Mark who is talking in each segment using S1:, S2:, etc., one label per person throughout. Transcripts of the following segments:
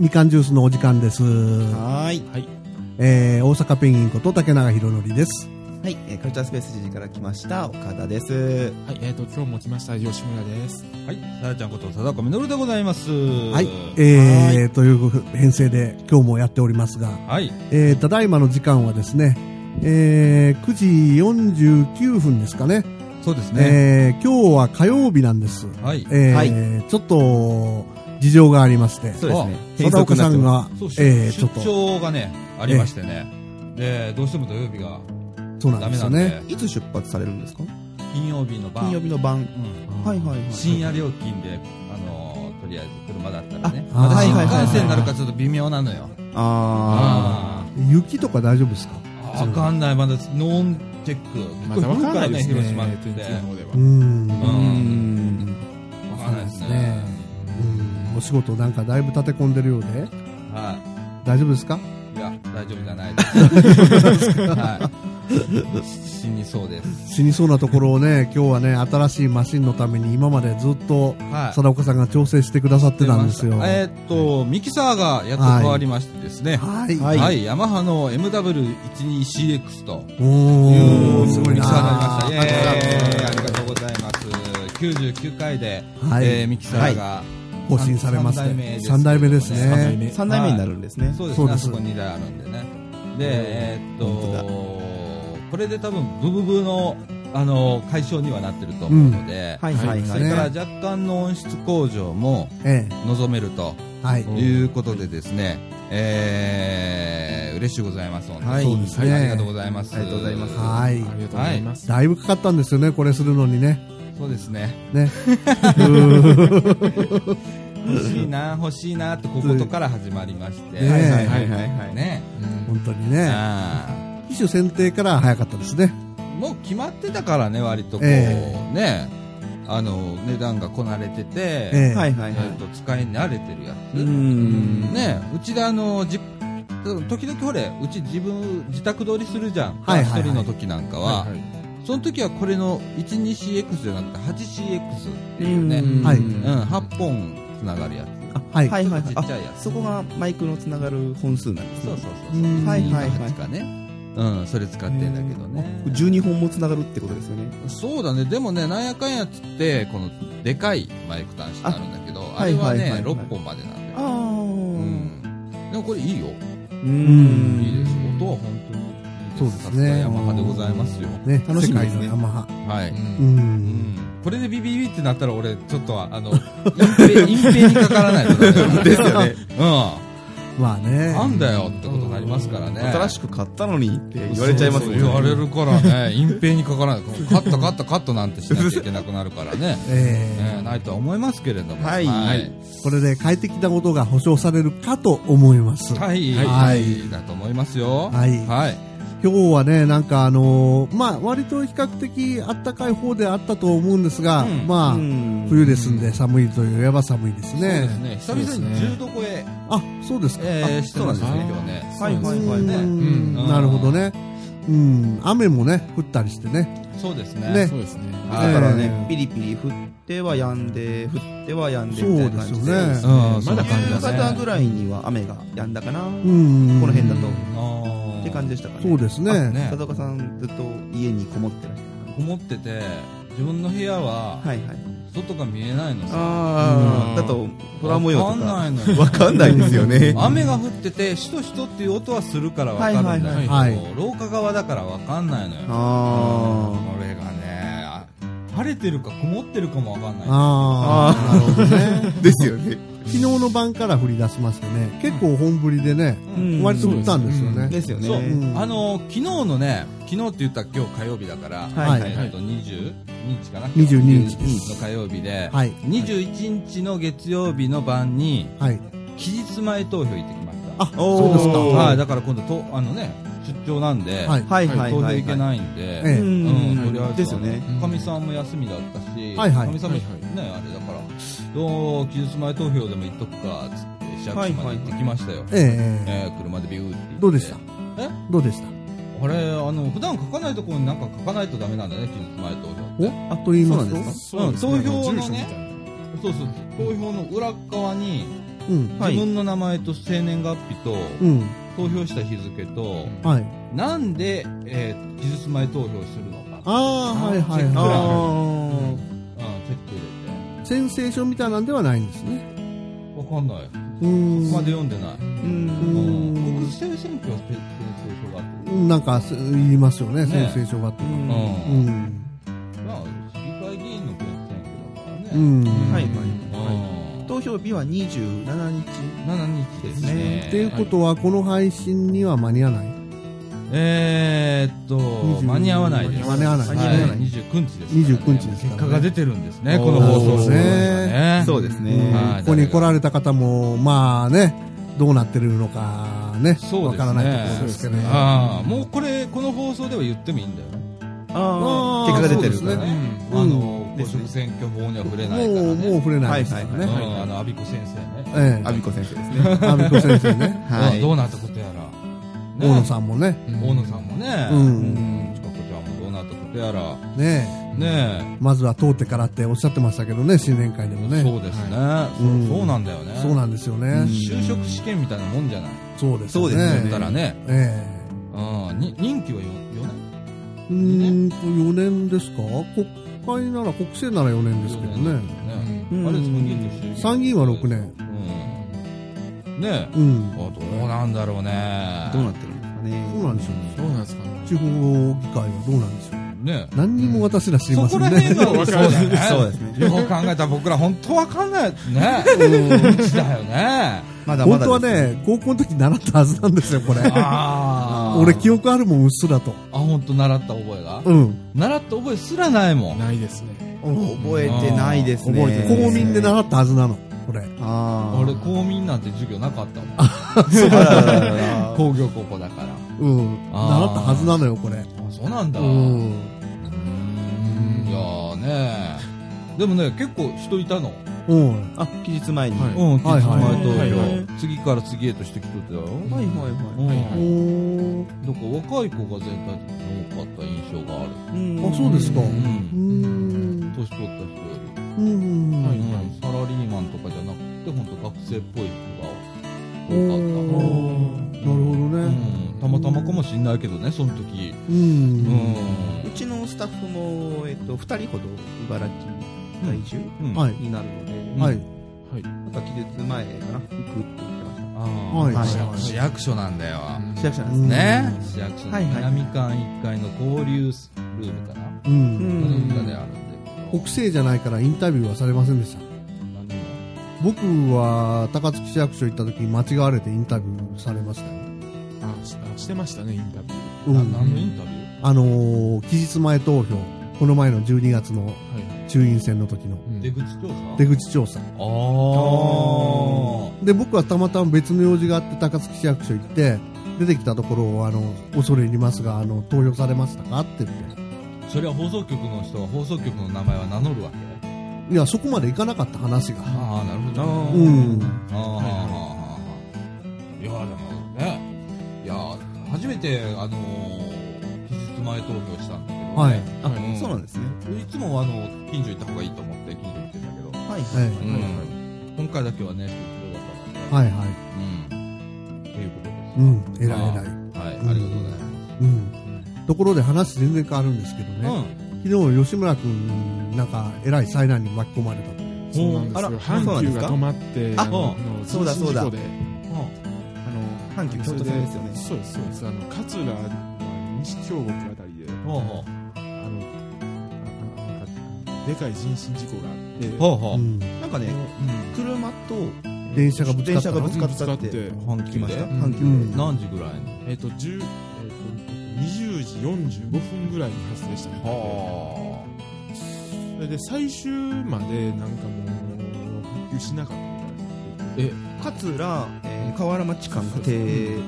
S1: みかんジュースのお時間です。
S2: はーい。
S3: はい。
S1: えー、大阪ペンギンこと竹永宏典です。
S2: はい、えーカルチャースペース時から来ました、岡田です。
S3: はい、えっ、と、今日も来ました、吉村です。
S4: はい、さやちゃんこと貞子実でございます。
S1: はい。
S4: は
S1: え
S4: い
S1: ー、という編成で今日もやっておりますが、
S4: はい、
S1: えー、ただいまの時間はですね、えー、9時49分ですかね。
S4: そうですね。
S1: えー、今日は火曜日なんです。
S4: はい、
S1: えー
S2: はい
S1: ちょっと事情がありまして、
S2: そうですね。変
S1: 貞
S2: 則
S1: 岡
S2: にな
S1: さ
S2: って
S1: ん
S2: ま
S1: が
S4: そう、し
S1: えー、ちょ
S4: 出
S1: っと、
S4: 張がね、ありましてね。で、どうしても土曜日が
S1: そうな
S4: ダ
S1: んで
S4: メ
S1: す
S4: な
S1: よ
S4: んで、
S1: ね。
S2: す。いつ出発されるんですか
S4: 金曜日の晩。
S2: 金曜日の晩。
S4: うん
S2: はいはいはい。
S4: 深夜料金で、あのーとりあえず車だったらね。
S1: あ
S4: まだ
S1: はい
S4: 新
S1: はいはいはい
S4: 幹線になるかちょっと微妙なのよ。
S2: あ
S4: あ
S1: 雪とか大丈夫ですか
S4: あ。わかんない、まだノンチェック。
S3: まだわかんないですね、
S4: 広島って。
S3: 天気の方では
S1: う。ん。
S2: ー。うー
S4: うん
S2: ん。
S4: わかんないです
S1: そうです
S4: ね
S1: ね。うんお仕事なんかだいぶ立て込んでるようで、
S4: はい。
S1: 大丈夫ですか
S4: いや、大丈夫じゃないで す。はい。死にそうです。
S1: 死にそうなところをね、今日はね、新しいマシンのために今までずっと、
S4: はい。
S1: 貞岡さんが調整してくださってたんですよ。
S4: えーっと、ミキサーがやっと変わりましてですね。は。
S1: はい。
S2: はい
S4: ヤマハの MW12CX と
S1: おー、
S4: ミキ
S1: す
S4: サー
S1: ごい
S4: に
S1: な
S4: なりました。イエーイありがとうございます。99回で、
S1: はい
S4: えーミキサーが
S1: 更新されまし
S4: 三代目で
S1: て。
S4: す
S1: 三代目ですね。
S3: 三代目。
S2: 三代目になるんですね。
S4: そうです
S1: そう
S4: ね、
S1: で
S4: あ
S1: す
S4: そこに台あるんでね。で、えーっ
S2: 本当だ
S4: と、これで多分、ブブブの、あの、解消にはなってると思うので、
S2: はいはい
S4: そ
S2: はい。
S4: れから
S2: はい
S4: 若干の音質向上も
S1: え
S4: 望めると
S1: え。はい。
S4: いうことでですね、えー、嬉しいございます。本当に
S2: はいそう
S1: ですね
S4: ありがとうございます。
S2: ありがとうございます
S1: は
S3: あり
S1: い。
S3: がとうございます。
S1: だいぶかかったんですよね、これするのにね。
S4: そうですね。
S1: ね。うん
S4: 欲しいな、欲しいなって、こことから始まりまして。
S1: ねえ
S2: はいはいはい。
S4: ね。
S1: 本当にね。
S4: あ
S1: 機種選定から早かったですね。
S4: あもう決まってたからね、割とこう、
S1: え
S4: ね。あの、値段がこなれてて、
S1: ええ。。
S2: はいいはいは
S4: えっ
S2: い。
S4: と、使い慣れてるや
S2: う
S4: つ。
S2: ーん。
S4: ねうちであのじ時々ほれうち自分自宅撮りするじゃん、
S1: はいはいはい
S4: 一人の時なんかは、
S3: はいはい
S4: その時はこれの 12CX じゃなくて 8CX っていうね、
S2: うん
S1: はい
S4: うん8本つながるやつ
S1: はい。
S2: はいはいは
S4: ち
S2: い
S4: ょっ。とちっちゃいや
S2: あ、
S4: つ
S2: そこがマイクのつながる本数なんです
S4: そう
S2: ね。
S4: そうそう
S1: う
S4: そうん
S2: はいはいはい
S4: 8かねうん、それ使ってんだけどね。
S2: 12本もつながるってことですよね。
S4: そうだね。でもね、なんやかんやっつって、この、でかいマイク端子があるんだけど、あ
S2: あ
S4: れはね、
S2: はいはいはいはい
S4: 6本までなんだよ。
S2: あ
S4: う
S2: ー。
S4: ん。でもこれいいよ。
S2: うー
S1: ん
S4: いいです。
S2: ん。
S4: 音は本当にいいです。
S1: そうですね
S4: さすがヤマハでございますよ。
S1: ね、
S2: 楽しみで
S1: 世
S2: す
S1: 界
S2: ね
S1: のヤマハ。
S4: はい。
S1: う。
S4: うんん。これでビビビってなったら俺、ちょっとは、あの、隠蔽、隠蔽にかからないとダメだ よ
S2: ですよね。
S4: う
S1: まあね。
S4: ん。なんだよってことになりますからね。
S2: 新しく買ったのにって言われちゃいます
S4: そう
S2: ね。
S4: そう言われるからね、隠蔽にかからない。カットカットカットなんてしなきゃいけなくなるから ね。
S1: ええ
S4: えーないとは思いますけれども。
S2: はい
S4: はい。
S1: これで快適なことが保証されるかと思います。
S4: はい。
S1: はい
S4: はいだと思いますよ。
S1: はい
S4: はい。
S1: 今日はね、なんかあのーまあ割と比較的あったかい方であったと思うんですが、
S4: うん
S1: まあ、
S2: うん
S1: 冬ですんで寒いといえば寒いです
S4: そうで
S1: ね。
S4: すね。久々に10度超え、
S1: あ、そうですか。
S4: えー
S1: あ
S4: してますね、今日ね。
S2: はいはいは
S1: う
S2: い
S1: ん
S2: ね。
S3: うん
S1: なるほどね。うん、雨もね、降ったりしてね。
S4: そうです
S1: ね
S4: ね。
S3: そうですね。
S2: だから
S1: ええ、
S2: ねピリピリ降っては止んで、降っては止んで
S1: そう
S2: みたい
S1: で
S2: な
S1: す
S2: 感
S1: よ
S2: じで。
S1: ね。
S4: うん、
S3: まだ感じ
S2: 夕
S3: ません
S2: 方ぐらいには雨が止んだかな、
S1: う
S2: こ
S1: ん。
S2: の辺だと。
S4: あー
S2: って感じでしたかね。
S1: そうですね。
S4: ね
S2: 佐藤さんずっと家にこもってらっし
S4: 思ってて、自分の部屋は
S2: ゃる。、はいはい。
S4: 外が見えないのさ。
S2: あ
S3: うん
S2: だと、空模様と
S4: わ
S2: か。
S4: かんないのよ
S2: わかんないですよね
S4: 雨が降ってて、しとしとっていう音はするからわかるんだけど、
S2: はい
S1: はいはい
S4: 廊下側だからわかんないのよ。
S2: あ
S4: これがね、あ晴れてるか曇ってるかもわかんない。
S1: ああ、なるほどね。
S2: あ。ですよね。
S1: 昨日の晩から降り出しましてね、結構本降りでね、
S4: うん
S1: 割と降ったんですよね。
S2: ですよ
S4: そう、
S2: ね。
S1: ん
S4: あの昨日のね、昨日って言ったら今日火曜日だから、
S2: はい
S1: はい
S4: えっと20日かな、
S1: 22日
S4: の火曜日で、
S1: はい
S4: 21日の月曜日の晩に
S1: はい。
S4: 期日前投票行ってきました。
S1: あ、そうですか。
S2: おー
S4: はい、だから今度とあのね出張なんで、
S1: はい。
S2: はいはい
S4: 当
S2: は
S4: 然
S2: い
S4: 行け
S2: は
S4: ないんで、
S1: ええ
S4: うん、とりあえ
S2: い。
S4: ず
S2: ですよね。
S4: あのかみさんも休みだったし、
S1: はいはい
S4: かみさんもね、
S3: はい
S4: あれだから、どう期日前投票でも行っとくかっつって市役所まで行ってきましたよ。
S1: ええ
S4: えー車でビューって行って
S1: どうでした
S4: え
S1: どうでした
S4: あれあの普段書かないところになんか書かないとダメなんだね期日前投票
S1: お
S4: って
S1: あ、と言います
S2: そうなん
S1: と
S2: ですか
S3: そうですね
S4: うん投票
S3: 住
S4: のね
S3: 所みたいな
S4: そうそう投票の裏側に
S1: うん。
S2: はい
S4: 自分の名前と生年月日と、
S1: うん。
S4: 投票した日付と、
S1: はい。
S4: なんで、えー、期日前投票するのか。
S1: ああ、はいはい
S4: チェック欄
S1: は
S4: うん、チェック入
S1: い。センセーションみたいなんではないんですね。
S4: れて。わかんない。こ
S1: うー
S4: こ
S1: ん。
S4: まで読んでない。
S2: う
S4: うん
S1: ん
S4: ん。国政選挙は先生書があって。
S1: なんかす言いますよね、
S4: ね
S1: センセーションがあって。
S2: うん
S1: う
S4: うん。
S1: ん。
S4: まあ、市議会議員の選挙だからね。
S1: う
S4: うん。
S1: ん。
S2: はいはい投
S4: と、
S2: 票日は27日
S4: 7日ですね。
S1: っていうことは、この配信には間に合わない。
S4: えー、っと、
S1: 20
S4: 間に合わないです。
S1: 間に合わない
S2: 間
S4: は
S2: に合わない
S4: 29日です、
S1: 29日ですからね
S4: 結果が出てるんですね、
S2: おー
S4: この放送
S1: そうですね
S2: そうです
S1: うん
S2: ね
S4: はい
S1: ここに来られた方も、まあね、どうなってるのかね、
S4: そう
S1: わ
S4: です
S1: か
S4: ね
S1: らないところですけどね。
S4: ああ、もうこれ、この放送では言ってもいいんだよね。
S2: あ
S1: ー
S2: ー結果が出てる
S1: そうですね
S4: あの、
S2: ん
S4: 公職選挙法には触れないから
S1: もう、
S4: ね。
S1: もう触れないですから
S2: はい
S1: ね。
S2: はい
S4: うんあの、阿鼻子先生ね。
S1: え
S2: 阿鼻子先生ですね
S1: え、阿部子先生ね、
S2: はい
S4: どうなったことやら。
S1: 大野
S4: ん。
S1: さんもね、
S4: 大野さんもね。
S1: うん
S4: ん。ちかこちゃんもどうなったことやら。
S1: ね
S4: ね
S1: えまずは通ってからっておっしゃってましたけどね、新年会で
S4: え。
S1: もね。
S4: そうです
S1: う
S4: ね。
S1: ん
S4: そうそうなんだよね。
S1: そうなんですよね。
S4: 就職試験みたいなもんじゃない。
S1: そうです
S2: そう
S1: ね。
S2: ですよね
S4: だったらね。
S1: え
S4: うん。に任期はよ4年
S1: えうーんと、4年ですか国会なら、国政なら4年ですけど
S4: 四
S1: ね。
S4: 年だよね。
S2: う
S4: あ
S2: ん
S4: れ、参議院と衆議院。
S1: 参議院は6年。
S4: うん。ねえ。
S1: うん。
S4: あどうなんだろうね。
S2: どうなってるんですか
S1: そう
S2: ね
S1: なんですよ。
S3: どうなんですかね
S1: 地方議会はどうなんでしょう。
S4: ねえ。
S1: 何にも私ら知りませ
S4: そ
S1: ん
S4: こら
S1: ね。
S4: 辺が分からないね。
S2: そうですね
S4: よく考えたら僕ら本当わかんないね。うん。ちだよね。
S2: まだま
S1: 本
S2: だ
S1: 当は
S2: です
S1: ね、高校の時習ったはずなんですよ、これ。
S4: ああ。
S1: 俺、記憶あるもん、うっすらと。
S4: あ、本当習った覚えが
S1: うん。
S4: 習った覚えすらないもん。
S3: ないですね。
S2: 覚えてないですね
S1: 覚えてる公民で習ったはずなの、これ。
S2: ああ
S4: 俺、公民なんて授業なかったもん。
S2: そうだ
S4: 工業高校だから。
S1: うん。習った
S4: あー
S1: はずなのよ、これ。
S4: あ、そうなんだ。
S1: う
S4: うん。
S1: ん。
S4: いやーね。でもね、結構人いたの。
S1: うん。
S2: あ期日前に
S3: は
S2: はいい
S4: うん、期日前投票、
S3: はいはい
S2: はい
S4: 次から次へとしてきとったよ。
S2: はい
S4: うん。
S2: は
S3: はい
S1: お
S3: は
S1: ー
S4: なんか若い子が全体的に多かった印象がある。
S2: いうん
S1: あ、そうですか。う。
S4: うんん。
S1: ん。
S4: 年取った人より。
S1: うん。
S3: はい
S4: うんサラリーマンとかじゃなくて、本当学生っぽい子が
S1: お
S4: 多かっ
S1: ーなるほど
S4: た。う
S1: ね。
S4: ん、たまたまかもしんないけどね、その時。
S1: う
S4: う
S1: ん。
S4: ん。
S2: うちのスタッフも、えっと、2人ほど茨城在住
S4: うん
S1: はい
S2: になるので、
S1: はい。
S3: はい。
S2: なんか期日前かな行くって言ってまし
S4: あー
S1: はい
S3: はい
S4: 市役所なんだよ。
S2: た市役所なん
S1: う
S2: で
S1: ん
S2: す
S4: ね市役所の
S2: はいはい
S4: 南館1階の交流ルームかな。
S1: う。
S2: うん
S4: うん
S2: ん、
S4: であるんで。
S1: 国政じゃないからインタビューはされませんでした。
S4: 何も
S1: 僕は高槻市役所行った時間違われてインタビューされましたよ。
S3: あしあしてましたね、インタビュ
S1: う
S4: あ
S1: ん。
S4: 何のインタビュ
S1: あのー、期日前投票。この前の12月の
S3: ー。はい。
S1: 衆院選の時の
S3: うん
S4: ー出口調査
S1: 出口調査。
S4: あー
S1: で、僕はたまたま別の用事があって高槻市役所行って、出てきたところを、あの、恐れ入りますが、あの、投票されましたかって言って。
S4: それは放送局の人は放送局の名前は名乗るわけ
S1: いや、そこまでいかなかった話が。
S4: ああ、なるほどね。
S1: うん。
S4: ああ、いや、でもね、いや、初めて、あのー、期日前投票したんだけど、ね、
S1: はい。
S2: あ、
S4: うん
S2: そうなんですね
S4: いつもはあの、近所行った方がいいと思って、近所行ってたけど、
S2: はい
S1: は
S2: はいいはい
S4: うん今回だけはね、人だったから
S1: はい
S4: ね。
S1: はい。
S4: うん。ということです。
S1: うん。偉い偉い。
S4: はい、
S1: うん
S4: ありがとうございます。
S1: うん。ところで話全然変わるんですけどね。昨日吉村くん、なんか、偉い災難に巻き込まれたと。
S3: そうなんです
S2: あ
S3: よ。
S2: ら
S3: 阪急が止まって、
S2: あ
S3: の
S4: う
S2: そうだそうだ
S3: 通信事故で
S2: あの阪急京都線ですよね
S3: そうです、そうです。あの、桂の西京極あたりで、
S4: うん。ほうほ
S3: あの、ああなんか、でかい人身事故があって、
S4: う。ほうほ
S1: う
S4: う。
S1: ん。
S2: なんかね
S4: う
S2: 車と
S1: 電車がぶつか
S2: 電
S1: った
S2: 車
S1: の
S2: がぶつかったって聞
S3: うん
S4: ん。阪
S2: き
S4: 急
S2: ま
S4: で
S2: した
S3: うん
S2: 阪急で、
S1: うん
S4: 何時ぐらいに
S3: えっ、と、10、えっ、と、20時45分ぐらいに発生したみたいで
S4: は
S3: それで、最終までなんかもう、復旧しなかったみたいです。
S4: え
S2: 桂、えー河原町間が停、えっ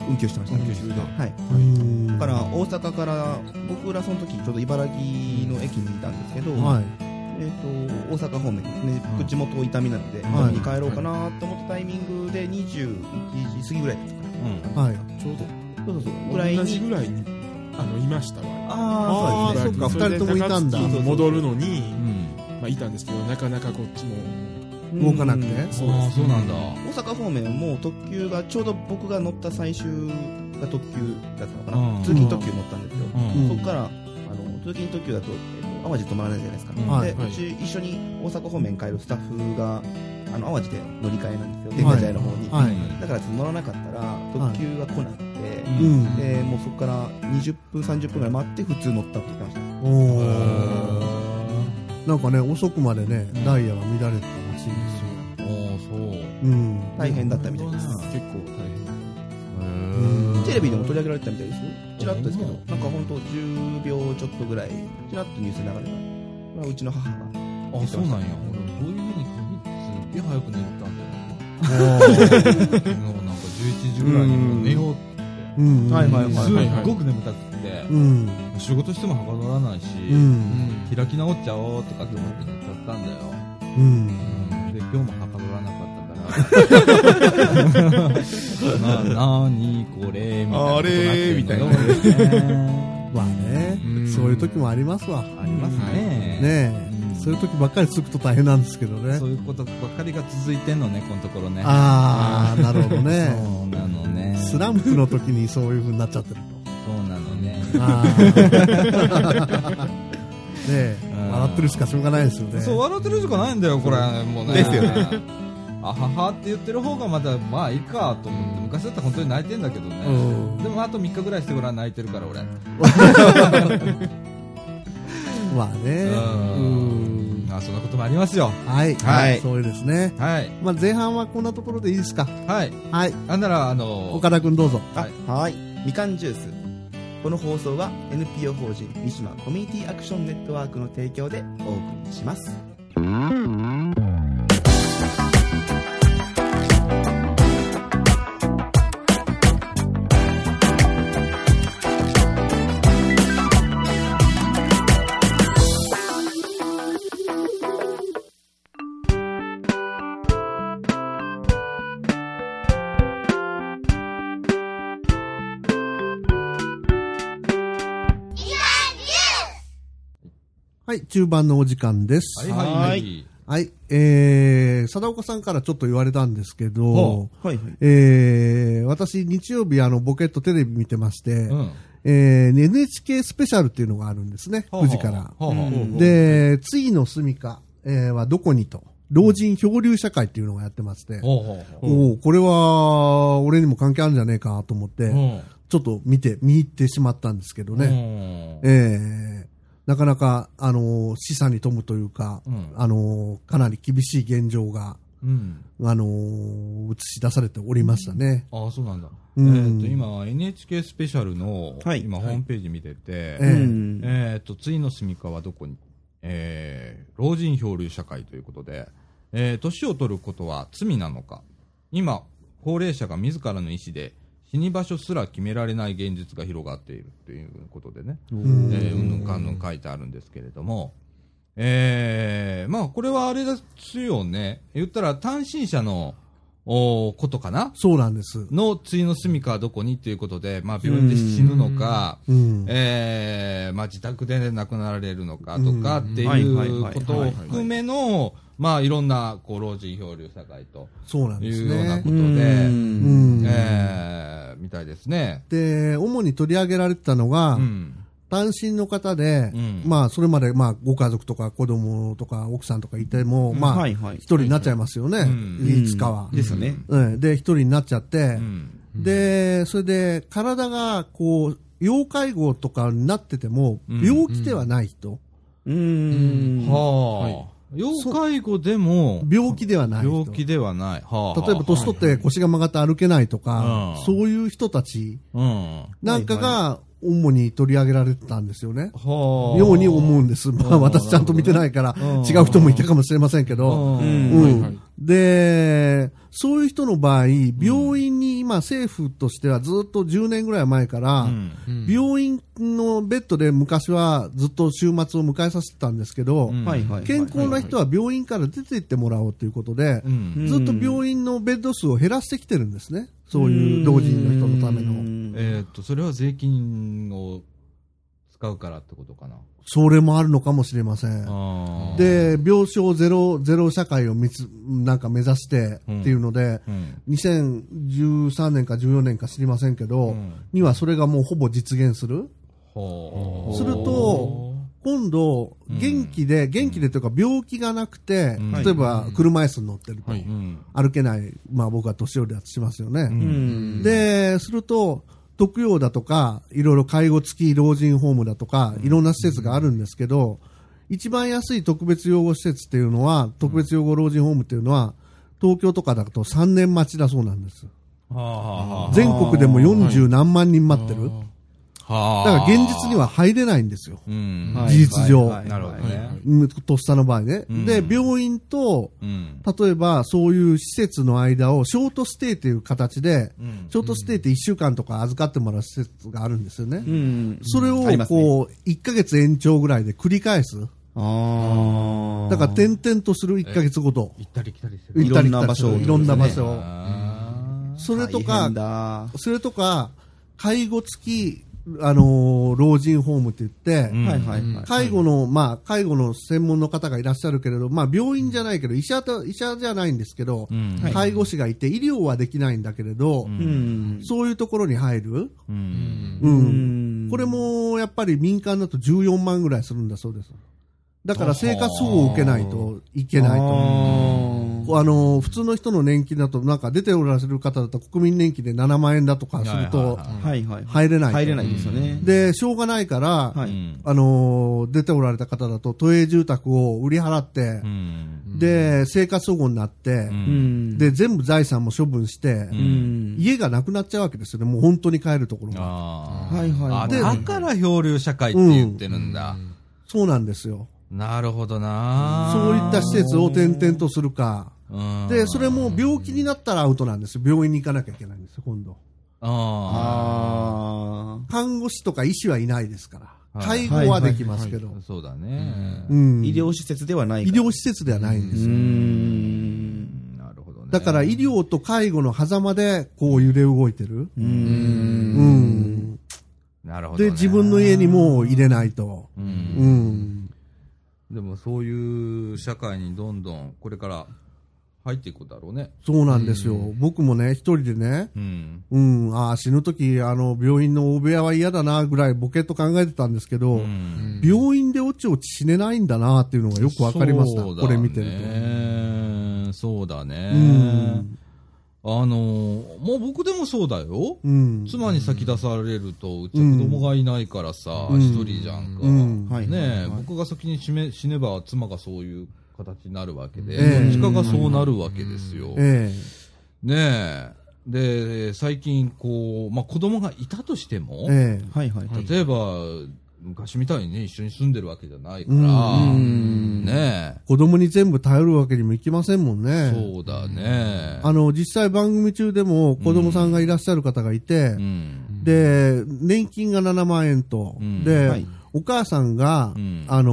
S2: と運休してました、
S3: 運休してた
S2: はい、
S1: うん。
S2: だから大阪から僕らその時ちょうど茨城の駅にいたんですけど、
S1: はい。
S2: えー、と大阪方面ですね、
S4: うん
S2: 僕地元痛みなので、
S1: は
S2: はいに帰ろうかなと思ったタイミングで21時過ぎぐらいですかね
S4: うん。
S1: はい。
S3: ちょうど
S2: そうそうそうぐらい
S3: 同じ
S2: に
S3: ぐらいにあのいましたわ
S2: あ
S1: あーそ
S2: あそうう
S1: か
S2: か
S3: それ
S1: 二
S3: で
S1: 人ともいたんだ
S3: 高槻に戻るの
S4: う
S3: に、
S4: ん。
S3: まあ、いたんですけどなかなかこっちも
S1: 動かなくて
S2: うん
S4: そうああそうなんだ
S2: 大阪方面も特急がちょうど僕が乗った最終が特急だったのかな、
S4: うん
S2: 通勤特急乗ったんですよ、
S4: うん
S2: そこからあの通勤特急だと、えっと淡路止まらないじゃないですか、
S4: うん
S1: はい
S2: で、
S3: はいう
S2: ち一緒に大阪方面帰るスタッフがあの淡路で乗り換えなんですよ
S1: はい
S2: 天下茶屋の方に、
S1: はい
S2: だから乗らなかったら特急が来なくて、
S1: う
S4: うん
S1: ん
S2: でもうそこから20分30分ぐらい待って普通乗ったって言ってました
S1: お
S4: へ
S1: ー
S4: ー
S1: なんかね遅くまでね
S4: うん
S1: ダイヤが乱れてたらしいんですよ
S4: ああそうへ
S1: うん
S2: 大変だったみたいです、
S3: 結構大変
S4: ー
S2: テレビでも取り上げられてたみたいですよちらっとですけど
S4: ほん
S2: なんかほんと10秒ちょっとぐらいちらっとニュース流れたこれはうちの母が
S4: あそうなんやほらそういうふうに限ってすっげえ早く寝てたんだよな昨日なんか11時ぐらいにもう寝ようって
S1: うん
S2: はいはいはい
S4: すっごく眠たくて
S1: うん
S4: 仕事してもはかどらないし
S1: うん
S4: 開き直っちゃおうとかって思って寝ちゃったんだよ
S1: うん
S4: で今日もはかどらなか ったからななにこれみたいなことになって
S3: あ
S4: んの
S3: れ
S4: ね
S1: まあね
S3: うん
S1: そういう時もありますわ
S4: ありますね
S1: ね
S4: うん
S1: えそういう時ばっかりつくと大変なんですけどね
S4: そういうことばっかりが続いてんのねこのところね
S1: ああなるほど
S4: そ
S1: ね
S4: うなのね
S1: スランプの時にそういう風になっちゃってると
S4: そうなのね
S1: あーねえ
S4: うん
S1: 笑ってるしかしょうがないですよね
S4: そう笑ってるしかないんだよこれもうね
S2: ですよ
S4: ねあははって言ってる方がまだまあいいかと思って昔だったら本当に泣いてんだけどね、
S1: うん
S4: でもあと3日ぐらいしてごらん泣いてるから俺
S1: まあね
S4: うんまあそんなこともありますよ
S1: はい、
S4: はい
S1: そういうですね。
S4: はい
S1: まあ、前半はこんなところでいいですか。
S4: はい
S1: はい、
S4: なんならあの
S1: 岡田君どうぞ。
S2: あ
S4: はい
S2: はいみかんジュースこの放送は NPO 法人三島コミュニティアクションネットワークの提供でお送りします
S1: はい、中盤のお時間です。
S4: はい
S1: はい、
S4: はい
S2: は
S1: えー、貞岡さんからちょっと言われたんですけど、
S2: はいはい
S1: えー、私、日曜日、あの、ボケットテレビ見てまして、
S4: うん
S1: えー、NHK スペシャルっていうのがあるんですね、
S4: ほうほう
S1: 9時から。
S4: ほうほう
S2: うん
S1: で、ついの住みか、えーはどこにと、老人漂流社会っていうのがやってまして、
S4: ほうほうほう
S1: おおこれは、俺にも関係あるんじゃねえかと思って、
S4: うん
S1: ちょっと見て、見入ってしまったんですけどね。
S4: うん
S1: ええなかなか、あのー、示唆に富むというか、
S4: うん
S1: あのー、かなり厳しい現状が、
S4: うん
S1: あのー映し出されておりましたね。
S4: ああそうなんだ、
S1: うん
S4: えー、と今 NHK スペシャルの、
S2: はい
S4: 今ホームページ見てて、
S1: ええ
S2: うん
S4: えー、と、ついの住みかはどこに、えー、老人漂流社会ということで、えー、年を取ることは罪なのか。今、高齢者が自らの意思で死に場所すら決められない現実が広がっているということでね、え
S1: ん
S4: ー、うんぬんかんぬん書いてあるんですけれども、えー、まあ、これはあれですよね。言ったら単身者の、おーことかな
S1: そうなんです。
S4: の、ついの住みかはどこにということで、まあ、病院で死ぬのか、
S1: うん。
S4: えーまあ、自宅で亡くなられるのかとかって
S2: はいはいいうはい
S4: ことを含めの、まあ、いろんなこう老人漂流社会と
S1: そうなん
S4: い
S1: です
S4: うような
S1: ね
S4: こ。とで、
S1: うん。
S4: えーみたいですね。
S1: で、主に取り上げられてたのが、
S4: うん
S1: 単身の方で、
S4: うん
S1: まあ、それまで、まあ、ご家族とか子供とか奥さんとかいても、まあ、一、
S2: はいはい
S1: 人になっちゃいますよね。
S4: うん
S1: いつかは。
S2: ですよね
S1: うんで、一人になっちゃって、
S4: うん
S1: で、それで、体が、こう、要介護とかになってても、
S4: うん
S1: 病気ではない人、
S2: うん
S4: はあ、要介護でも
S1: 病気ではない人。
S4: 病気ではない。はあ、
S1: 例えば、年取って腰が曲がって歩けないとか、
S4: うん
S1: そういう人たち
S4: うん、は
S1: なんかが、主に取り上げられてたんですよね。
S4: あ、
S1: ように思うんです。まあ、私ちゃんと見てないから、
S4: うん
S1: 違う人もいたかもしれませんけ
S4: う
S1: ど、
S4: ん
S2: うん
S1: う
S3: はいはい
S1: ん。で、そういう人の場合、病院に今、政府としてはずっと10年ぐらい前から、
S4: うん
S3: うん
S1: 病院のベッドで昔はずっと週末を迎えさせてたんですけど、
S4: うん
S2: はいはい
S1: 健康な人は病院から出て行ってもらおうということで
S4: う、ん
S1: ずっと病院のベッド数を減らしてきてるんですね、そういう老人の人のための。
S4: えーっとそれは税金を使うからってことかな。
S1: それもあるのかもしれません。
S4: あー、
S1: で、病床ゼロ、ゼロ社会を見つ、なんか目指してっていうので、
S4: うん。
S1: 2013年か14年か知りませんけど、
S4: うん
S1: にはそれがもうほぼ実現する。
S4: ほう
S1: すると、今度、
S4: うん
S1: 元気で、元気でというか病気がなくて、
S4: うん。
S1: 例えば車椅子に乗ってると、
S3: はいう
S4: ん。
S1: 歩けない、まあ僕は年寄りだとしますよ
S4: う
S1: ね。
S2: ん
S1: で、すると、特養だとか、いろいろ介護付き老人ホームだとか、いろんな施設があるんですけど、一番安い特別養護施設っていうのは、特別養護老人ホームっていうのは、東京とかだと3年待ちだそうなんです。
S4: はあは
S1: 全国でも40何万人待ってる。
S4: あはあ。
S1: だから現実には入れないんですよ。
S4: うん。
S1: 事実上
S4: なるほどね。
S1: うんとっさの場合ね。
S4: うん
S1: で、病院と、
S4: うん。
S1: 例えばそういう施設の間をショートステイという形で、
S4: うん
S1: ショートステイって1週間とか預かってもらう施設があるんですよね。
S2: うん
S1: それを
S2: ありますね
S1: こう、1ヶ月延長ぐらいで繰り返す。
S2: ああ
S1: だから点々とする1ヶ月ごと。
S4: 行ったり来たりす
S2: え
S4: る。
S2: いろんな場所
S1: 行ったり来たりするいろんな場所を。
S4: あ
S1: それと
S2: 大
S1: か
S2: 変、だ
S1: それとか、介護付き、あのー老人ホームって言って、
S4: うん
S2: はいはいはい
S1: 介護の、まあ、介護の専門の方がいらっしゃるけれど、まあ、病院じゃないけど、医者と、医者じゃないんですけど
S4: ーう、ん。
S2: はい
S1: 介護士がいて、医療はできないんだけれど、
S4: ん
S2: うん
S1: そういうところに入る。
S4: う。
S3: うんん。
S1: うん。これ
S2: も
S1: も、やっぱり民間だと14万ぐらいするんだそうです。だから生活保護を受けないといけないと。
S2: と
S1: あの、普通の人の年金だと、なんか出ておられる方だと国民年金で7万円だとかすると、
S2: はいはい
S1: 入れないと。
S2: 入れないですよね
S1: で、しょうがないから、
S2: はい
S4: うん。
S1: あのー出ておられた方だと、都営住宅を売り払って
S4: う、ん。
S1: で、生活保護になって、
S4: う。
S2: うんん
S1: で、全部財産も処分して、
S2: うん
S1: 家がなくなっちゃうわけですよね。もう本当に帰るところが。
S4: あー
S2: はいはい
S4: あ、
S2: はい
S4: だから漂流社会って言ってるんだ。
S1: そうなんですよ。
S4: なるほどな
S1: そういった施設を転々とするか。
S4: うん
S1: で、それも病気になったらアウトなんですよ。病院に行かなきゃいけないんですよ、今度。
S4: あ
S2: あ
S1: 看護師とか医師はいないですから。
S4: はい
S1: 介護はできますけど。
S4: あ。そうだね。
S1: うん
S2: ー医療施設ではない
S1: 医療施設ではないんです
S2: う
S1: よ。
S2: ん
S4: なるほどね。
S1: だから医療と介護の狭間で、こう揺れ動いてる。
S2: う
S1: うんん。
S4: なるほどね
S1: で、自分の家にもう入れないと。
S4: う。
S1: うんん。
S4: でもそういう社会にどんどんこれから入っていくだろうね。
S1: そうなんですよ。僕もね、一人でね、
S4: うん。
S1: うん、ああ、死ぬとき、あの、病院の大部屋は嫌だな、ぐらいボケと考えてたんですけど、
S4: うん
S1: 病院で落ち落ち死ねないんだな、っていうのがよくわかりました。
S4: そうだ
S1: こ
S4: ね
S1: れ見てる
S4: そうだ
S1: と。
S4: ね
S1: う。ん。
S4: あのー、もう僕でもそうだよ。
S1: うん。
S4: 妻に先出されると、うちは子供がいないからさ、
S1: うん
S4: 一人じゃんか。
S1: うん
S2: はい
S4: ね
S2: は
S4: え、
S2: い
S4: 僕が先に死め死ねば妻がそういう形になるわけで、
S1: ええ
S4: どっちかがそうなるわけですよ。
S1: ええ。
S4: ねえ。で、最近こう、まあ、子供がいたとしても、
S1: ええ。
S2: はいはいはい
S4: 例えば、昔みたいにね、一緒に住んでるわけじゃないから、
S1: うん
S2: うん
S4: ね
S1: 子供に全部頼るわけにもいきませんもん
S4: え、
S1: ね。
S4: そうだね。
S1: あの、実際番組中でも子供さんがいらっしゃる方がいて
S4: う、ん。
S1: で、年金が7万円と、
S4: うん
S1: で、
S2: はい
S1: お母さんが、
S4: うん
S1: あのー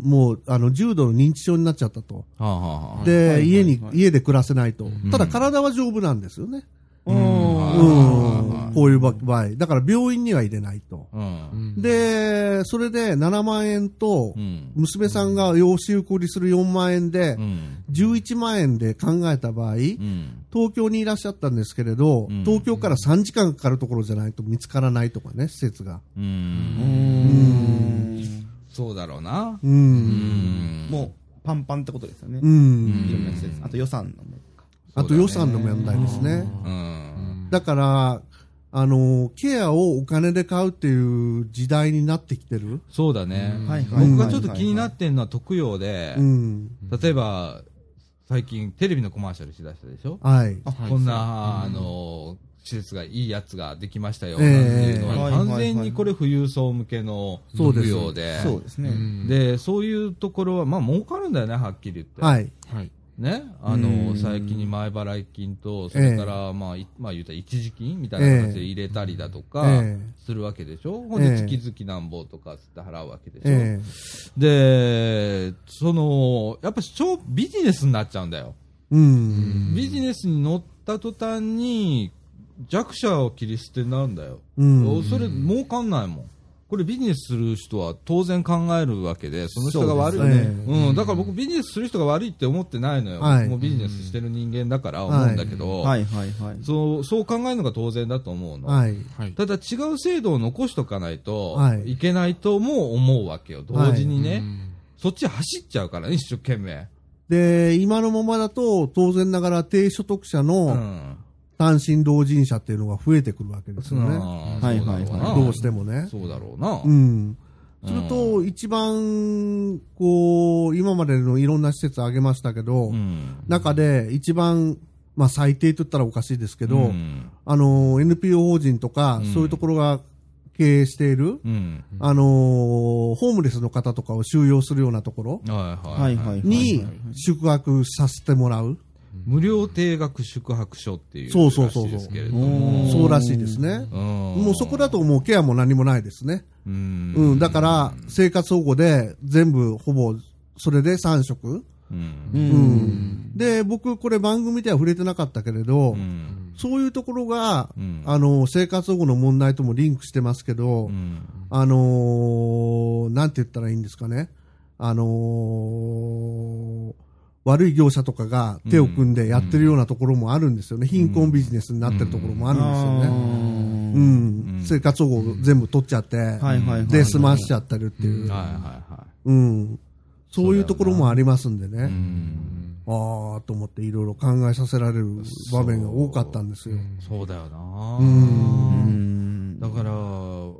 S1: もう、あの、重度の認知症になっちゃったと。
S4: はあ、はあはあ、
S1: で、
S2: はい
S1: 家に
S2: は、い
S1: 家で暮らせないと。
S3: ん
S1: ただ体は丈夫なんですよね。
S4: う
S1: うんん。こういう場合。だから病院には入れないと。
S4: うん。
S1: で、それで7万円と
S4: う、ん。
S1: 娘さんが養子受りする4万円で
S4: う、ん。
S1: 11万円で考えた場合、
S4: うん。
S1: 東京にいらっしゃったんですけれど、
S4: うん
S1: 東京から3時間かかるところじゃないと見つからないとかね、施設が。
S4: う。
S2: うんん
S4: そうだろうな。
S1: う。
S4: うんん。
S2: もうパンパンってことですよね
S1: う
S2: い
S1: ん。
S2: ろんな施設あと予算のも
S1: あと予算の問題ですね。
S4: うん。
S1: だから、あの、ケアをお金で買うっていう時代になってきてる。
S4: そうだね。
S2: はいはい
S4: 僕がちょっと気になってんのは特養で
S1: う、ん。
S4: 例えば、最近テレビのコマーシャルしだしたでしょ
S1: はい。
S2: あはい
S4: こんな、あの、施設がいいやつができましたよ、
S1: え
S4: なん
S1: え
S4: ていうの
S2: は
S4: は、
S2: いはいはい
S4: 完全にこれ富裕層向けの
S1: そうで
S4: 特
S1: す
S4: 養で、
S2: そうですね
S4: で、そういうところは、まあ、儲かるんだよね、はっきり言って。
S1: はい。
S3: はい。
S4: ね、あの、最近に前払い金と、それから、まあ、いまあ、言うたら一時金みたいな形で入れたりだとか
S1: ええ、
S4: するわけでしょ、ほんで、
S1: ええ
S4: 月々なんぼとかつって払うわけでしょ、
S1: ええ
S4: で、その、やっぱ超ビジネスになっちゃうんだよ。
S1: うん。
S4: ビジネスに乗った途端に、弱者を切り捨てになるんだよ。
S1: うん。
S4: それ、儲かんないもん。これビジネスする人は当然考えるわけで、その人が悪い。
S1: そううですね
S4: ん、だから僕ビジネスする人が悪いって思ってないのよ。
S1: はい
S4: 僕もうビジネスしてる人間だから思うんだけど、
S2: はいはいはい。
S4: そう、そう考えるのが当然だと思うの。
S1: はい。
S3: はい。
S4: ただ違う制度を残しとかないと
S1: はい
S4: いけないとも思うわけよ。同時に
S3: う
S4: ね、
S3: ん
S4: そっち走っちゃうからね、一生懸命。
S1: で、今のままだと、当然ながら低所得者
S4: う
S1: の
S4: ん。
S1: 単身老人者っていうのが増えてくるわけですよね。
S4: ね
S2: はいはいはい
S1: どうしてもね。
S4: そうだろうな。
S1: うん。すると、一番、こう、今までのいろんな施設あげましたけど、
S4: うん、
S1: 中で一番、まあ最低と言ったらおかしいですけど、
S4: うん
S1: あの、NPO 法人とか、
S4: うん
S1: そういうところが経営している、
S4: うん。
S1: あの、ホームレスの方とかを収容するようなところ
S4: はいは、
S2: はいいはい。
S1: に宿泊させてもらう。
S4: 無料定額宿泊所っていう
S1: そう
S4: ら
S1: そうそ
S4: し
S1: うそ
S4: い
S1: う
S4: ですけれども。
S2: うん
S1: そうらしいですね。も
S4: も
S1: うそこだ、ともうケアも何もないですね。
S4: うん
S1: うん、だから生活保護で全部ほぼそれで3食。
S4: うん
S2: う。
S1: うんん。で、僕これ番組では触れてなかったけれど、
S4: うん
S1: そういうところが、
S4: うん
S1: あの、生活保護の問題ともリンクしてますけど、
S4: うん
S1: あのーなんて言ったらいいんですかね。あのー悪い業者とかが手を組んでやってるようなところもあるんですよね。貧困ビジネスになってるところもあるんですよね。う
S2: ね。
S1: ん。
S4: うん
S1: 生活保護を全部取っちゃって、
S2: はいはいはい。
S1: で、済ましちゃってるっていう。
S4: はいはいは
S1: うん。そういうところもありますんで
S4: い。う
S1: ね。
S4: ん
S1: ああと思っていろいろ考えさせられる場面が多かったんですよ。
S4: そうだよな。
S2: うん。
S4: だから、こ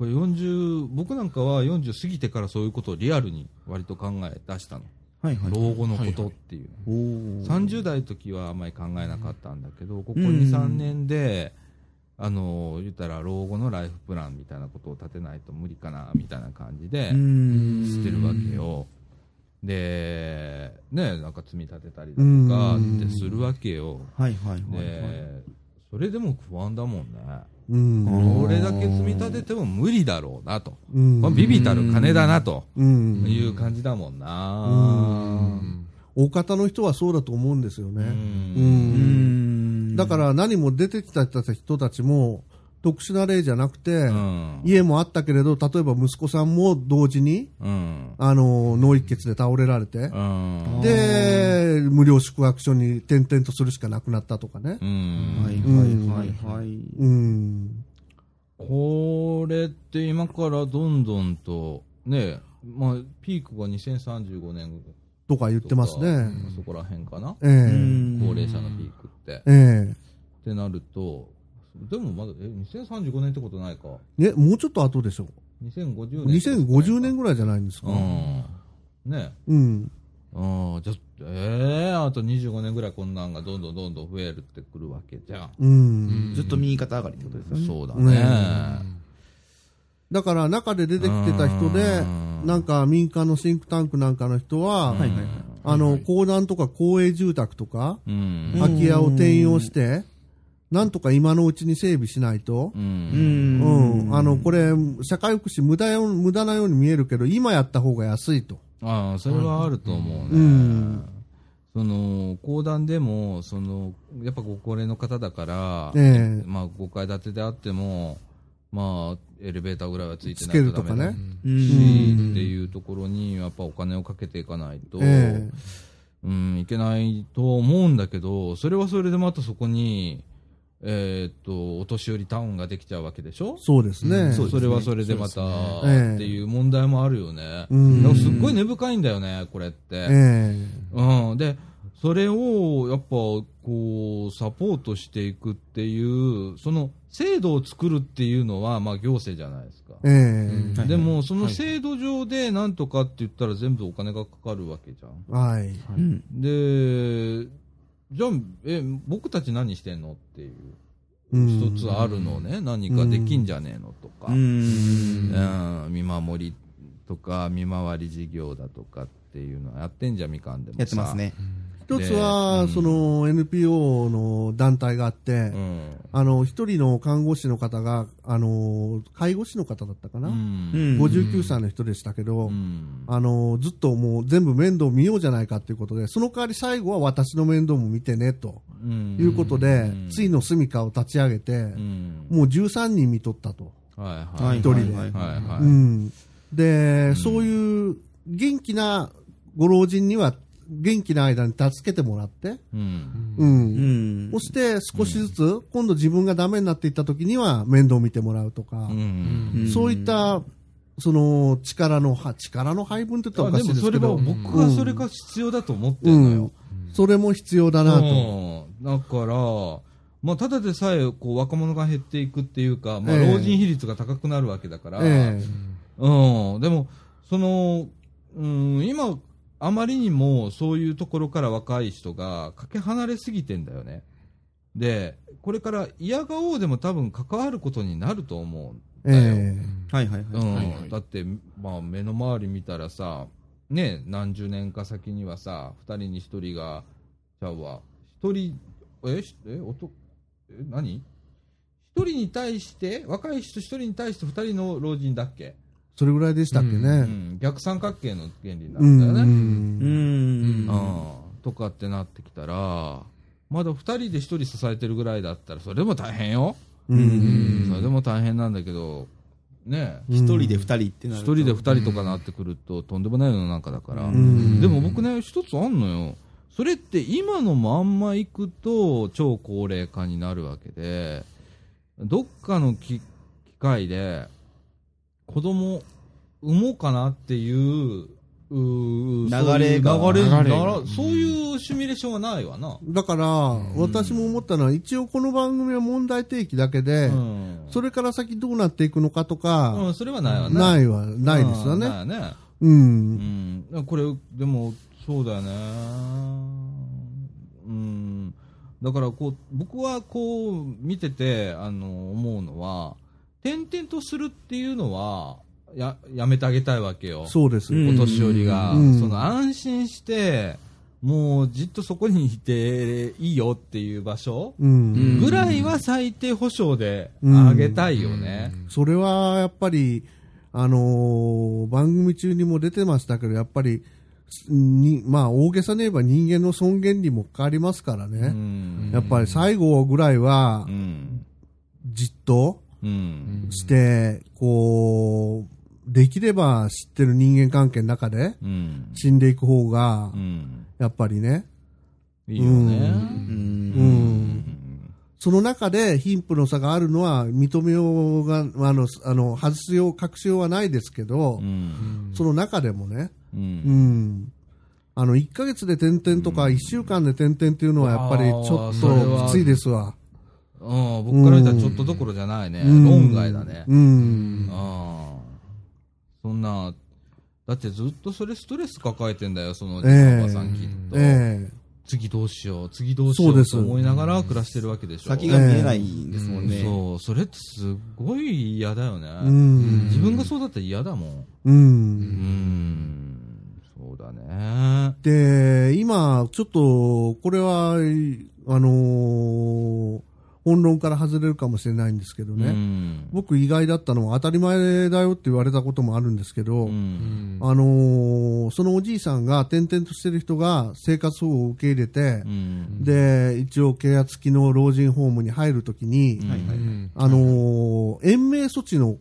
S4: れ40、僕なんかは40過ぎてからそういうことをリアルに割と考え出したの。
S2: はいはい。
S4: 老後のことっていう。
S2: おー
S4: 30代の時はあまり考えなかったんだけど、ここ
S2: うん
S4: 2、3年で、あの、言ったら老後のライフプランみたいなことを立てないと無理かな、みたいな感じで
S2: う、ん。
S4: してるわけよ。で、ね、なんか積み立てたりだとかってするわけよ。
S2: はいはいはいはい。
S4: で、それでも不安だもんね。
S1: うん。
S4: これだけ積み立てても無理だろうなと。
S1: うん
S4: まあ、ビビたる金だなと
S1: うん。
S4: いう感じだもんな。
S1: 大方の人はそうだと思うんですよ
S4: う
S1: ね。うん。
S2: うんん。
S1: だから何も出てきた人たちも特殊な例じゃなくて、
S4: うん
S1: 家もあったけれど、例えば息子さんも同時に、
S4: うん。
S1: あの、脳一血で倒れられて
S4: う、ん。
S1: で、無料宿泊所に転々とするしかなくなったとかね
S4: う。
S2: は
S4: ん。
S2: いはいはいはい。
S1: うん。
S4: これって今からどんどんと、ね、まあ、ピークが2035年
S1: とか言っ
S4: とか
S1: てますね。
S4: そこら辺かな。
S1: え
S2: う
S1: え。
S2: ん
S4: 高齢者のピークって。っ
S1: ええ。
S4: てなると、でもまだ、え、2035年ってことないか。
S1: ね、もうちょっと後でしょ。
S4: 2050年。
S1: 2050年ぐらいじゃないんですか
S4: う。ん。ね
S1: うん。
S4: うん。じゃ、ええあと25年ぐらいこんなんがどんどんどんどん増えるってくるわけじゃん。
S1: うん。
S2: ずっと右肩上がりってことですよね。
S4: そうだ
S1: ね
S4: ね。
S1: だから中で出てきてた人で
S4: うん、
S1: なんか民間のシンクタンクなんかの人は、
S2: はいはいはい。
S1: あの、公団とか公営住宅とか、
S4: うん。
S1: 空き家を転用して、なんとか今のうちに整備しないと
S4: う、。
S2: うん。
S1: うんん、あの、これ、社会福祉無駄よ、無駄なように見えるけど、今やった方が安いと。
S4: ああ、それはあると思うね。
S1: うん
S4: その、講談でも、その、やっぱご高齢の方だから、
S1: ええ
S4: まあ5階建てであっても、まあ、エレベーターぐらいはついて
S1: つ
S4: な
S1: け
S4: いと
S1: る
S4: ダ
S1: と
S4: メ
S1: か
S4: だ
S1: ね。
S2: う
S4: し
S2: ん。
S4: っていうところにやっぱお金をかけていかないと、
S1: ええ
S4: うん、いけないと思うんだけど、それはそれでまたそこに、えーっと、お年寄りタウンができちゃうわけでしょ
S1: そうですね。
S2: そうですね
S4: れはそれでまた、
S3: そう
S1: ですねええ
S4: っていう問題もあるよね。
S1: うん
S4: でもすっごい根深いんだよね、これって。
S1: え
S4: うん、で、それをやっぱこうサポートしていくっていう、その制度を作るっていうのは、まあ、行政じゃないですか。
S1: ええ
S3: はい
S4: でも、その制度上でなんとかって言ったら全部お金がかかるわけじゃん。
S1: えはい。
S2: うん。
S4: で、じゃあ、え、僕たち何してんのっていう、
S1: うん
S4: 一つあるのね、何かできんじゃねえのとか、
S2: うん。
S4: うん見守りとか、見回り事業だとかっていうのはやってんじゃんみかんでもさ。
S2: やってます。ね。
S1: 一つは、
S4: で
S1: その NPO の団体があって
S4: う、ん。
S1: あの、一人の看護師の方が、あの、介護士の方だったか
S4: う
S1: な。
S4: ん。
S1: 59歳の人でしたけど、
S4: うん
S1: あのずっともう全部面倒見ようじゃないかということで、その代わり最後は私の面倒も見てねということで、ついの住みかを立ち上げて、
S4: うん
S1: もう13人見とったと。
S4: はいはい。
S1: 一人で
S2: はい
S4: はいは
S1: う
S4: い。
S1: ん、で、そういう元気なご老人には元気な間に助けてもらって、
S4: うん。
S1: う
S2: うんん
S1: そして少しずつ今度自分がダメになっていった時には面倒を見てもらうとか、
S4: うん。
S2: ん
S1: そういったその力のは力の配分って言ったらお
S4: あ
S1: か
S4: で
S1: しい
S4: も
S1: です
S4: そ
S1: け
S4: れは
S1: ど、
S4: 僕はそれが必要だと思ってるのよ。
S1: それも必要だなと。
S4: うんだから、まあ、ただでさえこう若者が減っていくっていうか、まあ、
S1: ええ
S4: 老人比率が高くなるわけだから、
S1: え
S4: うん、でも、その、うん、今、あまりにもそういうところから若い人がかけ離れすぎてんだよね。で、これから嫌がおうでも多分関わることになると思う。
S1: ええ
S2: はいはいは
S4: う
S2: い。
S4: ん
S3: はいはい
S4: だって、まあ、目の周り見たらさ、ね、何十年か先にはさ、二人に一人が、ちゃうわ、一人、え、しえ、おと、え、何一人に対して、若い人一人に対して二人の老人だっけ、
S1: それぐらいでしたっけ
S4: う
S1: ね。
S4: ん、逆三角形の原理な
S1: うん
S4: んだよ
S1: う
S4: ね。
S2: うんん。
S4: うんとかってなってきたら、まだ二人で一人支えてるぐらいだったら、それでも大変よ。
S1: う
S2: うん
S3: ん
S4: それでも大変なんだけど、ねえ
S2: 一人で二人ってな
S4: 一
S2: ると。
S4: 人で二人とかなってくると、とんでもない世の中だから。
S1: ん
S4: でも僕ね、一つあんのよ。それって今のまんま行くと超高齢化になるわけで、どっかのき機会で子供産もうかなっていう、うー
S2: 流れが
S4: そういう流れ
S3: 流
S4: に
S3: れ
S4: な
S3: が
S4: ら
S3: うん
S4: そういうシミュレーションはないわな。
S1: だから、私も思ったのは、一応この番組は問題提起だけで、
S4: うん
S1: それから先どうなっていくのかと
S4: う
S1: か、
S4: んそれはないわね。。
S1: ないいは、ないですよね。
S4: よね。
S1: うん。
S4: うん、これ、でも、そうだよね。うん。だから、こう、僕はこう、見てて、あの、思うのは、転々とするっていうのは、や、やめてあげたいわけよ。
S1: そうです。
S2: う
S4: お
S2: ん
S4: 年寄りが、
S1: うん
S4: その安心して、もうじっとそこにいていいよっていう場所
S1: う
S2: うん
S1: ん。
S4: ぐらいは最低保障であげたいよね。
S1: それはやっぱり、あのー番組中にも出てましたけど、やっぱり、にまあ、大げさに言えば人間の尊厳にも変わりますから
S4: う
S1: ね、
S4: ん。
S1: やっぱり最後ぐらいは
S4: う、ん。
S1: じっと
S4: うん。
S1: して、こう、できれば知ってる人間関係の中で
S4: うん。
S1: 死んでいく方が
S4: う、ん。
S1: やっぱりね、
S4: いいよ
S2: う。
S4: ね。
S1: うんん、その中で貧富の差があるのは認めようが、あの、あの外すよう、隠しようはないですけど、
S4: うん。
S1: その中でもね、
S4: う。
S1: うんん、あの1ヶ月で点々とか1週間で点々っていうのはやっぱりちょっ
S4: あーそれは
S1: ときついですわ。
S4: ああ僕から見たらちょっとどころじゃないね。
S1: うん
S4: 論外だね。
S1: うん、
S4: ああ。そんな、だってずっとそれストレス抱えてんだよ、そのお
S1: ええ
S4: ばさんきっと。
S1: ええ
S4: 次どうしよう、次どうしよ
S1: そう
S4: う
S1: です
S4: と思いながら暮らしてるわけでしょ。
S2: 先が見えないんですもんね。
S4: そう、それってすごい嫌だよね。
S1: うん、
S4: 自分がそうだったら嫌だもん。
S1: うん
S4: う。ん、そうだね。
S1: で、今、ちょっと、これは、いあのー本論から外れるかもしれないんですけど
S4: う
S1: ね、
S4: ん。
S1: 僕意外だったのは当たり前だよって言われたこともあるんですけど、
S4: うん。
S1: あのーそのおじいさんが転々としてる人が生活保護を受け入れて、
S4: うん。
S1: で、一応、契約付きの老人ホームに入るときに、
S4: うん
S2: はいはいはい。
S1: あのー延命措置の、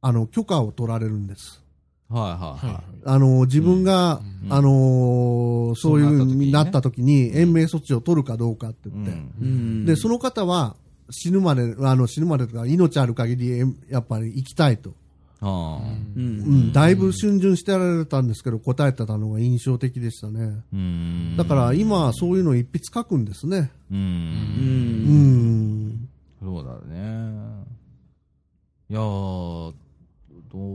S1: あの、許可を取られるんです。
S4: はいはいはい。
S1: あのー自分が、
S4: うん
S1: あのーそういうふうにな
S4: そうな
S1: っ
S4: ったた
S1: ときに、延命措置を取るかどうかって言って、
S4: う
S2: う
S4: ん
S2: ん
S1: で、その方は、死ぬまで、あの、死ぬまでとか、命ある限り、えんやっぱり生きたいと。
S4: ああ。
S2: う。
S1: うんん、だいぶ逡巡してられたんですけど、答えてたのが印象的でしたね。
S4: うん
S1: だから、今、そういうのを一筆書くんですね。
S4: う。
S2: うん。
S1: うんん。
S4: そうだね。いやー、ど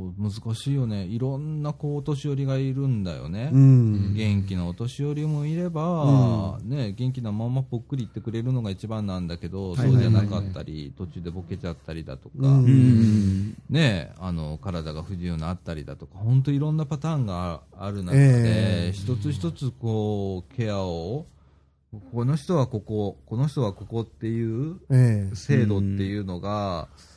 S4: う難しいよね。いろんなこうお年寄りがいるんだよね。
S1: うん。
S4: 元気なお年寄りもいれば、ね、元気なままぽっくり言ってくれるのが一番なんだけど、
S2: はいはい
S4: そう
S2: はい
S4: じ
S2: は
S4: ゃ
S2: い
S4: なかったり、途中でボケちゃったりだとか、
S1: うん
S2: うん。
S4: ね、あの体が不自由になったりだとか、本当いろんなパターンがあある中で、
S1: ええ
S4: 一つ一つこうケアを、この人はここ、この人はここっていう
S1: ええ。
S4: 制度っていうのが、うん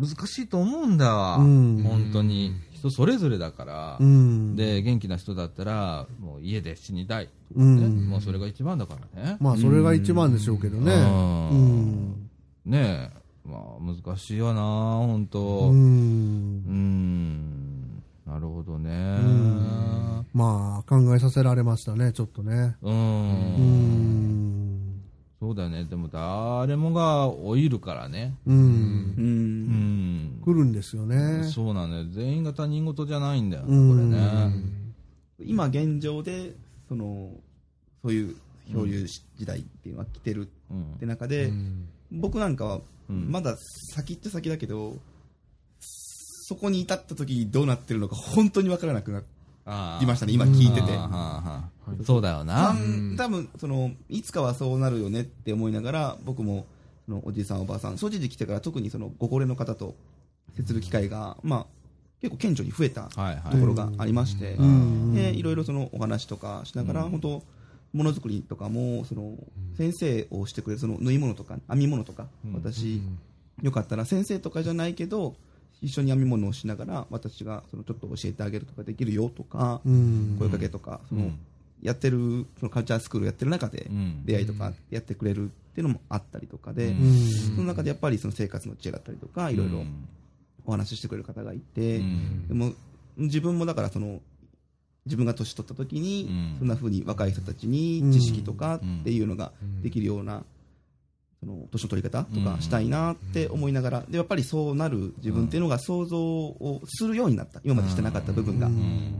S4: 難しいと思うんだわ、
S1: うん
S4: 本当に人それぞれだから、
S1: うん。
S4: で元気な人だったらもう家で死にたい、
S1: うん
S4: ねもうそれが一番だからね。
S1: まあ、それが一番でしょうけどね。
S4: う
S1: うんん。
S4: ねえ、うまあ、難しいわな、本当。
S1: う
S4: うんーん。なるほどね。
S1: んまあ考えさせられましたねちょっとね
S4: う。
S1: うんん
S4: そうだよね。でも、誰もが老いるからね。
S1: うん
S2: う。
S4: うんん。
S1: 来るんですよね
S4: そうなんだよ。全員が他人事じゃないんだよ、これ
S1: うん
S4: ね。
S2: 今現状で、その、そういう漂流時代っていうのは来てる
S4: うん
S2: って中で、僕なんかは、
S4: うん
S2: まだ先って先だけど、そこに至った時にどうなってるのか本当に分からなくなって
S4: あー
S2: いましたね、今聞いてて。
S4: あーはーはーそうだよ
S2: た
S4: な。
S2: ん多分そのいつかはそうなるよねって思いながら僕もそのおじいさんおばあさん正直来てから特にそのご高齢の方と接する機会が、まあ、結構顕著に増えたと
S4: はいはい。
S2: ころがありまして、
S1: うん
S2: でいろいろそのお話とかしながら、本当ものづくりとかもその先生をしてくれるその縫い物とか編み物とか、
S4: うん
S2: 私、よかったら先生とかじゃないけど一緒に編み物をしながら私がそのちょっと教えてあげるとかできるよとか、
S1: うん
S2: 声かけとか、
S4: う
S2: その
S4: ん
S2: やってるそのカルチャースクールやってる中で
S4: うん
S2: 出会いとかやってくれるっていうのもあったりとかで、
S4: う
S1: うんん
S2: その中でやっぱりその生活の知恵だったりとかいろいろお話ししてくれる方がいて、
S4: うん
S2: でも自分もだからその自分が年取った時に、
S4: うん
S2: そんな風に若い人たちに
S1: うん
S2: 知識とかっていうのができるような、その年の取り方とかしたいなって思いながら、でやっぱりそうなる自分っていうのが想像をするようになった今までしてなかった部分が、
S1: うん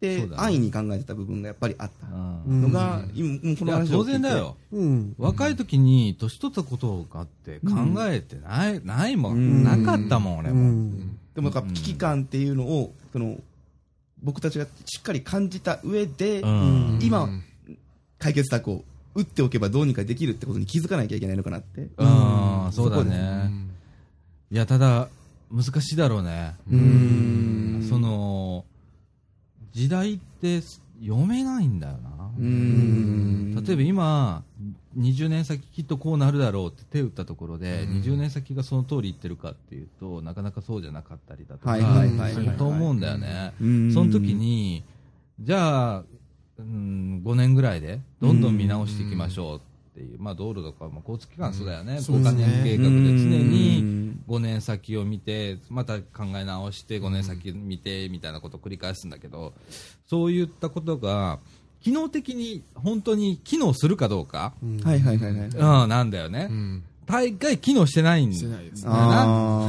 S2: で、
S4: そうだね
S2: 安易に考えてた部分がやっぱりあった
S4: あ
S1: うん
S2: のが、今もうこ
S4: ーい
S2: の
S4: や
S2: 話を聞い
S4: 当
S2: て
S4: 然だよ。
S1: うん
S4: 若い時に年取ったことがあって考えてない,、ないも。
S2: うんん
S4: なかったもん、俺
S1: う
S4: も。
S1: ん
S2: でもなんか危機感っていうのをその僕たちがしっかり感じた上で、
S4: うん。
S2: 今解決策を打っておけばどうにかできるってことに気づかなきゃいけないのかなって
S4: うん、そうだ
S2: そこで
S4: ね。いや、ただ、難しいだろうね。
S2: うん
S4: その、時代って読めないんだよな。
S2: うん
S4: 例えば今、20年先きっとこうなるだろうって手打ったところで、
S3: うん
S4: 20年先がその通り言ってるかっていうと、なかなかそうじゃなかったりだとか、
S2: はいはいはいはい
S4: すると思うんだよね。
S2: うん
S4: その時に、じゃあ、うん、5年ぐらいで、どんどん見直していきましょうっていう、まあ道路とか、まあ、交通機関、そうだよね、
S3: そう
S4: 5
S3: です
S4: か
S3: ね
S4: 年計画で常
S2: う
S4: に
S2: ん
S4: 5年先を見て、また考え直して、5年先見てみたいなことを繰り返すんだけど、そういったことが、機能的に本当に機能するかどうか、
S1: うん
S2: はいはいはいはい
S4: うん、なんだよね。大概機能してないん
S3: して
S4: だ
S3: ないですね。
S2: あ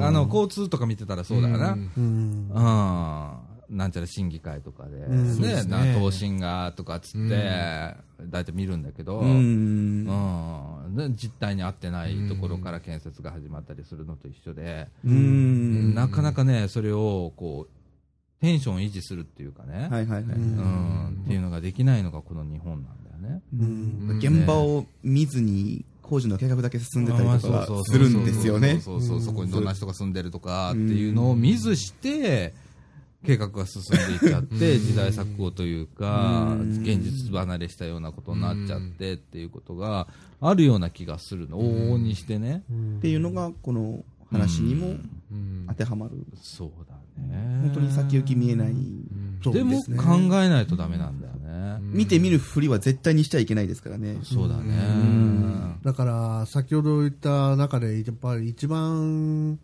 S2: ー
S4: あの、交通とか見てたらそうだよな。
S1: うん
S4: うん、なんちゃら審議会とかで、
S1: んそう
S3: で
S4: ね
S3: すね
S4: な答申がとかっつって、大体見るんだけど、
S2: う
S4: うん
S2: ん
S4: で実態に合ってないところから建設が始まったりするのと一緒で、
S2: うん
S4: なかなかね、それをこうテンション維持するっていうかね、
S2: はいはいはい、
S1: うん
S4: うん、っていうのができないのがこの日本なんだよね。
S1: うん
S3: うん
S2: 現場を見ずに工事の計画だけ進んでたりとか
S4: あそうそう
S2: は
S4: そう
S2: するんですよね。
S4: そうそうそう
S1: うん
S4: そこにどんな人が住んでるとかっていうのを見ずして、計画が進んでいっちゃって、時代錯誤というか、
S2: うん
S4: 現実離れしたようなことになっちゃってっていうことがあるような気がするの、往々にしてね。
S2: っていうのがこの話にも当てはまる、
S4: そうだね。
S2: 本当に先行き見えない、
S1: そう
S4: でも
S1: すね
S4: 考えないとダメなんだよね。
S2: 見て見ぬふりは絶対にしちゃいけないですからね、
S4: そうだね。
S1: だから先ほど言った中でやっぱり一番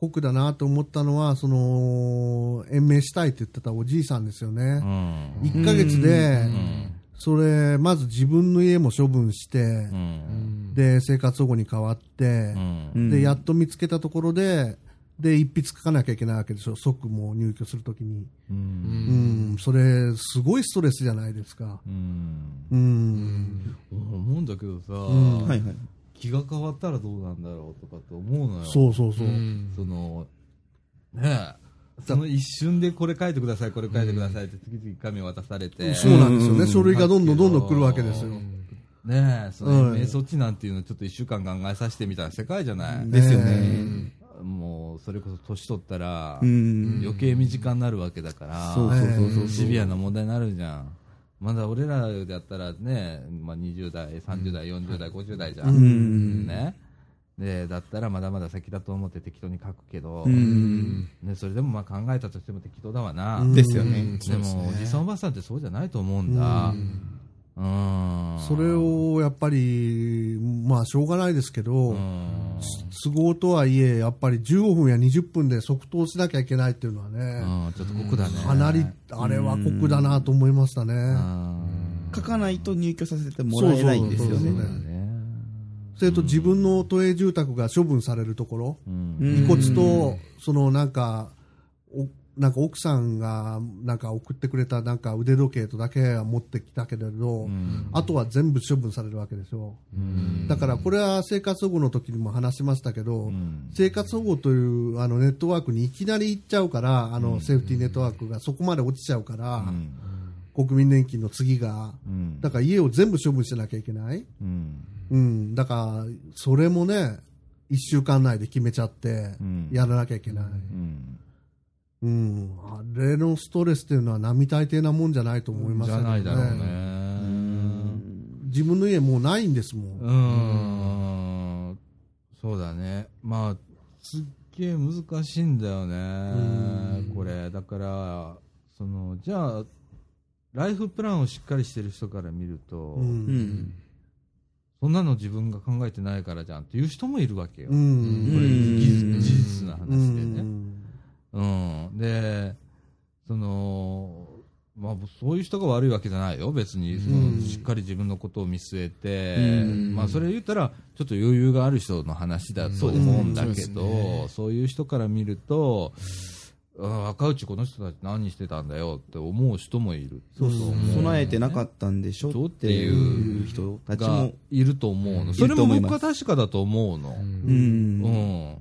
S1: 酷だなと思ったのはその延命したいって言ってたおじいさんですよ
S4: う
S1: ね、
S4: ん。
S1: 一1か月で
S4: うん。
S1: それまず自分の家も処分して
S4: う、ん。
S1: で生活保護に変わって
S4: う、ん
S2: うん
S1: でやっと見つけたところでで一筆書かなきゃいけないわけでしょ即もう入居するときに、
S4: うん。
S1: うん、それすごいストレスじゃないですか、
S4: うん。
S1: うん
S4: 思うんだけどさ、
S1: ん
S2: はいはい
S4: 気が変わったらどうなんだろうとかって思うのよ。
S1: そうそうそう、
S4: その、ねえ。その一瞬でこれ書いてください、これ書いてくださいって次々紙を渡されて、
S1: そうなんですよね、書類がどんどんどんどん来るわけですよ。
S4: ねえ、そ
S1: うん
S4: の瞑想地なんていうのちょっと一週間考えさせてみたいな世界じゃない、
S2: ですよね、
S4: もうそれこそ年取ったら、
S2: うん
S4: 余計身近になるわけだから、
S2: そうそうそうそう、
S4: シビアな問題になるじゃん。まだ俺らだったらね、まあ、20代、30代、40代、50代じゃん。
S2: ん
S4: ね。で、だったらまだまだ先だと思って適当に書くけど、
S2: うん
S4: ね、それでもまあ考えたとしても適当だわな。
S1: うん
S2: ですよね、
S4: でも、おじさんおばさんってそうじゃないと思うんだ。うん。うん
S1: それをやっぱり、まあしょうがないですけど、
S4: うん
S1: 都合とはいえ、やっぱり15分や20分で即答しなきゃいけないっていうのはね、
S4: うんちょっと酷だね
S1: かなり、あれは酷だなと思いましたね。
S4: うん
S2: 書かないと入居させてもらえないんですよ
S1: そうそうそう
S2: ね。
S1: そう
S4: ね
S1: それと自分の都営住宅が処分されるところ、
S4: うん
S2: 遺
S1: 遺骨と、そのなんか、おなんか奥さんがなんか送ってくれたなんか腕時計とだけは持ってきたけれど、
S4: うん
S1: あとは全部処分されるわけでしょ。だからこれは生活保護の時にも話しましたけど、
S4: うん
S1: 生活保護というあのネットワークにいきなり行っちゃうから、あのセーフティーネットワークがそこまで落ちちゃうから、国民年金の次が、
S4: うん
S1: だから家を全部処分しなきゃいけない、
S4: うん
S1: うん、だからそれもね、1週間内で決めちゃって
S4: うん、
S1: やらなきゃいけない、
S4: うん
S1: うん、あれのストレスっていうのは、並大抵なもんじゃないと思います
S4: じ
S1: け
S4: ゃ
S1: ど
S4: ないだろうね
S1: 自分の家、もうないんですもん。
S4: うんそうだねまあすっげえ難しいんだよねこれだからそのじゃあライフプランをしっかりしてる人から見ると、
S1: うん
S2: うん。
S4: そんなの自分が考えてないからじゃんっていう人もいるわけよ、
S1: う
S4: こ
S1: ん
S4: れ
S2: うん
S4: 事実な話
S1: う
S4: でね、
S1: ん
S4: うん、で、その、まあ、そういう人が悪いわけじゃないよ、別に、その
S1: うん
S4: しっかり自分のことを見据えて、
S2: うん
S4: まあ、それ言ったら、ちょっと余裕がある人の話だと思うんだけど、
S3: うんそうです
S4: そう
S3: ね
S4: いう人から見ると、あ赤内、この人たち何してたんだよって思う人もいる、
S1: そうそう
S2: 備えてなかったんでしょっていう人たち
S4: が
S2: も。
S4: いると思うの、
S2: ん
S4: それ
S2: いると
S4: も
S2: 思い
S4: 僕
S2: ま
S4: は
S2: す
S4: 確かだと思うの。
S2: う。
S4: うんん、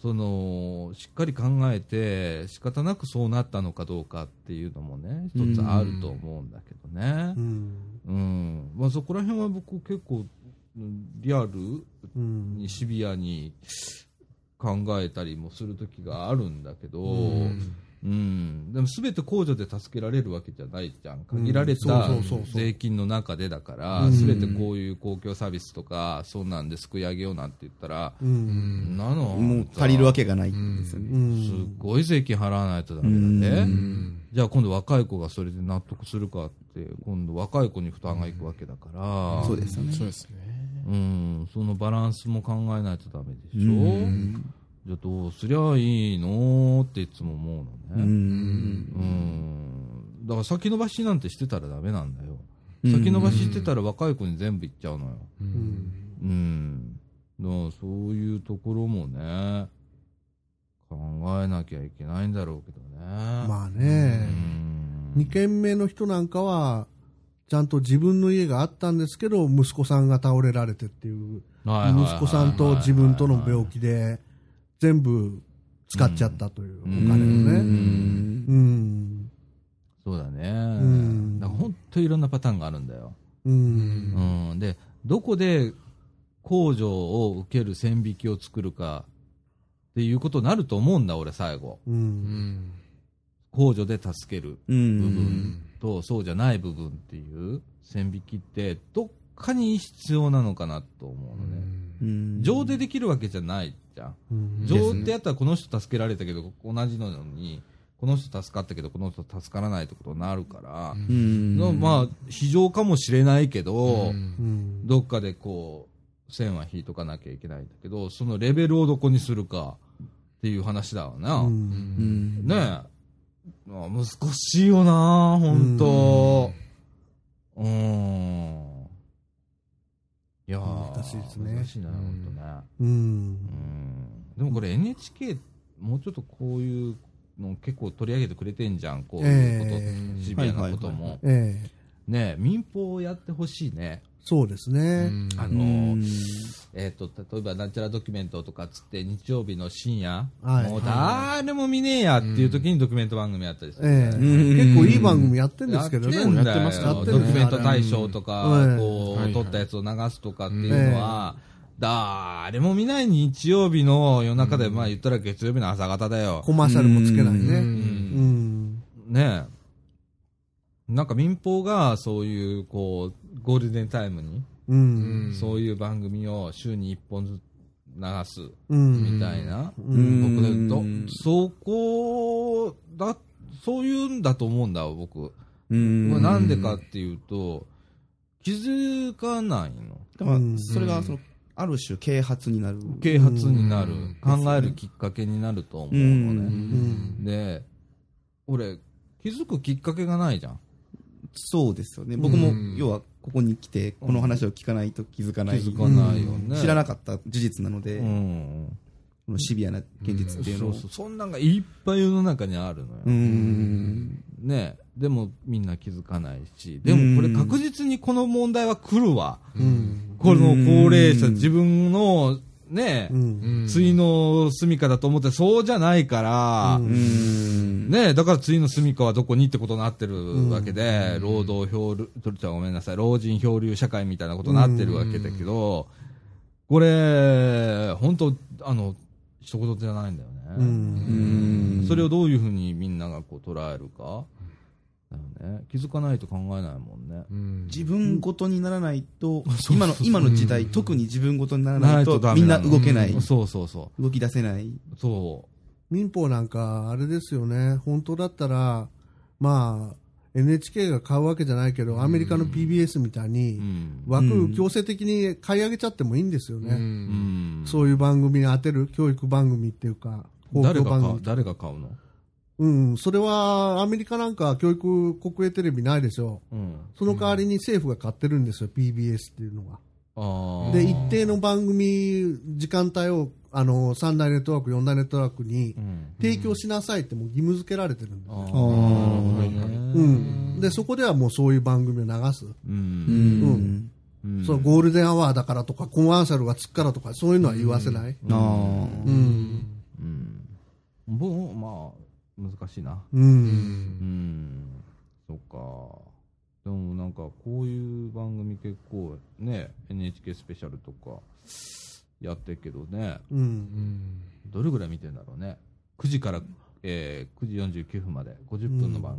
S4: そのしっかり考えて仕方なくそうなったのかどうかっていうのもね一つあると思うんだけどね、
S1: う
S4: うん
S1: ん
S4: まあ、そこら辺は僕結構うんリアル
S1: うん
S4: にシビアに考えたりもする時があるんだけど、うん、でも全て控除で助けられるわけじゃないじゃん限られた
S1: うんそうそうそうそう
S4: 税金の中でだから、
S1: うん
S4: 全てこういう公共サービスとかそんなんですくい上げようなんて言ったら、
S1: うん
S4: なの
S2: もう足りるわ
S4: け
S2: けがないんですよ
S1: う
S2: ね。
S1: ん
S4: すっごい税金払わないとダメだねじゃあ今度若い子がそれで納得するかって今度若い子に負担がいくわけだから
S2: そうですよね。
S3: そうですね。
S4: うんそのバランスも考えないとダメでし
S2: う
S4: ょ
S2: ん
S4: じゃあどうすりゃいいのっていつも思う
S2: う
S4: のね
S2: ん
S4: うんだから先延ばしなんてしてたらダメなんだよ
S2: うん
S4: 先延ばししてたら若い子に全部いっちゃうのよ
S1: うん
S4: うん、だからそういうところもね、考えなきゃいけないんだろうけどね。
S1: まあ
S4: あ
S1: ね、
S4: うん、
S1: 2軒目の人なんかは、ちゃんと自分の家があったんですけど、息子さんが倒れられてっていう、
S4: はいはいはいはい
S1: 息子さんと自分との病気で、全部使っちゃったという、お
S4: うん
S1: 金を
S2: う
S1: ね。
S2: ん
S1: うん。
S4: そうだね。
S1: ん
S4: だから本当いろんなパターンがあるんだよ。
S1: う。
S4: うんん、で、どこで控除を受ける線引きを作るかっていうことになると思うんだ、俺、最後。
S1: うん。
S4: 控除で助ける
S2: う
S4: 部
S2: ん。
S4: 分と、そうじゃない部分っていう線引きって、どっかに必要なのかなと思うのね。
S2: うん
S4: 情でできるわけじゃないじゃん。
S1: うん
S4: 情ってやったらこの人助けられたけど、同じのに、この人助かったけど、この人助からないってことになるから、
S2: うん
S4: のまあ、非常かもしれないけど、
S1: うん
S4: どっかでこう、線は引いとかなきゃいけないんだけど、そのレベルをどこにするかっていう話だわな。
S1: うん
S2: うん
S4: ねえ。まあ難しいよな、本当うーん。いやー
S1: 難しいですね
S4: 難しいな、本当ね。
S1: うん
S4: うんでもこれ NHK もうちょっとこういうの結構取り上げてくれてんじゃんこういうこと、
S1: え
S3: え
S4: シビアなことも、
S2: はいはいはいは
S1: ええ
S4: ね民放をやってほしいね
S1: そうですね。
S4: あ
S2: う
S4: の
S2: ん
S4: えっ、と例えばなんちゃらドキュメントとかっつって日曜日の深夜、
S1: はい
S4: もう誰も見ねえやっていう時にドキュメント番組やったりする、
S1: ええ
S2: ん
S1: 結構いい番組やってんですけどね。
S4: やってんだよ
S3: やってますから
S1: ね
S4: ドキュメント大賞とか、
S1: うん
S4: こ
S3: は
S4: う、
S3: い
S4: 撮ったやつを流すとかっていうのは、誰も見ない日曜日の夜中で、まあ言ったら月曜日の朝方だよ。
S1: コマーシャルもつけないね。。
S2: う
S4: うんんねえ。なんか民放がそういう、こう、ゴールデンタイムに、
S1: うん。うん。
S4: そういう番組を週に1本ずつ流す
S1: うん。
S4: みたいな。
S1: うん
S4: 僕ねど
S2: うん
S4: そこだ、そういうんだと思うんだ、僕。
S2: うん
S4: これなんでかっていうと、気づかないの
S2: でも
S1: うん
S2: それがそのある種啓発になる、
S4: 啓発になる
S3: うん
S4: 考えるきっかけになると思う
S2: う
S4: の
S2: ん
S4: ねで俺気づくきっかけがないじゃん
S2: そうですよね僕も
S3: うん
S2: 要はここに来てこの話を聞かないと気づか
S4: 気
S2: ない
S4: づかないよね
S2: 知らなかった事実なので、
S4: うん
S2: このシビアな現実っていう
S4: そ
S2: のを
S4: うそうそんなんがいっぱい世の中にあるのよ、
S2: うん
S4: ねでもみんな気づかないしでもこれ確実にこの問題は来るわ
S3: うん
S4: この高齢者
S2: うん
S4: 自分のね
S1: うん
S4: 対の住処だと思ってそうじゃないから、
S1: うん
S2: うん
S4: ねえ、だから次の住処はどこにってことになってるわけで、労働漂流、とりちゃんごめんなさい、老人漂流社会みたいなことになってるわけだけど、これ、本当あの、一言じゃないんだよ
S1: う
S4: ね。
S1: ん
S2: うん
S4: それをどういうふうにみんながこう捉えるか。だよね。気づかないと考えないもんね。
S3: うん
S2: 自分ごとにならないと、今の今の時代、特に自分ごとにならないと
S4: ダメ
S2: みん
S4: の
S2: な動けない、
S4: そうそうそ
S2: 動き出せない、
S4: う。そ。
S1: 民法なんか、あれですよね、本当だったら、まあ、NHK が買うわけじゃないけど、アメリカの PBS みたいうに
S4: う、ん。
S1: 枠
S2: う
S1: を
S2: ん
S1: 強制的に買い上げちゃってもいいんですよ
S3: う
S1: ね、
S4: うんん。
S1: そういう番組に当てる、教育番組っていうか、公
S4: 誰
S1: 共
S4: が
S1: 番
S4: 買う
S1: 組、
S4: 誰が買うの
S1: うん、それはアメリカなんか、教育国営テレビないでしょ
S4: うん。
S1: う、その代わりに政府が買ってるんですよ、PBS っていうのが。
S4: ああ。
S1: で、一定の番組、時間帯をあの3大ネットワーク、4大ネットワークに
S4: うん。
S1: 提供しなさいってもう義務付けられてるんですよ。
S4: ああ。
S2: ー
S4: なるほどね
S1: うん、でそこではもうそういう番組を流す、
S4: う。
S2: うんん
S4: うん
S1: そのゴールデンアワーだからとかコマーシャルがつくからとかそういうのは言わせない、
S2: あー
S1: うん
S4: うん。もう、まあ、難しいな。
S1: うん
S4: うん。そっか。でもなんか、こういう番組結構ね、NHK スペシャルとかやってるけどね、
S1: うん
S4: どれぐらい見てんだろうね。9時から、えー9時49分まで、50分の番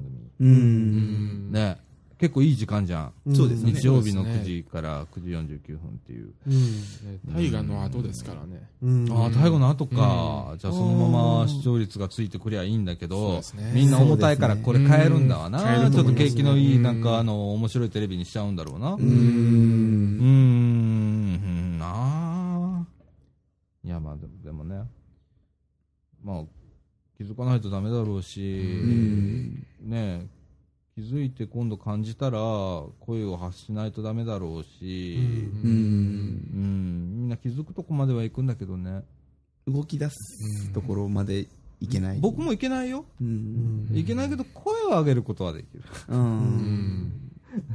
S2: う
S4: 組。
S2: ん
S4: ね。結構いい時間じゃん。
S1: うん
S2: そうですね
S4: 日曜日の
S3: そうですね
S4: 9時から9時49分っていう。
S1: うん
S3: 大河の後ですからね
S1: うん
S4: ああ、大後の後か、
S3: う
S4: じゃあそのまま視聴率がついてくりゃいいんだけ
S3: そう
S4: ど、
S3: ですね
S4: みんな重たいからこれ変えるんだわ
S3: うん変え
S4: な、
S3: る
S4: ち
S3: と
S4: ょっ
S3: 思
S4: と
S3: いますね
S4: 景気のいい、なんかあの、面白いテレビにしちゃうんだろうな。う
S2: う
S4: ー
S2: ん
S4: ん、なあ。いや、まあでもでもね、まあ、気づかないとダメだろう
S2: う
S4: し、
S2: ん
S4: ねえ気づいて今度感じたら、声を発しないとダメだろうし、
S1: うん
S2: うん
S4: うん、みんな気づくとこまでは行くんだけどね。
S2: 動き出すところまでいけない、
S4: 僕もいけないよ。
S2: う
S1: うんん
S4: いけないけど、声を上げることはできる。
S2: うん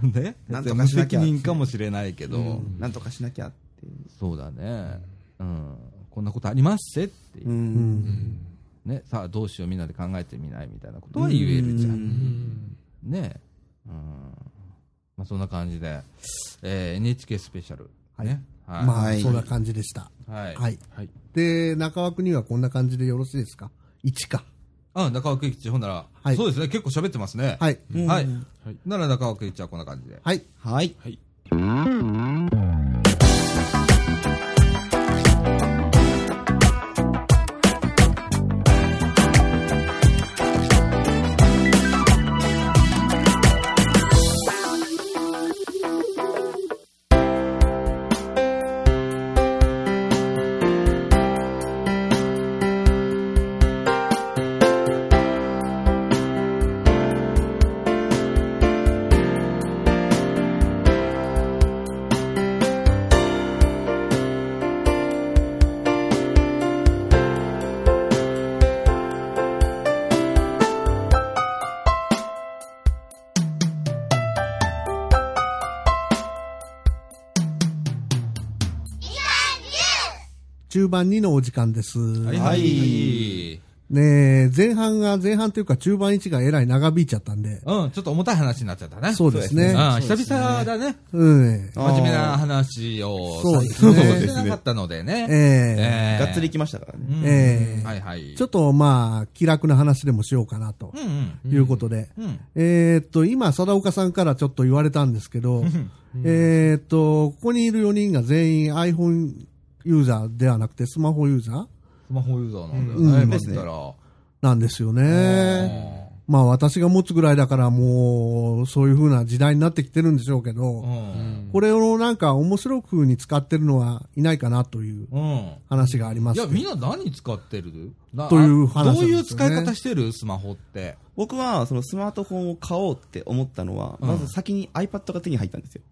S4: ね。
S2: なんとかしなきゃ
S4: 無責任かもしれないけど、
S3: うん
S2: なんとかしなきゃって、
S4: そうだね。うん。こんなことありますせっていう、
S1: うん
S4: ね。さあ、どうしようみんなで考えてみないみたいなことは言えるじゃん。
S2: うん
S4: ね。うん。まあ、そんな感じで、えー NHK スペシャル。ね。はい。
S1: まあ、
S2: はい
S1: そんな感じでした、
S4: はい。
S1: はい
S3: はい
S1: で中枠にはこんな感じでよろしいですか1か
S4: あ、中尾圭一、ほんなら、
S1: はい
S4: そうですね。結構喋ってますね。
S1: はい
S2: うん
S4: はい
S3: はい
S4: なら中尾圭一はこんな感じで。
S1: はい
S2: はい
S3: はい
S1: 中盤2のお時間です、
S4: はい。
S2: はい
S1: ねえ前半が前半というか中盤1がえらい長引いちゃったんで
S4: うん、ちょっと重たい話になっちゃったね。
S1: そうですね
S4: ああ、久々だね。
S1: うん
S2: あー
S4: 真面目な話を
S1: そう
S4: 最
S1: で
S4: 近
S1: すね
S4: してなかったのでね。
S1: ええ
S4: ええ
S2: がっつりいきましたからね、
S4: うん
S1: ええ
S4: はいはい。
S1: ちょっとまあ気楽な話でもしようかなと
S4: うんうん。
S1: いうことで、
S4: うん。
S1: えーっと、今、貞岡さんからちょっと言われたんですけど、えーっと、ここにいる4人が全員 iPhone ユーザーではなくてスマホユーザー
S4: スマホユーザーなんだよね、
S1: うん
S4: まあ言ったら。
S1: なんですよね。
S4: う
S1: まあ私が持つぐらいだからもうそういう風な時代になってきてるんでしょうけど、
S4: うん。
S1: これをなんか面白くに使ってるのはいないかなという
S4: うん。
S1: 話がありま
S4: い
S1: す
S4: や、
S1: ね、
S4: みんな何使ってるな
S1: という話なんです
S4: どう
S1: よね
S4: いう使い方してるスマホって。
S2: 僕はそのスマートフォンを買おうって思ったのは、
S4: うん
S2: まず先に iPad が手に入ったんですよ。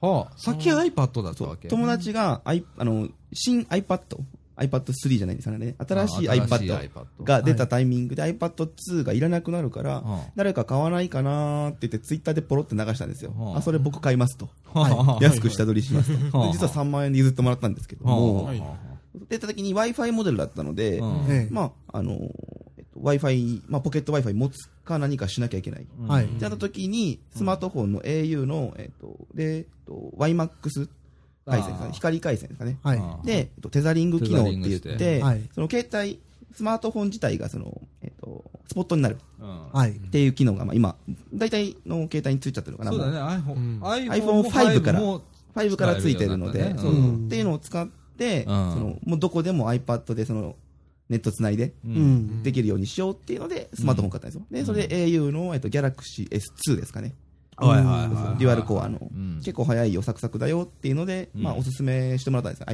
S4: はあ、先 iPad だった
S2: そ
S4: わ
S2: う
S4: け。
S2: 友達が、I、あの新 iPad、iPad3 じゃないんですかね、新しい
S4: ああ新しい
S2: iPad
S4: iPad
S2: が出たタイミングで iPad2 がいらなくなるから
S4: うん、
S2: 誰か買わないかなーって言って、ツイッターでポロって流したんですよ
S4: う。ん
S2: あ、それ僕買いますと。
S4: はあ
S2: 安く下取りしますと。で
S4: はい
S2: 実は3万円で譲ってもらったんですけど
S4: はあ
S2: も、
S3: はい
S2: 出た時に Wi-Fi モデルだったので、
S4: うん
S1: ええ
S2: まあ、あの、えっと Wi-Fi、まあ、ポケット Wi-Fi 持つか何かしなきゃいけない。
S4: うん
S1: はい
S2: ってなった時に、スマートフォンの au の、えっと、で、えっと、YMAX 回線ですか
S4: あ
S2: ね
S4: ー
S2: 光回線ですかね。
S1: はい、
S4: あー
S2: で、えっと、テザリング機能って言っ、
S4: テザリングして
S1: はい
S2: その携帯、スマートフォン自体がその、えっと、スポットになる
S4: うん
S1: はい、
S2: っていう機能が、まあ、今、大体の携帯についちゃってるのかな。
S4: そうだ
S2: も
S4: ね、iPhone、
S3: うん
S4: iPhone5
S2: iPhone5 から
S4: も
S2: う5からついてるの
S4: 使え
S2: で、
S4: るよ
S2: そう
S4: うになったね
S1: うん
S2: っていうのを使って、
S4: ん
S2: そのもうどこでも iPad でそのネットつないで
S1: う
S4: う
S1: んん、
S2: できるようにしようっていうので、スマートフォン買ったんですよ。で、それで au の、えっと、Galaxy S2 ですかね。
S4: はいはいはいはい
S2: デュアルコアの、
S4: ん
S2: 結構早いよ、サクサクだよっていうので、
S4: うん
S2: まあ、おすすめしてもらったんですよ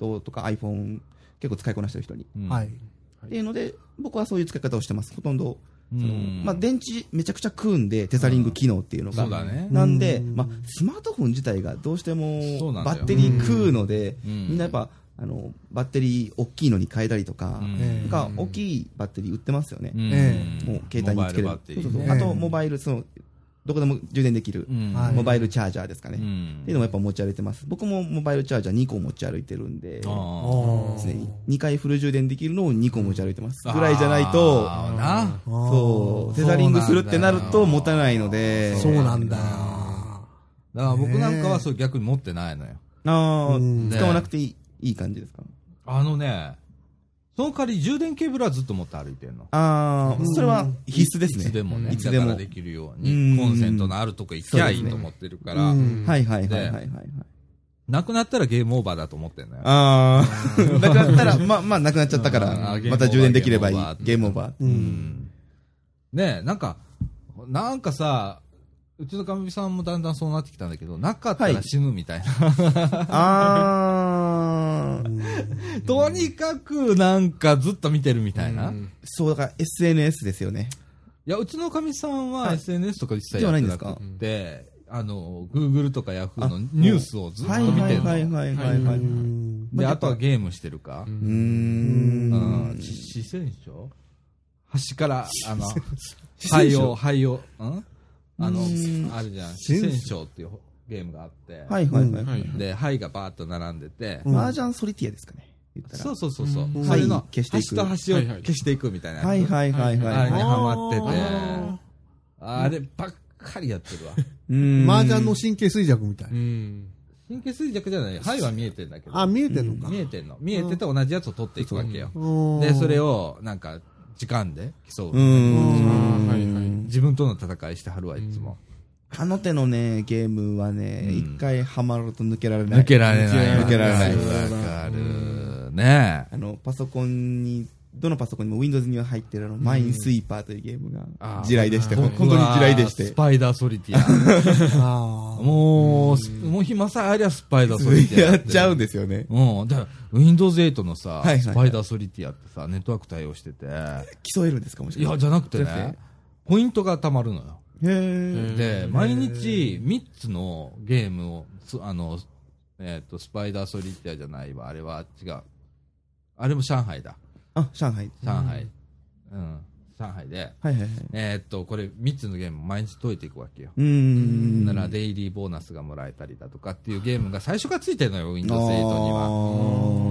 S2: iPad とか iPhone、結構使いこなしてる人に。
S4: うん
S1: はい、
S2: っていうので、僕はそういう使い方をしてます。ほとんど、
S4: う
S2: その
S4: ん
S2: まあ、電池めちゃくちゃ食うんで、テザリング機能っていうのが。
S4: そうだね
S2: なんで、
S1: うん
S2: まあ、スマートフォン自体がどうして
S4: そ
S2: も
S4: うなんだよ
S2: バッテリー食うので、
S4: うん
S2: みんなやっぱ、あの、バッテリー大きいのに変えたりとか、
S4: うん
S2: なんか大きいバッテリー売ってますよね。
S4: うん
S1: え
S2: もう携帯につける
S4: モバイルバッ。テ
S2: そ
S4: リ
S2: う
S4: ー
S2: そう
S4: ね
S2: そう
S1: ね
S2: あと、モバイル、その、どこでも充電できる、
S4: うん
S1: はい
S2: モバイルチャージャーですかね。
S4: うん
S2: っていうのもやっぱ持ち歩いてます。僕もモバイルチャージャー2個持ち歩いてるんで、
S4: あ
S1: お
S2: 常に
S1: ー
S2: 2回フル充電できるのを2個持ち歩いてます。
S4: ー
S2: ぐらいじゃないと、
S4: あーな
S1: あー
S2: そう、テザリングするってなると持たないので、
S1: そうなんだよ。
S4: だから僕なんかはそう逆に持ってないのよ。
S2: あー
S1: うん
S2: 使わなくていいいい感じですか
S4: あのね、その代わり充電ケーブルはずっと持って歩いてるの。
S2: ああ、それは必須ですね。
S4: いつでもね、
S2: い
S4: い
S2: つ
S4: つ
S2: で
S4: で
S2: も
S4: もできるよう
S2: うん
S4: に、コンセントのあるとこ行きゃい
S2: そうで
S4: い
S2: すね
S4: と思ってるから、
S1: うん
S2: はいはいはいはい
S4: で
S2: はいはい。
S4: なくなったらゲームオーバーだと思ってんのよ。
S2: ああ、なくなったら、まあまあなくなっちゃったか
S4: あ
S2: ら
S4: ーゲー、ム
S2: また充電できればいい
S4: オーバ。ー
S2: ゲームオーバー。
S1: う、
S4: うんんねえ、なんか、なんかさ、うちのかみさんもだんだんそうなってきたんだけど、なかった
S2: は
S4: ら
S2: い
S4: 死ぬ みたいな。
S2: ああ、
S4: とにかくなんかずっと見てるみたいな。い
S2: そうだから SNS ですよね。
S4: や、うちのかみさんは
S2: はい
S4: SNS とか一切
S2: で
S4: や
S2: は
S4: っ
S2: ないんで
S4: てな
S2: すか
S4: くって、あの、Google とか Yahoo のニュースをずっと
S2: はい
S4: 見
S2: は
S4: て
S2: い
S4: る
S2: はい
S4: の。
S2: はいはいはい。う
S4: で、
S2: まあ
S4: あとはゲームしてるか。
S2: ー。
S4: うんん、四川省端から、あの、廃用、廃用、んあの
S2: うん、
S4: あるじゃん。四川省っていうゲームがあって、
S2: はいはいはい。
S3: はい
S4: で、牌がバーッと並んでて、
S1: ん
S2: 麻雀ソリティアですかね。言ったら
S4: そうそうそうそうう、
S2: ん
S4: それの
S2: はい消していく
S4: 端と端を
S3: はいはい
S4: 消していくみたいなやつ。
S2: はいはいはい
S4: あ
S2: は
S4: れ
S2: い
S4: に
S2: はい。
S4: ハマってて
S3: あ、
S4: あればっかりやってるわ。
S2: う
S1: うん
S2: ん
S1: 麻雀の神経衰弱みたいな。
S3: ん。
S4: 神経衰弱じゃない、牌は見えてんだけど。
S1: あ、見えてんのか
S4: 見。えてんの。見えてて同じやつを取っていくわけよ。
S1: うん
S4: で、それを、なんか、時間で競う。
S2: うん。
S3: はいはい。
S4: 自分との戦いしてはるわ、いつも。
S2: あの手のね、ゲームはね、
S4: うん
S2: 一、回ハマると抜けられない。
S4: 抜けられない。
S2: 抜けられない。
S4: わかる。ねえ。
S2: あの、パソコンに、どのパソコンにも Windows には入ってるあの、マインスイーパーというゲーム
S4: あ
S2: が
S4: ー、
S2: 地雷でして、ほん本当
S4: う
S2: に
S4: わ
S2: 地雷でし
S4: ス
S2: て。
S4: パイダーソリ ティ
S1: あ
S4: ア。
S1: ー
S4: もうす、もう暇さえありゃスパイダーソリティア。
S2: やっちゃうんですよね。
S4: うん。だから、Windows 8のさ、
S2: いはいはい
S4: スパイダーソリティアってさ、ネットワーク対応してて、
S2: 競えるんですかもし
S4: い
S2: れない。
S4: や、じゃなくて
S2: じゃなく
S4: ね
S2: て、
S4: ポイントが貯まるのよ。
S2: へ
S3: う
S2: ー
S3: ん
S4: で、毎日3つのゲームを、すあの、えっ、と、スパイダーソリティアじゃないわ、あれは違う。あれも上海だ。
S2: あ、上海。
S4: 上海。うん。上海で、
S2: はいはいはい。
S4: えっ、と、これ3つのゲーム毎日解いていくわけよ。
S2: うーん。
S4: なら、デイリーボーナスがもらえたりだとかっていうゲームが最初からついてるのよ、Windows 8には。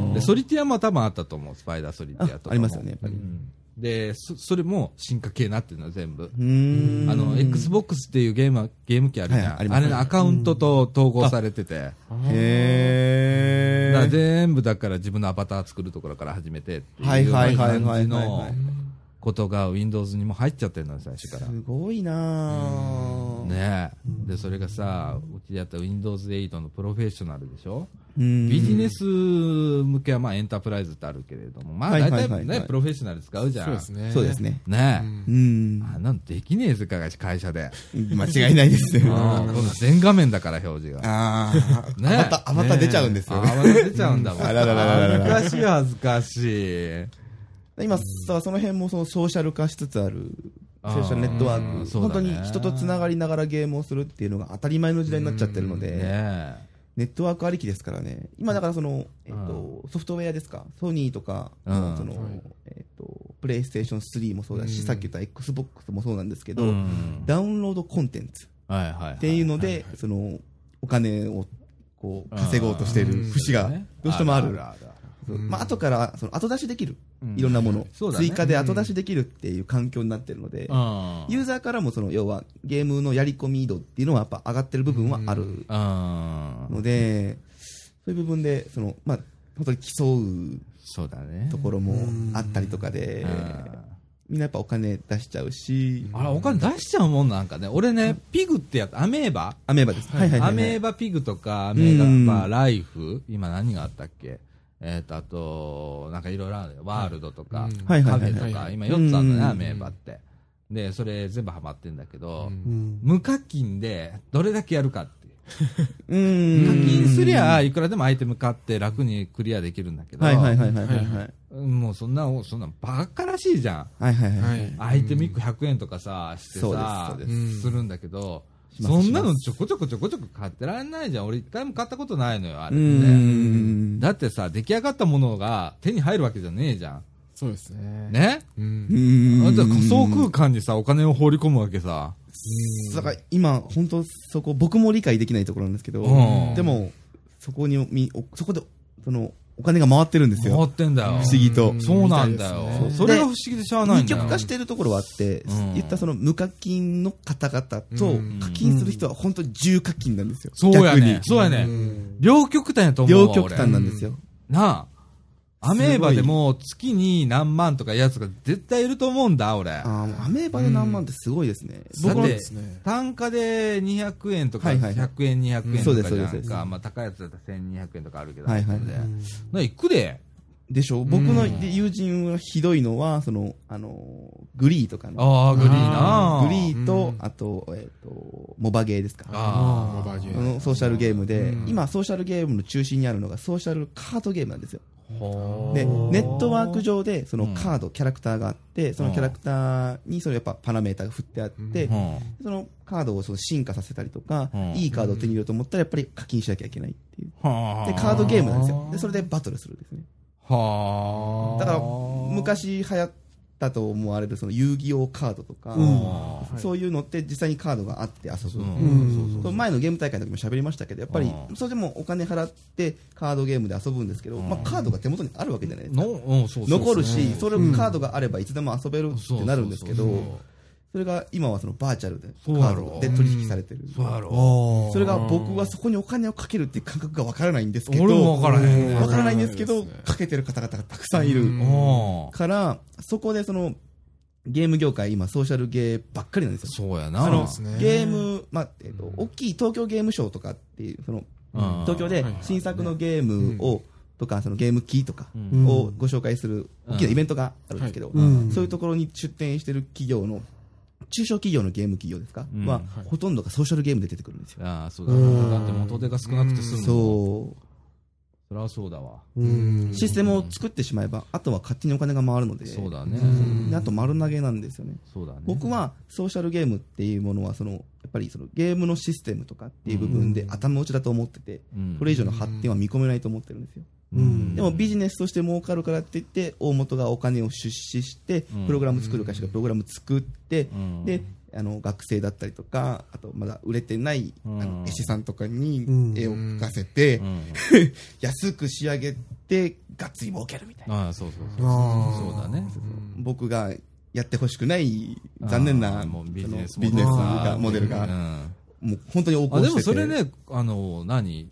S2: は
S4: で、ソリティアも多分あったと思う、スパイダーソリティアとかも
S2: あありますよねやっぱり
S4: うんで、そそれも進化系になってるの、全部。
S2: うーん。
S4: あの、Xbox っていうゲームは、ゲーム機あるじゃん。
S2: はいあり
S4: あ
S2: ます
S4: れのアカウントと統合されてて。だ
S2: へ
S4: から
S2: ー。
S4: 全部だから自分のアバター作るところから始めてって
S2: はいいうはいはいはい
S4: 感
S2: はい
S4: じのことが Windows にも入っちゃってるのよ、最初から
S2: す。ごいなぁ。
S4: ねえ。で、それがさ、うちでやった Windows 8のプロフェッショナルでしょビ
S2: ビ
S4: ジネス向けはまあエンタープライズってあるけれども、まあ
S2: はいは
S4: 大
S2: いはい
S4: 体
S2: はい
S4: ね、プロフェッショナル使うじゃん。
S3: そうです。ね。
S2: そうです。ね。
S4: ね
S2: う
S3: うん
S4: え。。あんなのできねえぜ、会社で。
S2: 間違いないですね。
S4: うんこんな全画面だから表示が。
S2: ああ、
S4: ね
S2: アバター、アバター出ちゃうんですよ
S4: あ、
S2: ね。
S4: 泡が出ちゃうんだも ん。
S2: あらららららら
S4: 恥ずかしい恥ずかしい。
S2: 今さ、その辺もそのソーシャル化しつつある、ソーシャルネットワ
S4: う
S2: ー
S4: ん
S2: ク、
S4: そう
S2: 本
S4: だ
S2: 当
S4: ね
S2: に人とつながりながらゲームをするっていうのが当たり前の時代になっちゃってるの
S4: ね
S2: で、
S4: え。
S2: ネットワークありきですからね、今だからその、えっと、ソフトウェアですか、ソニーとか、そ
S4: うん
S2: の
S3: はい、
S2: えっと、プレイステーション3もそうだ
S3: う
S2: し、
S3: ん
S2: さっき言った XBOX もそうなんですけ
S4: う
S2: ど、
S4: ん
S2: ダウンロードコンテンツ
S4: はいはいはい。
S2: っていうので、その、お金をこう稼ごうとしている節が
S4: ね
S2: どうしてもある。
S4: ある
S2: そう
S3: うん
S2: まあ後からその後出しできる、
S4: うん
S2: いろんなもの、
S4: そうだね
S2: 追加で後出しできるっていう環境になってるので、
S4: ある
S2: ユーザーからもその要はゲームのやり込み度っていうのはやっぱ上がってる部分はある
S4: うん。うん。
S2: ので、そういう部分でその、まあ、本当に競
S4: そうだね
S2: うと。ころもあったりとかで、
S4: うん
S2: みんなやっぱお金出しちゃうし、
S4: あれ、お金出しちゃうもんなんかね。俺ね、ピグってやつ、アメーバ
S2: アメーバです。はいはいは
S4: ア
S2: い、
S4: メーバピグとか、アメーバライフ、今何があったっけえっと、あと、なんかいろいろあるよ。ワールドとか
S3: うん、
S2: はいは
S4: カ
S2: い
S4: フ
S2: はい
S4: ェとか、今4つあるのね、アメーバって。で、それ全部ハマってんだけど、
S1: うん
S4: 無課金でどれだけやるかってい
S2: うん
S4: う。課金すりゃ、いくらでもアイテム買って楽にクリアできるんだけど、
S2: はいはいはいはいはいはい
S4: もうそんな、そんなバカらしいじゃん。
S2: はいはいはい
S3: はい。
S4: アイテム1個100円とかさ、して
S2: そうです
S4: さ
S2: そうで、
S3: す
S4: するんだけど、
S2: します
S4: そんなのちょこちょこちょこちょこ買ってられないじゃん。俺一回も買ったことないのよ、あれ
S2: う
S4: って。
S2: ん
S4: だってさ、出来上がったものが手に入るわけじゃねえじゃ
S3: そうですね。
S4: ん。。ね
S3: うん。
S2: うん
S4: あと仮想空間にさ、お金を放り込むわけさ。
S2: だから今、本当そこ、僕も理解できないところなんですけど、
S4: うん
S2: でも、そこにみ、おそこで、その、お金が回ってるんです
S4: 回
S2: よ。
S4: ってんだよ
S2: 不。思議と
S3: うん。
S4: そうなんだよ
S3: みたいです。ね
S4: それが不思議でしゃあない
S2: 二
S4: んだよ
S2: 極。化してるところはあって、
S4: うん
S2: 言ったその無課金の方々
S3: う
S2: と
S3: ん、
S2: 課金する人は本当重課金なんですよ。
S4: そうや
S2: 逆に
S4: ね。そうやね。両極端やと思う
S2: 両
S4: わ。
S2: 極端
S4: 俺
S2: なんですよ。
S4: なあ。アメーバでも月に何万とかやつが絶対いると思うんだ、俺。
S2: ああ、もうアメーバで何万ってすごいですね。僕
S4: だっ
S2: の
S4: て
S3: すね、
S4: 単価で200円とか、
S2: はいはいはい
S4: 100円、200円
S2: そう
S4: と
S2: で
S4: か
S2: す
S4: じゃ
S2: そう
S4: な
S2: で
S4: い
S2: す
S4: か、まあ、高いやつだったら1200円とかあるけど、
S2: はいはい
S4: でな行くで、
S2: でしょ僕の友人はひどいのは、その、あの、グリーとかの。
S4: ああ、グリーな
S3: あ
S2: グリー
S3: う
S2: と
S3: ん、
S2: あと、えっと、モバゲーですか。
S4: あ
S3: モバゲ
S2: あ
S3: ー。
S2: のソーシャルゲームで、
S3: うん
S2: 今ソーシャルゲームの中心にあるのがソーシャルカードゲームなんですよ
S4: ほー
S2: でネットワーク上でその
S4: うん
S2: カード、キャラクターがあってそのキャラクターにそのやっぱパラメータが振ってあって、
S4: うん
S2: そのカードをその進化させたりとか、
S4: うん
S2: いいカードを手に入れようと思ったらやっぱり課金しなきゃいけないっていう
S4: はあ
S2: でカードゲームなんですよでそれでバトルするんですね
S4: はあ
S2: だから昔流行ったと思われるその遊戯王カードとか、
S4: うん
S2: そういうのって実際にカードがあって遊ぶ、
S4: うんそう
S2: その前のゲーム大会の時も喋りましたけど、やっぱり
S4: う、ん
S2: それでもお金払ってカードゲームで遊ぶんですけど、
S4: うん
S2: まあカードが手元にあるわけじゃないです
S4: の
S2: か。
S4: うんそうそうそう
S2: 残るし、それ
S1: うん
S2: カードがあればいつでも遊べるってなるんですけ
S4: そうそうそう
S2: ど、それが今はそのバーチャルで、カ
S4: そうや
S2: ー
S4: ろ
S2: ドで取引されてる。
S4: そうやろ
S1: あ
S2: それが僕はそこにお金をかけるっていう感覚がわからないんですけど、
S4: 俺も分からへんね
S2: わからないんですけ
S3: わ
S2: ど
S3: からないです、ね
S2: かけてる方々がたくさんいる。
S3: うん
S4: うん
S2: から、そこでその、ゲーム業界今ソーシャルゲーばっかりなんですよ。
S4: そうやな
S2: あの
S3: そうですね
S2: ゲーム、まあえっと大きい東京ゲームショウとかっていう、その
S4: うん
S2: 東京で
S3: はいはい
S2: 新作のゲームをとか、そのゲーム機とか
S4: うん
S2: をご紹介する大きなイベントがあるんですけど、
S1: うん
S2: そういうところに出展してる企業の、中小企業のゲーム企業ですか、
S4: うん
S2: は
S3: はい
S2: ほとんどがソーシャルゲームで出てくるんですよ。
S4: ああそうだなだって元手が少なくて済むう
S2: そ
S4: そりゃそうだわ
S1: う
S3: うんん
S2: う、システムを作ってしまえば、あとは勝手にお金が回るので、
S4: そうだね
S2: であと丸投げなんですよね。
S4: そうだね
S2: 僕はソーシャルゲームっていうものはそのやっぱりそのゲームのシステムとかっていう部分で頭打ちだと思ってて
S4: うん
S2: これ以上の発展は見込めないと思ってるんですよ
S1: うん
S2: でもビジネスとして儲かるからって言って大元がお金を出資して
S4: うん
S2: プログラム作る会社がプログラム作って
S4: うん
S2: であの学生だったりとかあとまだ売れてないあ
S4: うん
S2: の絵師さんとかに
S1: うん
S2: 絵を描かせて
S4: うん
S2: 安く仕上げてがっつり儲けるみたいな
S4: ああそうそうそう
S1: あ
S4: そうだね
S2: 僕がやってほしくない残念
S4: あ
S2: な
S4: ー
S2: そ
S4: も
S2: の
S4: う
S2: ビ
S4: ビ
S2: ジ
S4: ジ
S2: ネ
S4: ネ
S2: ス
S4: ス
S2: がモデル
S4: う
S2: が
S4: ん
S2: もう本当に横行して
S4: あで
S2: て
S4: もそれね、あの何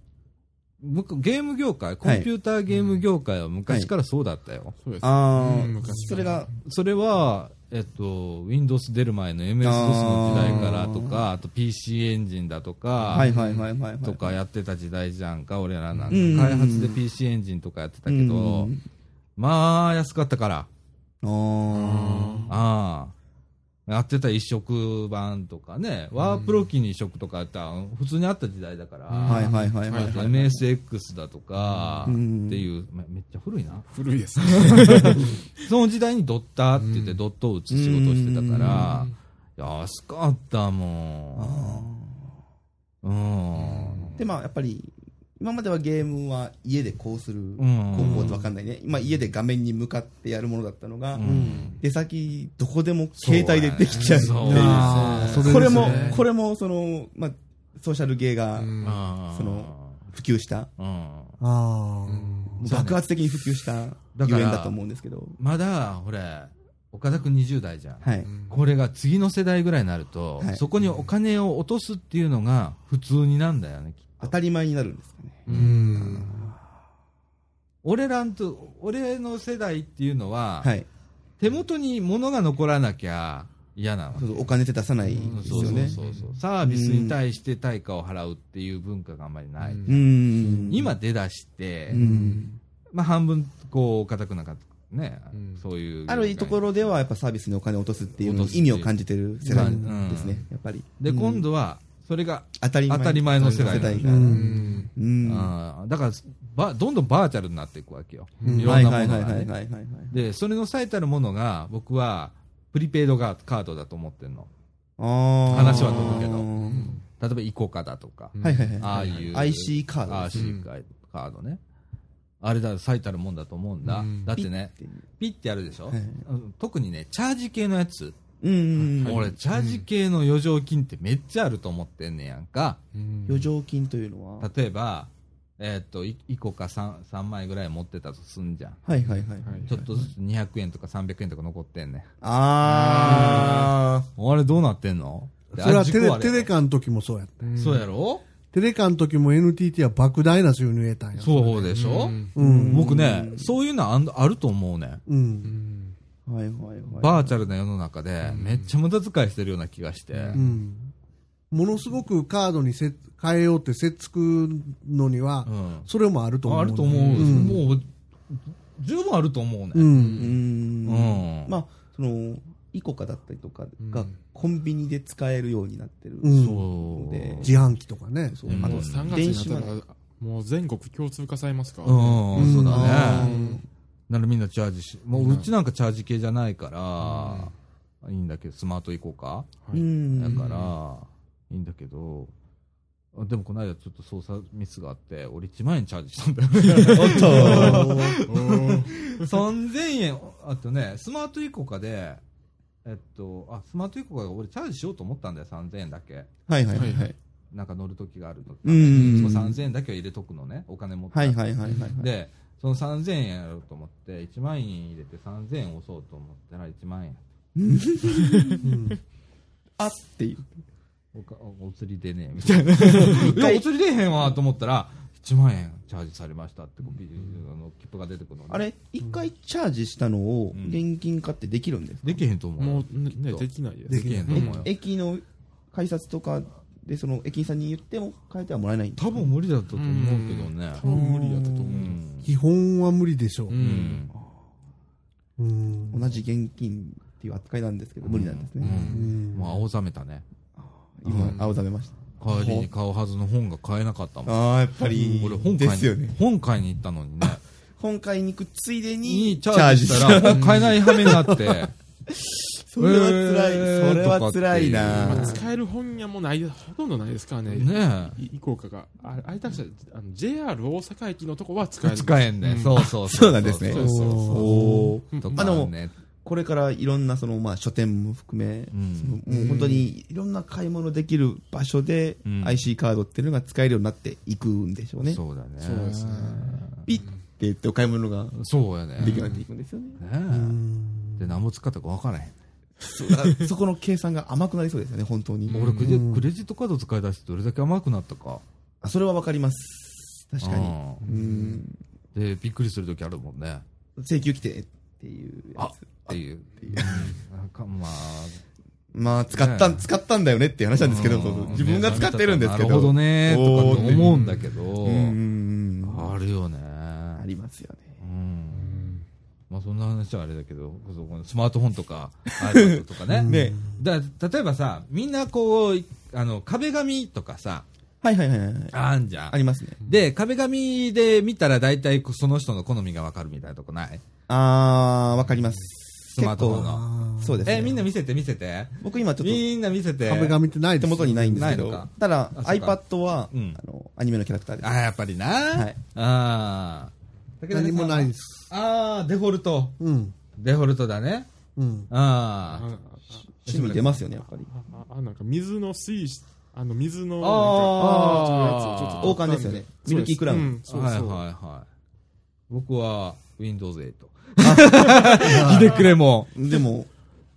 S4: 僕ゲーム業界、コンピューターゲーム業界は昔からそうだったよ。
S3: そうですね。
S2: ああ、
S3: うん昔
S2: そ
S3: から
S2: れが、
S4: それは、えっと、Windows 出る前の MS-DOS の時代からとか、あと PC エンジンだとか、
S2: はいはいはいはいはい。
S4: とかやってた時代じゃんか、俺らなんか。
S2: うん
S4: 開発で PC エンジンとかやってたけ
S2: う
S4: ど
S2: ん、
S4: まあ、安かったから。
S2: あー
S4: ああ。やってた一色版とかね、ワープロ機に移植とかやったら普通にあった時代だから、
S2: はいはいはいはい
S4: あと
S2: はい。
S4: MSX だとか、っ
S2: う
S4: て
S2: ん
S4: いう、めめっちゃ古いな。
S3: 古いですね。
S4: その時代にドッターって言ってドットを打つ仕事をしてたから、安かったもん。うん。
S2: で、まあ、やっぱり、今まではゲームは家でこうする
S4: う
S2: 方
S4: ん
S2: 法ってわかんないね。今、家で画面に向かってやるものだったのが、
S4: ん
S2: 出先、どこでも携帯でできちゃうっていう。
S4: そうだ
S1: そうですね
S2: これ
S1: そ
S2: も
S1: れですね、
S2: これも、その、まあ、ソーシャルゲーが
S4: あー
S2: その普及した、
S4: うん。
S1: ああ、
S2: 爆発的に普及した
S4: だか
S2: ゆ
S4: ら
S2: えんだと思うんですけど。
S4: まだ、ほれ、岡田くん20代じゃん。
S2: はい。
S4: これが次の世代ぐらいになると、
S2: はい
S4: そこにお金を落とすっていうのが普通になんだよね、きっと
S2: 当たり前になるんですかね。
S4: 俺らんと、俺の世代っていうのは、
S2: はい。
S4: 手元に物が残らなきゃ嫌なわけ
S2: そうそうお金って出さないです
S4: そう
S2: よ
S4: そう
S2: ね。
S4: そうそう。サービスに対して対価を払うっていう文化があんまりない。
S3: うん
S2: うん。
S4: 今出だして、
S2: うん
S4: まあ半分、こう、固くなかったね、
S3: うん
S4: そういう。
S2: あるとこ
S4: ろ。
S2: ろではやっぱサービスにお金を落とすっていうのに意味を感じてる世代ですね、やっぱり。
S4: で、
S2: うん
S4: 今度は、それが
S2: 当たり前
S4: 当たり前の世代
S2: 世代
S1: う
S2: が。うん
S1: ん
S3: ん。
S2: うん。
S4: あーだからば、どんどんバーチャルになっていくわけよ。
S3: うん
S4: いろ
S2: は
S4: ん
S2: い
S4: な
S2: は
S4: も
S2: いはい
S4: の
S2: は
S4: が
S2: い
S4: ね。
S2: はいはい。
S4: で、それの最たるものが、僕は、プリペイドがカードだと思ってんの。
S2: あー
S4: 話は飛ぶけど
S2: は
S4: 例えば、イコカだとか、
S2: いはいはい。
S4: ああいう。
S2: IC カードです
S4: IC カードね。あれだ、最たるもんだと思うんだ。
S3: うん
S4: だってね、ピッてやるでしょ、
S2: はい
S4: うん特にね、チャージ系のやつ。
S2: うん。
S4: 俺、チャージ系の余剰金ってめっちゃあると思ってんねやんか。
S2: 余剰金というのは。
S4: 例えば、えーっと、いイコカ 3, 三枚ぐらい持ってたとすんじゃん。
S2: はいはいはい。
S4: ちょっとずつ200円とか300円とか残ってんねん。
S2: あ
S4: あれどうなってんの
S1: それはテレ
S4: あ
S1: テレカの時もそうやった。
S4: そうやろ
S1: テレカの時も NTT は莫大な収入得たんや。
S4: そうでしょ、
S1: うん。
S4: 僕ね、そういうのあんあると思うねん。
S1: うん。
S2: あ。はいはいはい。
S4: バーチャルな世の中で、めっちゃ無駄遣いしてるような気がして。
S1: うん。ものすごくカードにせ変えようってせっつくのには
S4: う、ん。
S1: それもあると思う。
S4: あると思う。
S1: うん
S4: もう、十分あると思うね。
S1: う。
S2: うん
S4: うん
S2: ん。まあ、その、イコカだったりとかがコンビニで使えるようになってる。
S1: うん
S4: そう。
S2: で
S1: 自販機とかね。
S2: そうあ
S3: もう
S2: と
S3: 3、
S2: 電
S3: 月
S2: 子
S3: にな
S2: マ
S3: っ
S2: ネ
S3: た
S2: ー。
S3: ら、もう全国共通化されますから。
S4: うん、そうだ
S2: あ
S4: ね。
S2: ー
S4: ならみんなチャージし、もううちなんかチャージ系じゃないから、いいんだけど、スマート行こうか。
S3: は
S2: う
S3: い
S2: ん。
S4: だから、いいんだけど、あでもこの間ちょっと操作ミスがあって、俺1万円チャージしたんだよ。
S2: おっと。
S3: おー
S4: 3000円、あとね、スマートイコカで、えっと、あ、スマートイコカが俺チャージしようと思ったんだよ、3000円だけ。
S2: はいはいは
S3: はいはいい。
S4: なんか乗る時があるとか、
S2: うん
S4: そう3000円だけは入れとくのね、お金持って。
S2: はいはいはいはいはい。
S4: で、その3000円やろうと思って、1万円入れて3000円押そうと思ったら1万円。
S2: あっていう。
S4: おかお釣りでねえみたいな。いや、お釣り出えへんわと思ったら、1万円チャージされましたって、こうビあの切符が出てくるのね
S2: あれ、一回チャージしたのを
S4: うん
S2: 現金化ってできるんですか
S4: できへんと思うよ。
S3: もうね
S4: きっと
S3: ね、できないです。
S4: できへんと思うよ。
S2: 駅の改札とかで、その駅員さんに言っても変えてはもらえないんです
S4: 多
S2: か
S4: 分無理だったと思うけどね。
S3: 多分無理だったと思う
S4: うんん
S1: 基本は無理でしょ
S3: う
S1: う。
S4: うん
S3: ん。
S1: うん。
S2: 同じ現金っていう扱いなんですけど、無理なんです
S4: う
S2: ね。
S1: うんん
S4: もう青ざめたね。
S2: 今、青ざめました。
S4: 帰りに買うはずの本が買えなかったもん。
S2: ああ、やっぱ
S4: 俺本買いに、。本買いに行ったのにね。
S2: 本買いに行くついで
S4: に
S2: に、
S4: チャージしたら、本買えない羽目になって。
S2: それは辛い。
S4: えー
S2: それは辛い
S4: と
S2: な
S4: か
S3: ま
S4: っ
S3: あ
S4: て
S3: 使える本屋もない、ほとんどないですからね。
S4: ね
S3: いいこうかが。ああれ、確かあの JR 大阪駅のとこは使え
S4: え。
S3: る。
S4: 使えんね。そうそう
S2: そうなんですね
S3: そうそうそう。
S2: おー
S4: と
S2: あ
S4: か
S2: でも
S4: ね。
S2: これからいろんなその、まあ、書店も含め、
S4: ん
S2: そのもう本当にいろんな買い物できる場所で、
S4: うん
S2: IC カードっていうのが使えるようになっていくんでしょうね。
S4: そうだね。
S3: そうですね
S2: ピッて言ってお買い物が
S4: そうやね。
S2: できるようになっ
S4: ね
S2: ていくんですよね。
S4: え。で、何も使ったか分からへん。
S2: そうだからそこの計算が甘くなりそうですよね、本当に。
S4: 俺クレ、クレジットカード使い出してどれだけ甘くなったか。
S2: あそれはわかります。確かに。
S4: う
S2: うん。
S4: で、びっくりするときあるもんね。
S2: 請求規定っていう
S4: あ
S2: や
S4: っていう。なんかまあ
S5: まあ、使った、
S4: ね
S5: 使ったんだよねっていう話なんですけど、
S4: うん
S5: そうそう自分が使ってるんですけど。
S4: なるほどねと
S5: おー
S4: かって思うんだけど、
S5: うんうんうん。
S4: あるよね
S2: ありますよね。
S4: うんまあそんな話はあれだけどこそこのスマートフォンと か iPad とかね
S5: ね
S4: だ例えばさみんなこうあの壁紙とかさ
S2: はいはいはいはい。
S4: あんじゃん
S2: ありますね。
S4: で壁紙で見たら大体その人の好みがわかるみたいなとこない
S2: あー、わかります。
S4: スマートフォン
S2: 結
S4: の
S2: 構そうですね。
S4: えみんな見せて見せて
S2: 僕今ちょっと
S4: みんな見せて
S1: 壁紙ってないで
S2: 手
S1: す
S2: 元にないんですけ
S4: ない
S2: ど
S4: のか、
S2: ただ
S4: あそうか
S2: iPad は、
S4: うん
S2: あのアニメのキャラクターです
S4: あ。やっぱりな、
S2: はい
S4: ああ
S1: 何もないです
S4: ああデフォルト
S1: うん
S4: デフォルトだね
S1: うん
S4: あ
S3: あ
S2: 趣味出ますよね、やっぱり。
S3: ああなんか水の水質あの水の
S4: あー
S3: なんか
S2: 王冠ですよね。ミルキークラウン。
S3: ン
S4: あはいはいはい僕は Windows8 ひねくれも
S2: でも、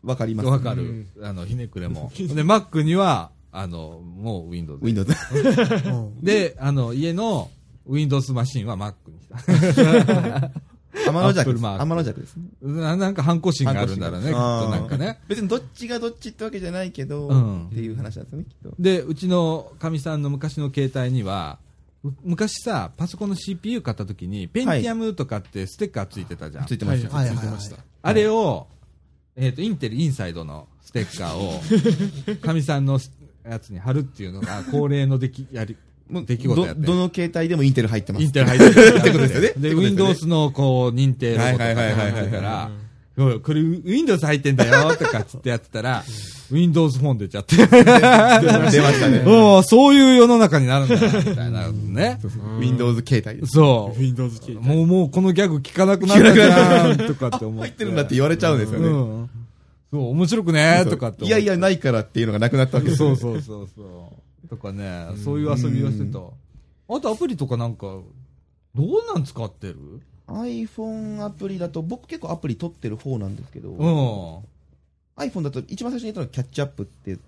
S2: わかります。
S4: わかる、あのひねくれ もで Mac にはあのもう Windows
S2: Windows。
S1: うん
S4: であの家の Windows マシンは Mac にした
S2: 天の弱
S4: Apple
S2: です。
S4: マーク
S2: 天の弱ですね。
S4: ななんか反抗心があるんだろうねきっと
S2: 反抗心が
S4: なんかね
S2: 別にどっちがどっちってわけじゃないけど、
S4: うん
S2: っていう話なんですよね、きっと。
S4: でうちのかみさんの昔の携帯にはう昔さパソコンの CPU 買った時にペンティアムとかってステッカーついてたじゃん、
S2: ついてました。
S1: はいはい
S3: ついて
S1: は
S3: ま
S1: い
S3: した
S4: あれを、えっ、と、インテルインサイドのステッカー を、かみさんのやつに貼るっていうのが恒例の出来、やり、
S2: もう
S4: 出来事やって
S2: どどの携帯でもインテル入ってま
S4: イン
S2: す。
S4: テル入ってる。
S5: ってことですよね。
S4: で、
S5: ってことすよね
S4: Windows のこう、認定ロゴとか
S5: はいはいはいはい
S4: つ
S5: はい
S4: いてたら、おいこれ、Windows 入ってんだよとかつってやってたら、Windows 本出ちゃって。
S5: 出ましたね。
S4: おーそういう世の中になるんだな、みたいな ね。
S5: Windows 携帯です。
S4: そう。
S3: Windows 系
S4: もう、もうこのギャグ聞かなくなったじゃん、とかって思って。
S5: 入ってるんだって言われちゃうんですよ
S4: う
S5: ね。
S4: ん。そう、面白くねとかって思って。
S5: いやいや、ないからっていうのがなくなったわけですよ
S4: そう
S5: ね。
S4: そうそうそう。とかね、そういう遊びをしてた。あとアプリとかなんか、どうなん使ってる
S2: iPhone アプリだと、僕結構アプリ取ってる方なんですけど、
S4: うん。
S2: iPhone だと一番最初に言ったのがキャッチアップっていう、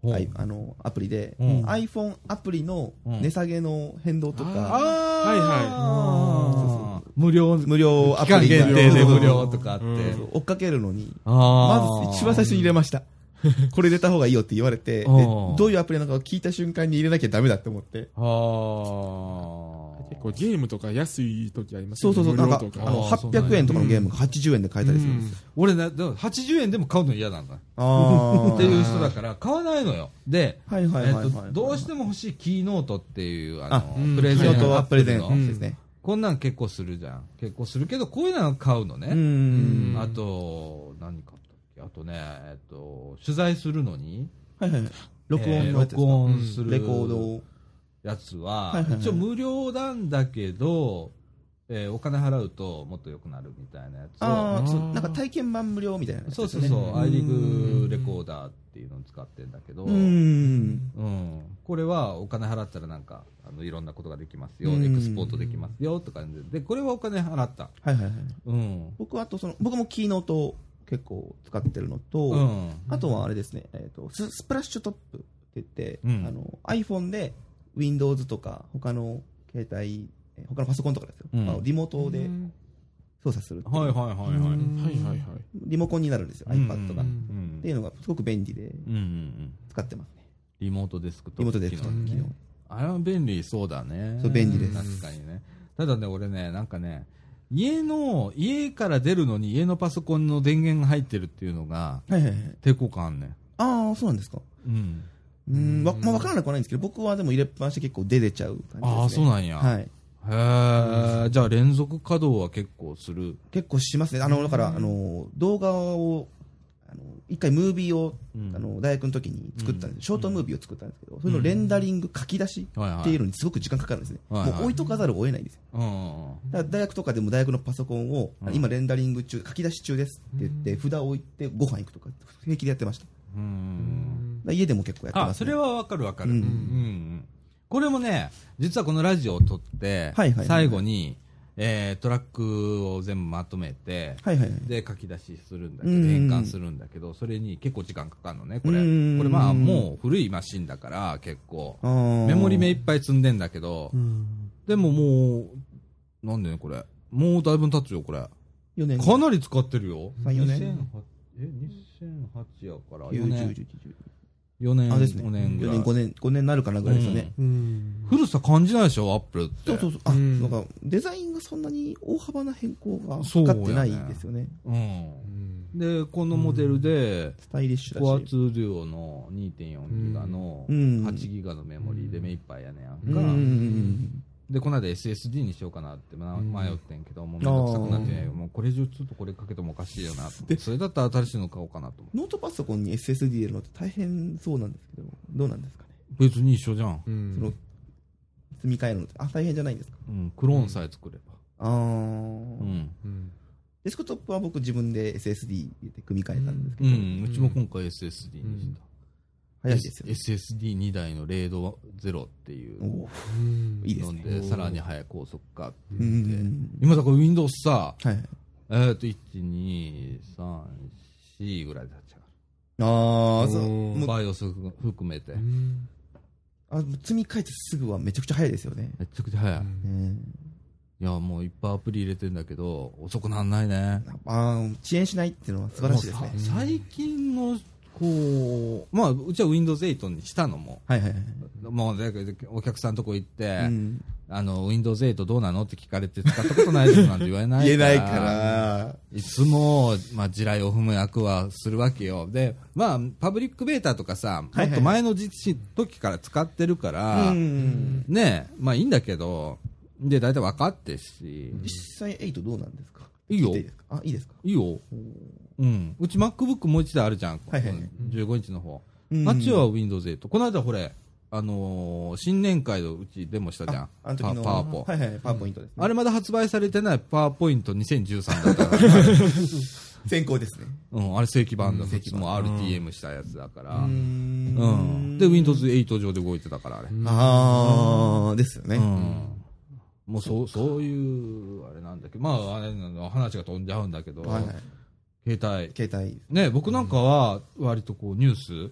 S4: ほう
S2: はいあのアプリで、
S4: うん
S2: iPhone アプリの
S4: うん
S2: 値下げの変動と
S4: あ
S2: か、
S4: あ
S3: はい
S4: はいはい。無料、期
S2: 無料アプ
S4: 間
S2: リ
S4: 限定で無料と
S2: か
S4: かあって。
S3: うん
S2: 追っかけるのに、
S4: ああ。
S2: まず一番最初に入れま した。これ入れた方がいいよって言われて、で
S4: あー
S2: どういうアプリなのかを聞いた瞬間に入れなきゃダメだって思って。
S4: ああ。
S3: 結構ゲームとか安い時あります
S2: そ
S3: よ
S2: う
S3: ね
S2: そうそう、なん
S3: 無料
S2: か、
S3: とか
S2: あの、
S4: あーそうなんや
S2: 800円とかのゲームが80円で買えたりするんですよ。
S4: 俺ね、でも80円でも買うの嫌なんだ。
S2: あー
S4: っていう人だから、買わないのよ。で、
S2: はいはいはいはい
S4: えっとどうしても欲しいキーノートっていう、あの
S3: あうん、
S4: プレ
S2: 仕
S4: ゼン
S2: 事
S4: ト
S2: は
S4: ア
S2: プ
S4: プ
S2: レ
S4: リ
S2: ゼン
S4: の
S2: ト。ですね。
S4: こんなん結構するじゃん。結構するけど、こういうのは買うのね。
S2: うん。
S4: あと、何買ったっけあとね、えっと、取材するのに、
S2: はいはい。録
S4: え
S2: 音
S4: ー
S2: のやつです
S4: 録
S2: か
S4: 音する
S2: レコードを。
S4: やつは、
S2: はいはいはい
S4: 一応無料なんだけど、えーお金払うともっと良くなるみたいなやつを、
S2: ああ、そうなんか体験版無料みたいなやつ
S4: そ
S2: で
S4: う
S2: す
S4: そ
S2: よ
S4: う
S2: ね。
S4: そう、アイリーグレコーダーっていうのを使ってんだけど、
S2: うん。
S4: うんこれはお金払ったらなんかあのいろんなことができますよ、
S2: うん
S4: エクスポートできますよとかで、でこれはお金払った。
S2: はいはいはい。
S4: うん。
S2: 僕はあとその、僕もキーノートを結構使ってるのと、
S4: うん。
S2: あとはあれですね、えー、とススプラッシュトップって言って、
S4: うん
S2: あの iPhone で Windows とか他の携帯、えー他のパソコンとかですよ、
S4: うん
S2: まあリモートで操作するっていう
S4: はいはいはいはい。う
S3: は
S4: ん
S3: いはいはい
S2: リモコンになるんですよ、iPad が、
S4: う
S2: っ
S4: ん
S2: ていうのがすごく便利で
S4: うんうんうん。
S2: 使ってますね、
S4: リモートデスクト
S2: リモ
S4: ッ
S2: ートで
S4: プ機
S2: 使う
S4: 能
S2: 機能、
S4: ね。あれは便利そうだね。
S2: そう便利です
S4: 確かにね。ただね、俺ね、なんかね、家の、家から出るのに家のパソコンの電源が入ってるっていうのが
S2: はいはいはい、
S4: 抵抗感あんね
S2: ああ、そうなんですか、
S4: ん。うん。
S2: うんわまあ、分からなくはないんですけど、僕はでも入れっぱなしで結構出れちゃう感じです、ね、
S4: ああ、そうなんや。
S2: はい、
S4: へえ、じゃあ連続稼働は結構する。
S2: 結構しますね、あのだから、あの動画を、あの一回、ムービーを、
S4: うん
S2: あの大学の時に作ったんです、ショートムービーを作ったんですけど、それのレンダリング、書き出し
S4: はいはい
S2: っていうのにすごく時間かかるんですね、
S4: はいはい
S2: もう置いとかざるを得ないんですよ、
S4: うん。は
S2: だから大学とかでも大学のパソコンを、あの今、レンダリング中、書き出し中ですって言って、札を置いてご飯行くとか、平気でやってました、だか
S4: うん。
S2: ら家でも結構やってます、ね、
S4: あ、それはわかるわかる。う
S2: うんん
S4: うん。これもね、実はこのラジオを撮って
S2: はいはいは、い
S4: 最後に、えートラックを全部まとめて、
S2: はいはいはい、
S4: で書き出しするんだけど、
S2: うんうん
S4: 変換するんだけど、それに結構時間かかるのね、これ。
S2: うんうんうん
S4: これまあもう古いマシンだから結構。
S2: メ
S4: メモリめいっぱい積んでんだけど
S1: う、ん
S4: でももう、なんでね、これ。もうだいぶ経つよ、これ。
S2: 4年
S4: かなり使ってるよ。
S2: 3 4年
S4: 2008え、2008やか
S2: 9、
S4: ら4
S2: 10、
S4: 年、
S2: 11、
S4: 4年、
S2: 12。あ、ですね。
S4: 5年ぐらい。
S2: 5年、5年なるかなぐらいですよね。
S1: うん。
S4: 古さ感じないでしょ、アップルって。
S2: そうそうそう。あ、
S3: うん
S2: なんか、デザインがそんなに大幅な変更が
S4: そう
S2: かか
S4: やね
S2: ってないんですよね。
S4: うん。
S3: ん
S4: で、このモデルで、
S2: スタイリッシュ
S4: コア
S2: だし。
S4: 2デュオの2.4ギガの
S2: うん
S4: 8ギガのメモリーで目いっぱいやねやん
S2: うんうんうんう
S4: か。
S2: ん。
S4: で、この間 SSD にしようかなってま
S3: ん
S4: 迷ってんけど、もうめんどくさくなってね、もうこれ以上ちょっとこれかけてもおかしいよなと思って。それだったら新しいの買おうかなと思って。
S2: ノートパソコンに SSD 入れるのって大変そうなんですけど、どうなんですかね。
S4: 別に一緒じゃん。
S3: うん
S2: その、積み替えるのって、あ、大変じゃないんですか。
S4: うん、クローンさえ作れば。
S2: あー
S4: うん。
S3: うん
S2: デスクトップは僕自分で SSD 入れて組み替えたんですけ
S4: う
S2: ど、
S4: ん、うちも今回 SSD にした。
S2: 早いですよね。
S4: SSD2 台の0度0っていう
S2: おー
S3: うん
S2: いいで
S4: の
S2: す
S4: で
S2: ね。
S4: さらに早く高速化って
S2: うんうんう
S4: 言って
S2: ん。
S4: 今だから Windows さ
S2: はいはい。
S4: えー、っと1234ぐらいで立ち
S2: ああ、そう。
S3: おー
S2: も
S4: 上
S2: う
S4: がる BIOS 含含めて
S3: うん
S2: あ積み替えてすぐはめちゃくちゃ早いですよね。
S4: めちゃくちゃ早い、
S3: うん
S4: い
S2: うん
S4: やもういっぱいアプリ入れてんだけど遅くなんないね
S2: あー遅延しないっていうのは素晴らしいですね
S4: もう。さ最近のこうまあうちは Windows8 にしたのも
S2: はいはいはい。
S4: もうだけどお客さんのとこ行って、
S2: うん
S4: あの Windows8 どうなのって聞かれて使ったことないですなんて言わないから
S5: 言えないから。
S4: いつも、まあ、地雷を踏む役はするわけよ。で、まあ、パブリックベータとかさ、も
S2: はいはい
S4: っと前の実施時から使ってるから、
S2: うん
S4: ねえ、まあいいんだけど、で、大体分かってし、
S2: 実際8どうなんですか
S4: いいよ
S2: 聞てですかあ、いいですか
S4: いいよ。うん。うち MacBook もう一台あるじゃん。
S2: はいはいはい
S4: 15インチの方。
S2: うん
S4: マッチは Windows 8。この間ほれ、あのー新年会のうちデモしたじゃん。
S2: あの時の。
S4: パパワポ。
S2: はいはい、パワーポイントですね。
S4: あれまだ発売されてないパワーポイント2013だったから。
S2: 先行ですね。
S4: うん、あれ正規版だ、もう RTM したやつだから、
S2: う
S4: うん
S2: ん
S4: で Windows8 上で動いてたからあれ、うん
S2: ああ、ですよね。
S4: もうそうそういうあれなんだけどまああれなの話が飛んじゃうんだけど、
S2: はいはい。
S4: 携帯
S2: 携帯。
S4: ね僕なんかは割とこうニュース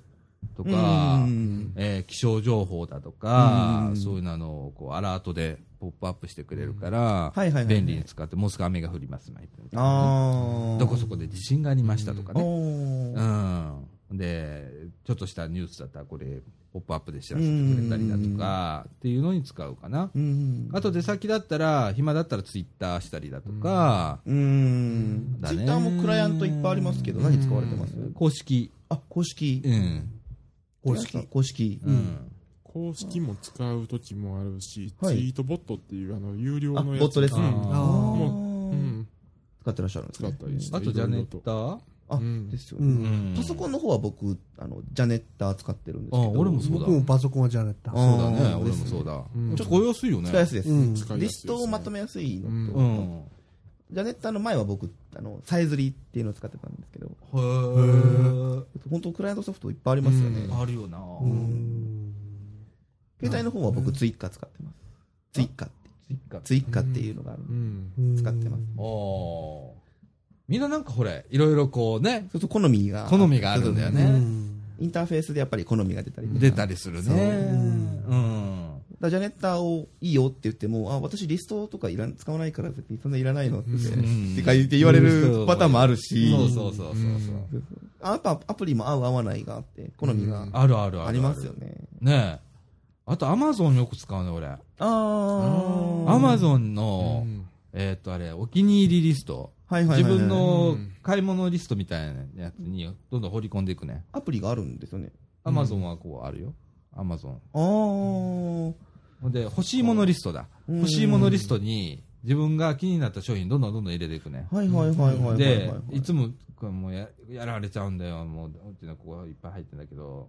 S4: とか
S2: う、ん
S4: えー気象情報だとか、
S2: うん
S4: そういうのあのこうアラートでポップアップしてくれるから、
S2: はいはいはいはい
S4: 便利に使ってもうすぐ雨が降りますね
S2: ああ。
S4: どこそこで地震がありましたとかね、
S2: おー
S4: うん、でちょっとしたニュースだったらこれ「ポップアップで知らせてくれたりだとかっていうのに使うかな、
S2: うん。
S4: あと出先だったら暇だったらツイッターしたりだとか、
S2: うん。
S4: だ
S2: ツ
S4: ね
S2: イッターもクライアントいっぱいありますけど、何使われてます
S4: 公式
S2: あ、公式
S4: う。ん、
S2: 公式。公式。
S4: うん
S3: 公式も使う時もあるし、
S2: はい
S3: ツイートボットっていうあの有料
S2: あ、
S3: のやつ
S2: ボットですね。
S4: うん
S2: あ
S3: う
S2: ー
S3: ん、
S2: 使ってらっしゃるんです
S3: 使っ
S2: ね。
S3: たりして
S4: あとジャネッター
S2: あ
S3: うん、
S2: ですよ
S1: う
S2: ね。
S1: ん。
S4: ん
S2: パソコンの方は僕、あの、ジャネッター使ってるんですけ
S4: あ
S2: ど。
S4: 俺もそうだ
S1: 僕もパソコンはじゃなかった。
S4: そうだね
S2: あー
S4: 俺もそうだ、
S3: うん
S4: ちょっとご安いよね
S2: 使いやすいです
S1: うん
S2: ね。
S3: 使いやすいですね
S2: リストをまとめやすいのと、
S4: うん
S2: ジャネッターの前は僕、あの、サイズリーっていうのを使ってたんですけど、
S4: へー
S2: 本当クライアントソフトいっぱいありますよね。
S4: あるよな、
S2: 携帯の方は僕、ツイッカー使ってます。ツイッカーって。
S4: ツイッカー
S2: ツイッカーっていうのがあるんで
S3: うん
S2: 使ってます。
S4: おーみんななんかほれいろいろこうね
S2: そうすると好みが。
S4: 好みがあるんだよね、
S2: そうそう
S1: うん
S2: そうインターフェースでやっぱり好みが出たりとか。
S4: 出たりするね。うん。
S2: だからジャネッターをいいよって言っても、あ、私リストとかいらん使わないから別にそんないらないのって言って。
S5: ってか言って言われるパターンもあるし。
S4: そうそうそうそうそう。
S2: あやっぱアプリも合う合わないがあって、好みが
S4: あるあるある。
S2: ありますよ。ね。
S4: ねえ。あと、アマゾンよく使うね、俺。
S2: あー
S4: アマゾンの、えーっと、あれ、お気に入りリスト。
S2: はいはいはいはい
S4: 自分の買い物リストみたいなやつにどんどん放り込んでいくね。
S2: アプリがあるんですよね。
S4: アマゾンはこうあるよ。アマゾン。
S2: あー
S4: ほんで、欲しいものリストだ。
S2: うん
S4: 欲しいものリストに、自分が気になった商品どんどんどんどん入れていくね。
S2: はいはいはいはいはいはい。
S4: で、いつも、これもうややられちゃうんだよ、もう、うちのここいっぱい入ってんだ けど、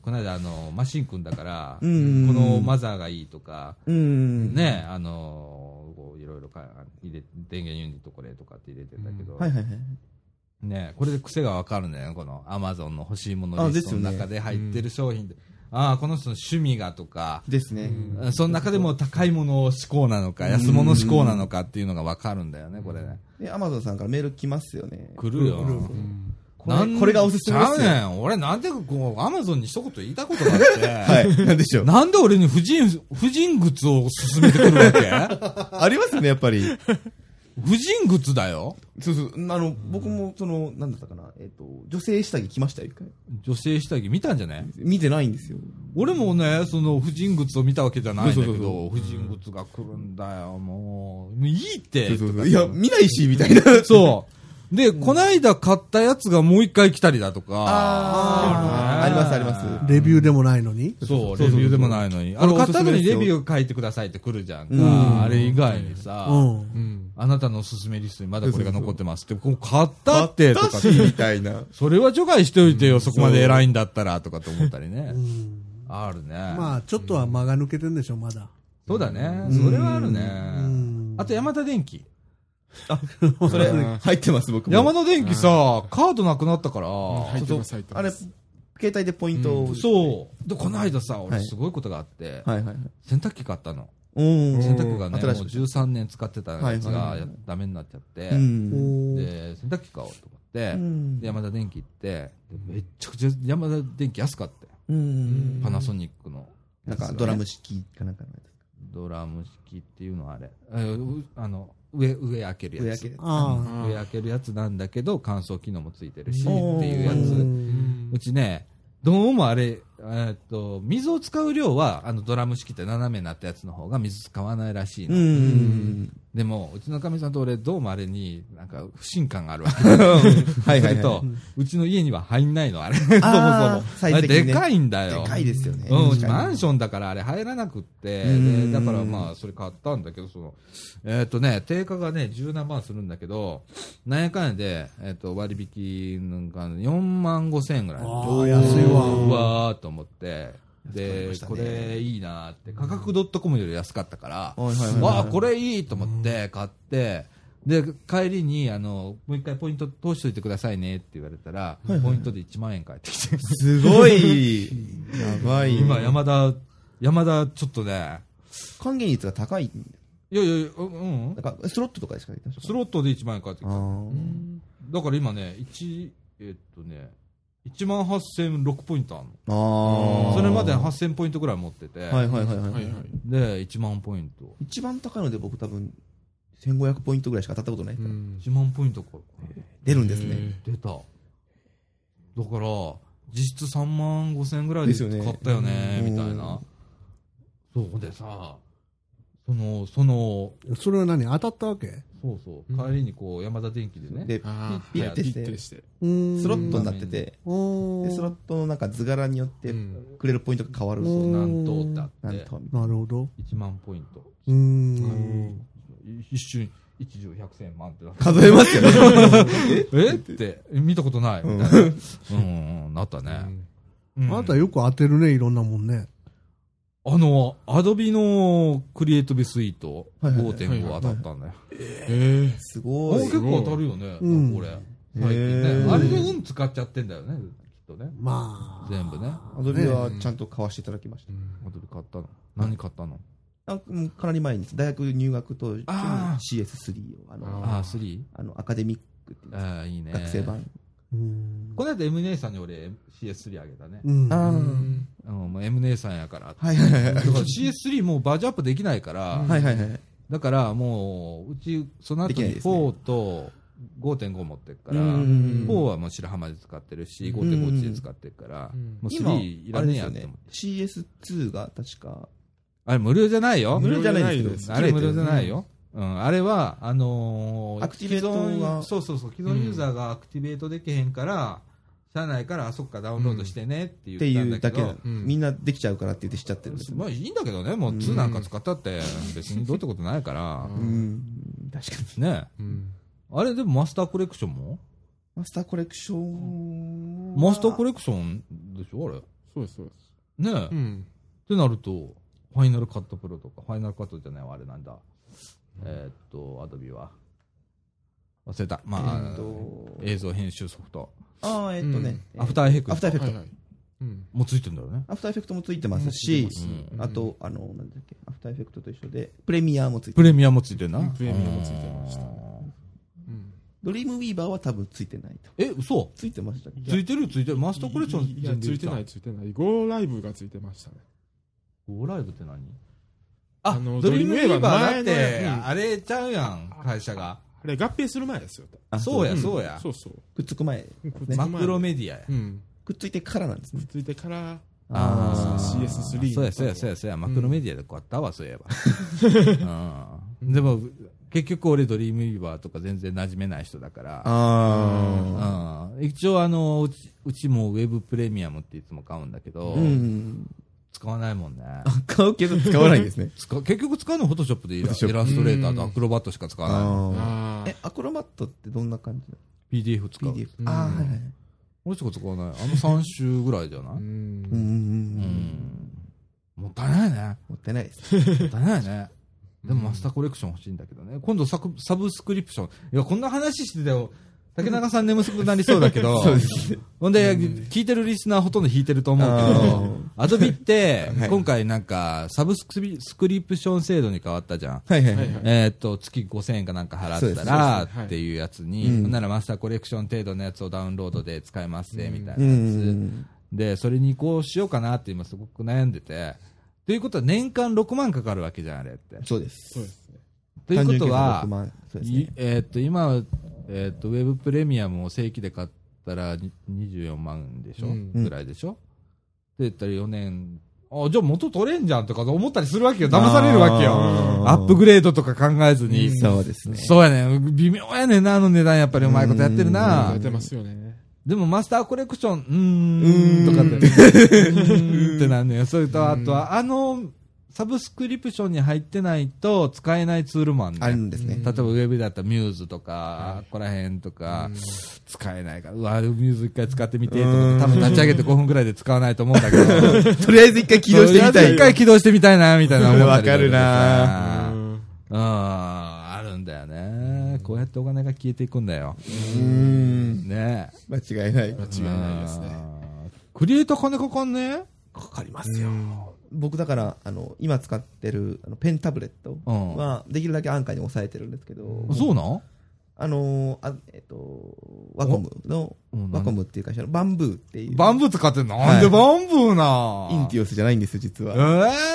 S4: この間、あの、マシンくんだから、こ
S2: うん
S4: のマザーがいいとか、
S2: うん。。
S4: ね、あの、こういろいろか入れ、電源ユニットこれとかって入れてんだけど
S2: は、いはいはい。
S4: ね、これで癖がわかるんだよね、このアマゾンの欲しいもの
S2: あ
S4: リストの
S2: です
S4: 中
S2: よね
S4: で入ってる商品で、ああ、この人の趣味がとか、
S2: ですね。
S4: その中でも高いもの志向なのか、安物志向なのかっていうのがわかるんだよね、これね。
S2: で、アマゾンさんからメール来ますよね。
S4: 来るよ。
S2: これこれがおすすめです
S4: ち
S2: よ
S4: ゃうねん。俺なんでこう、アマゾンに一言言いたことが あって。
S5: はい。なんでしょう。
S4: なん で俺に婦人、婦人靴を勧めてくるわけ
S5: ありますよね、やっぱり。
S4: 婦人靴だよ
S2: そうそう、あの、僕も、その、なんだったかな、えっ、と、女性下着着ましたよ、一回。
S4: 女性下着見たんじゃない
S2: 見てないんですよ。
S4: 俺もね、その、婦人靴を見たわけじゃないんだけ
S2: そうそう
S4: ど、婦人靴が来るんだよ、もう。もういいって。
S5: そうそうそういや、見ないし、みたいな。
S4: そう。で、こないだ買ったやつがもう一回来たりだとか。
S2: あー
S4: るね
S2: ありますありま
S1: レビューでもないのに。
S4: そう、レビューでもないのに。あの、
S2: これお
S4: 買っ
S2: す
S4: た
S2: す
S4: の
S2: めで
S4: に
S2: すよ
S4: レビュー書いてくださいって来るじゃんか。
S2: うん
S4: あれ以外にさ、
S1: うん。
S3: うん。
S4: あなたのおすすめリストにまだこれが残ってますって、こう買ったってとか、
S5: し、みたいな。
S4: それは除外しておいてよ、そこまで偉いんだったらとかと思ったりね。あるね。
S1: まあ、ちょっとは間が抜けてんでしょ、まだ。
S4: そうだね。それはあるね
S1: ん。
S4: あと、山田電機。
S5: それ、入ってます、僕も。
S4: 山田電機さ、カードなくなったから、
S3: 入ってます、入って
S2: あ
S3: ま
S2: れ、
S3: す。
S2: 携帯でポイントを、
S4: そう。で、この間さ、俺
S2: はい
S4: すごいことがあって、
S2: はいはいはい。
S4: 洗濯機買ったの。
S2: うん。
S4: 洗濯機がね、もう
S2: 新しい
S4: 13年使ってたやつ
S2: はいは
S4: が
S2: い
S4: やダメになっちゃって
S2: う、ん。
S1: おー
S4: で、洗濯機買おうと思って
S2: う、ん
S4: で、山田電機行って、でめっちゃくちゃ山田電機安かったよ。
S2: うん。
S4: パナソニックの。
S2: なんか、ドラム式かなんかのや
S4: ドラム式っていうのはあれ。えーうあの、上、上開け
S2: つ。
S4: るやつ。
S2: 上開け
S1: ああ。
S4: 上開けるやつなんだけど、乾燥機能もついてるし、って
S2: うん
S4: いう
S1: う
S4: やつ。
S1: ん
S4: うちね、どうもあれ、えーっと、水を使う量は、あの、ドラム式って斜めになったやつの方が水使わないらしいの。
S2: うん。
S4: でも、うちのかみさんと俺、どうもあれに、なんか、不信感があるわけ。
S5: はいはい
S4: それ
S5: は
S4: と、うちの家には入んないの、あれ。
S2: そもそも。サイズ
S4: あれ
S2: 的に、ね。
S4: でかいんだよ。
S2: でかいですよね。
S4: うん、う
S2: 確
S4: ち
S2: かに
S4: マンションだからあれ入らなくって、
S2: うん
S4: でだからまあ、それ買ったんだけど、その、えーっ、とね、定価がね、十何万するんだけど、なんやかんやで、えーっ、と、割引なんか4万5千円ぐらい。
S1: ああ、安い
S4: うんう
S1: わ。
S4: わーっと思って、
S2: 安くなり
S4: で、
S2: ましたね
S4: これいいなーって、価格 .com より安かったから、
S2: はいはいはいはい
S4: わあ、これいいと思って買って、で、帰りに、あの、もう一回ポイント通しといてくださいねって言われたら、ポイントで1万円返ってきて、
S5: すご い。やばい。
S4: 今山田、山田ちょっとね、
S2: 還元率が高い。
S4: いやいやいや、ううん
S2: な。んか、スロットとかでしかできない
S4: スロットで1万円返ってき
S2: あ
S4: た。
S2: ー
S4: だから今ね、1、えっとね、1万8006ポイントある
S5: あ
S4: の。
S5: ー
S4: それまで8000ポイントぐらい持ってて、
S5: はいはいはいは
S3: はい
S5: い。
S3: はい。
S4: で、1万ポイント。
S2: 一番高いので僕多分、1500ポイントぐらいしか当たったことない。
S3: うん
S4: 1万ポイントか。
S2: 出るんですね。
S4: 出た。だから、実質3万5千円ぐらいで
S5: です
S4: 買
S5: よね
S4: ったよね、
S5: うん
S4: みたいな。そうでさ、その、その、
S1: それは何当たったわけ
S4: そうそうう、
S3: ん
S4: 帰りにこう、山田電機でね。
S2: で、
S3: あ
S2: ピ
S3: ー
S2: ッ
S3: はい
S2: ピ
S3: ピ
S2: ッてして
S3: ッてして。
S1: うーん
S2: スロットになってて、
S1: お
S2: でスロットのなんか図柄によって
S3: うん
S2: くれるポイントが変わるんです
S1: う
S2: よ
S1: ん
S4: なんとってあ
S2: な
S4: っ
S2: ん
S4: て、
S2: と。
S1: なるほど。
S4: 1万ポイント。
S1: うーん。
S4: 一瞬、一条百千万ってなって
S5: 数えますよね。
S4: えって、見たことない。みたいなうん、うんなったね。
S1: あ
S4: うん
S1: なたよく当てるね、いろんなもんね。
S4: あの、アドビのクリエイトビスイート
S2: はいはいはい
S4: 5.5当たったんだよ。
S3: ええ。
S2: す
S4: もう
S2: ごい。
S4: 結構当たるよね、
S1: うん
S4: これ。最近
S5: へ
S4: ね。
S5: ー
S4: あれで運使っちゃってんだよね、きっとね。
S1: まあ。
S4: 全部ね。
S2: アドビはちゃんと買わせていただきました。
S4: アドビ買ったの。何買ったの
S2: あうんかなり前に大学入学当時に
S4: あ
S2: CS3 を、あの、
S4: ああ、3?
S2: あのアカデミックっていう
S4: ああ、いいね。
S2: 学生。版。
S1: うん。
S4: この間 M 姉さんに俺 CS3 あげたね。
S1: うん
S2: あ
S3: う
S2: ー
S3: ん
S4: うん、もう M 姉さん やから。
S2: はいはいはい
S4: だから CS3 もうバージョンアップできないから、
S2: はいはいはい。
S4: だからもう、うち、その後
S2: できない
S4: に
S2: ですね
S4: 4と5.5持ってるから、
S2: うん
S4: 4はもう白浜で使ってるし、5.5うちで使ってるから
S3: うん、
S4: もう
S2: 今、
S4: 3い
S2: あ
S4: ら
S2: れ
S4: ね
S2: です
S4: えや
S2: よ
S4: ん
S2: ね
S4: 思って。。
S2: CS2 が確か、
S4: あれ無料じゃないよ。
S2: 無料じゃないんですけど、
S4: あれ無料じゃないよ。うん、あれは、あのー
S2: アクティベート
S4: 既存
S2: が
S4: そうそうそう、既存ユーザーがアクティベートできへんから、社内から、あそっか、ダウンロードしてねって言
S2: っ
S4: ってたん
S2: い
S4: だ
S2: うだ
S4: け
S2: け
S4: ど、
S2: な、
S3: うん
S2: みんなできちゃうからって言ってしちゃってるんですよ、
S4: まあいいんだけどね、もう2なんか使ったって、別にどうってことないから、
S2: うん、確かに。
S4: ね
S3: うん。
S4: あれでもマスターコレクションも
S2: マスターコレクションは。
S4: マスターコレクションでしょ、あれ。
S3: そうです、そうです。
S4: ねえ、
S3: う
S4: っ
S3: ん。
S4: てなると、ファイナルカットプロとか、ファイナルカットじゃないわ、あれなんだ。えーっと、アドビは。忘れた。まあ、
S2: えっと、
S4: 映像編集ソフト。
S2: ああ、えっとね、えー
S4: アフターエフェクト。
S2: アフターエフェクト。
S3: はいはい。うん。
S4: もうついてんだよね。
S2: アフターエフェクトもついてますし、
S4: うん
S2: あと、あの、なんだっけ、アフターエフェクトと一緒で、プレミアもついて
S4: プ
S2: る。
S4: レミアもついてるな。
S3: うんプレミアもついてましたねうん。
S2: ドリームウィーバーは多分ついてないと。
S4: え、嘘
S2: ついてましたっけ
S4: ついてるついてる。マスターコレクション
S3: いや、ついてない、。ついてない。ゴーライブがついてましたね。
S4: ゴーライブって何あ
S3: あ、の
S4: ドリームウェーバーだ
S3: ドリ
S4: っ
S3: ームウェーバーの前
S4: て、
S3: のやうん
S4: あれちゃうやん、会社が。
S3: あれ合併する前ですよ。
S6: あ
S4: そうや、
S3: ん
S4: そうや
S3: そ。うそう。
S6: くっつく前ですね
S3: ま
S4: マクロメディアや
S3: う。ん。
S6: くっついてからなんですね
S3: 続いてから、
S6: あ
S3: ー CS3
S4: そうや、そうや、そうや、そうや、マクロメディアでこうやったわ、そういえば。うんでも、結局俺ドリームウィーバーとか全然馴染めない人だから、
S2: あ
S4: うん一応あの、うち、うちもウェブプレミアムっていつも買うんだけど
S6: う、ん
S4: 使わないもんね。。
S2: あ。買うけど使わないんですね
S4: 使う結局使うのフォトショップでイラ
S2: Photoshop
S4: イラストレーターとアクロバットしか使わないも ん。
S2: あ
S3: あ
S6: えアクロバットってどんな感じ
S4: PDF 使う。
S6: PDF
S3: うん
S6: ああはいはい
S4: 俺しか使わない。あの3週ぐらいじゃな
S3: あ。う。
S4: い
S6: うんうんん
S4: う
S6: うん
S4: ん。もったいないね。
S6: 持ってない です
S4: もったいないね。でもマスターコレクション欲しいんだけどね。今度サクサブスクリプション。いや、こんな話してたよ。竹中さん眠くなりそうだけど。そうです。ほんで、聞いてるリスナーほとんど引いてると思うけど、アドビって、今回なんか、サブスクリスクリプション制度に変わったじゃん。
S2: はいはいは
S3: はい
S2: い。
S3: はい。
S4: えーっと、月5000円かなんか払ったら、
S3: そうですそうですはい
S4: っていうやつに、
S2: うん
S4: ほんならマスターコレクション程度のやつをダウンロードで使えますね、みたいなやつ。
S2: うんうん
S4: で、それに移行しようかなって今すごく悩んでて。ということは年間6万かかるわけじゃん、あれって
S2: うん。。そうです。
S3: そうですね。
S4: ということは
S2: 単純計算6、万そうです
S4: い
S2: ね。
S4: えーっと、今は、えーっと、ウェブプレミアムを正規で買ったらに24万でしょ、
S3: うん
S4: ぐらいでしょって言ったら4年、あ、じゃあ元取れんじゃんとか思ったりするわけよ。騙されるわけよ。アップグレードとか考えずに。
S2: そうですね。
S4: そうやねん。微妙やねんな、あの値段やっぱりうまいことやってる
S3: あ
S4: な
S3: 出。てますよね。
S4: でもマスターコレクション、うーん、とかって、うーんってなんねん。それと、あとは、あの、サブスクリプションに入ってないと使えないツールもあん
S2: あ
S4: ね
S2: る
S4: ん。
S2: んですね。
S4: 例えばウェブだったらミューズとか、ここら辺とか、使えないから、うわ、ミューズ一回使ってみて、とか多分立ち上げて5分くらいで使わないと思うんだけど、
S2: とりあえず一 回起動してみ
S4: と
S2: た
S4: りあえず
S2: い
S4: 一。回起動してみたいな、みたいな思ったりと
S2: わかるな
S4: うん
S3: うん
S4: うん、あるんだよね。こうやってお金が消えていくんだよ。
S2: うーん。
S4: ねえ。
S2: 間違いない。
S3: 間違いないですね。
S4: ね。クリエイター金かかんね
S2: かかりますよ。僕だから、あの、今使ってる、あの、ペンタブレット
S4: うん
S2: は、できるだけ安価に抑えてるんですけど、
S4: そうなん
S2: あのー、あえっと、ワコムの
S4: おうん、
S2: ワコムっていう会社のバンブーっていう。
S4: バン
S2: ブ
S4: ブー使ってんの
S2: はい
S4: なんでバンブーな
S2: インティオスじゃないんですよ、実は。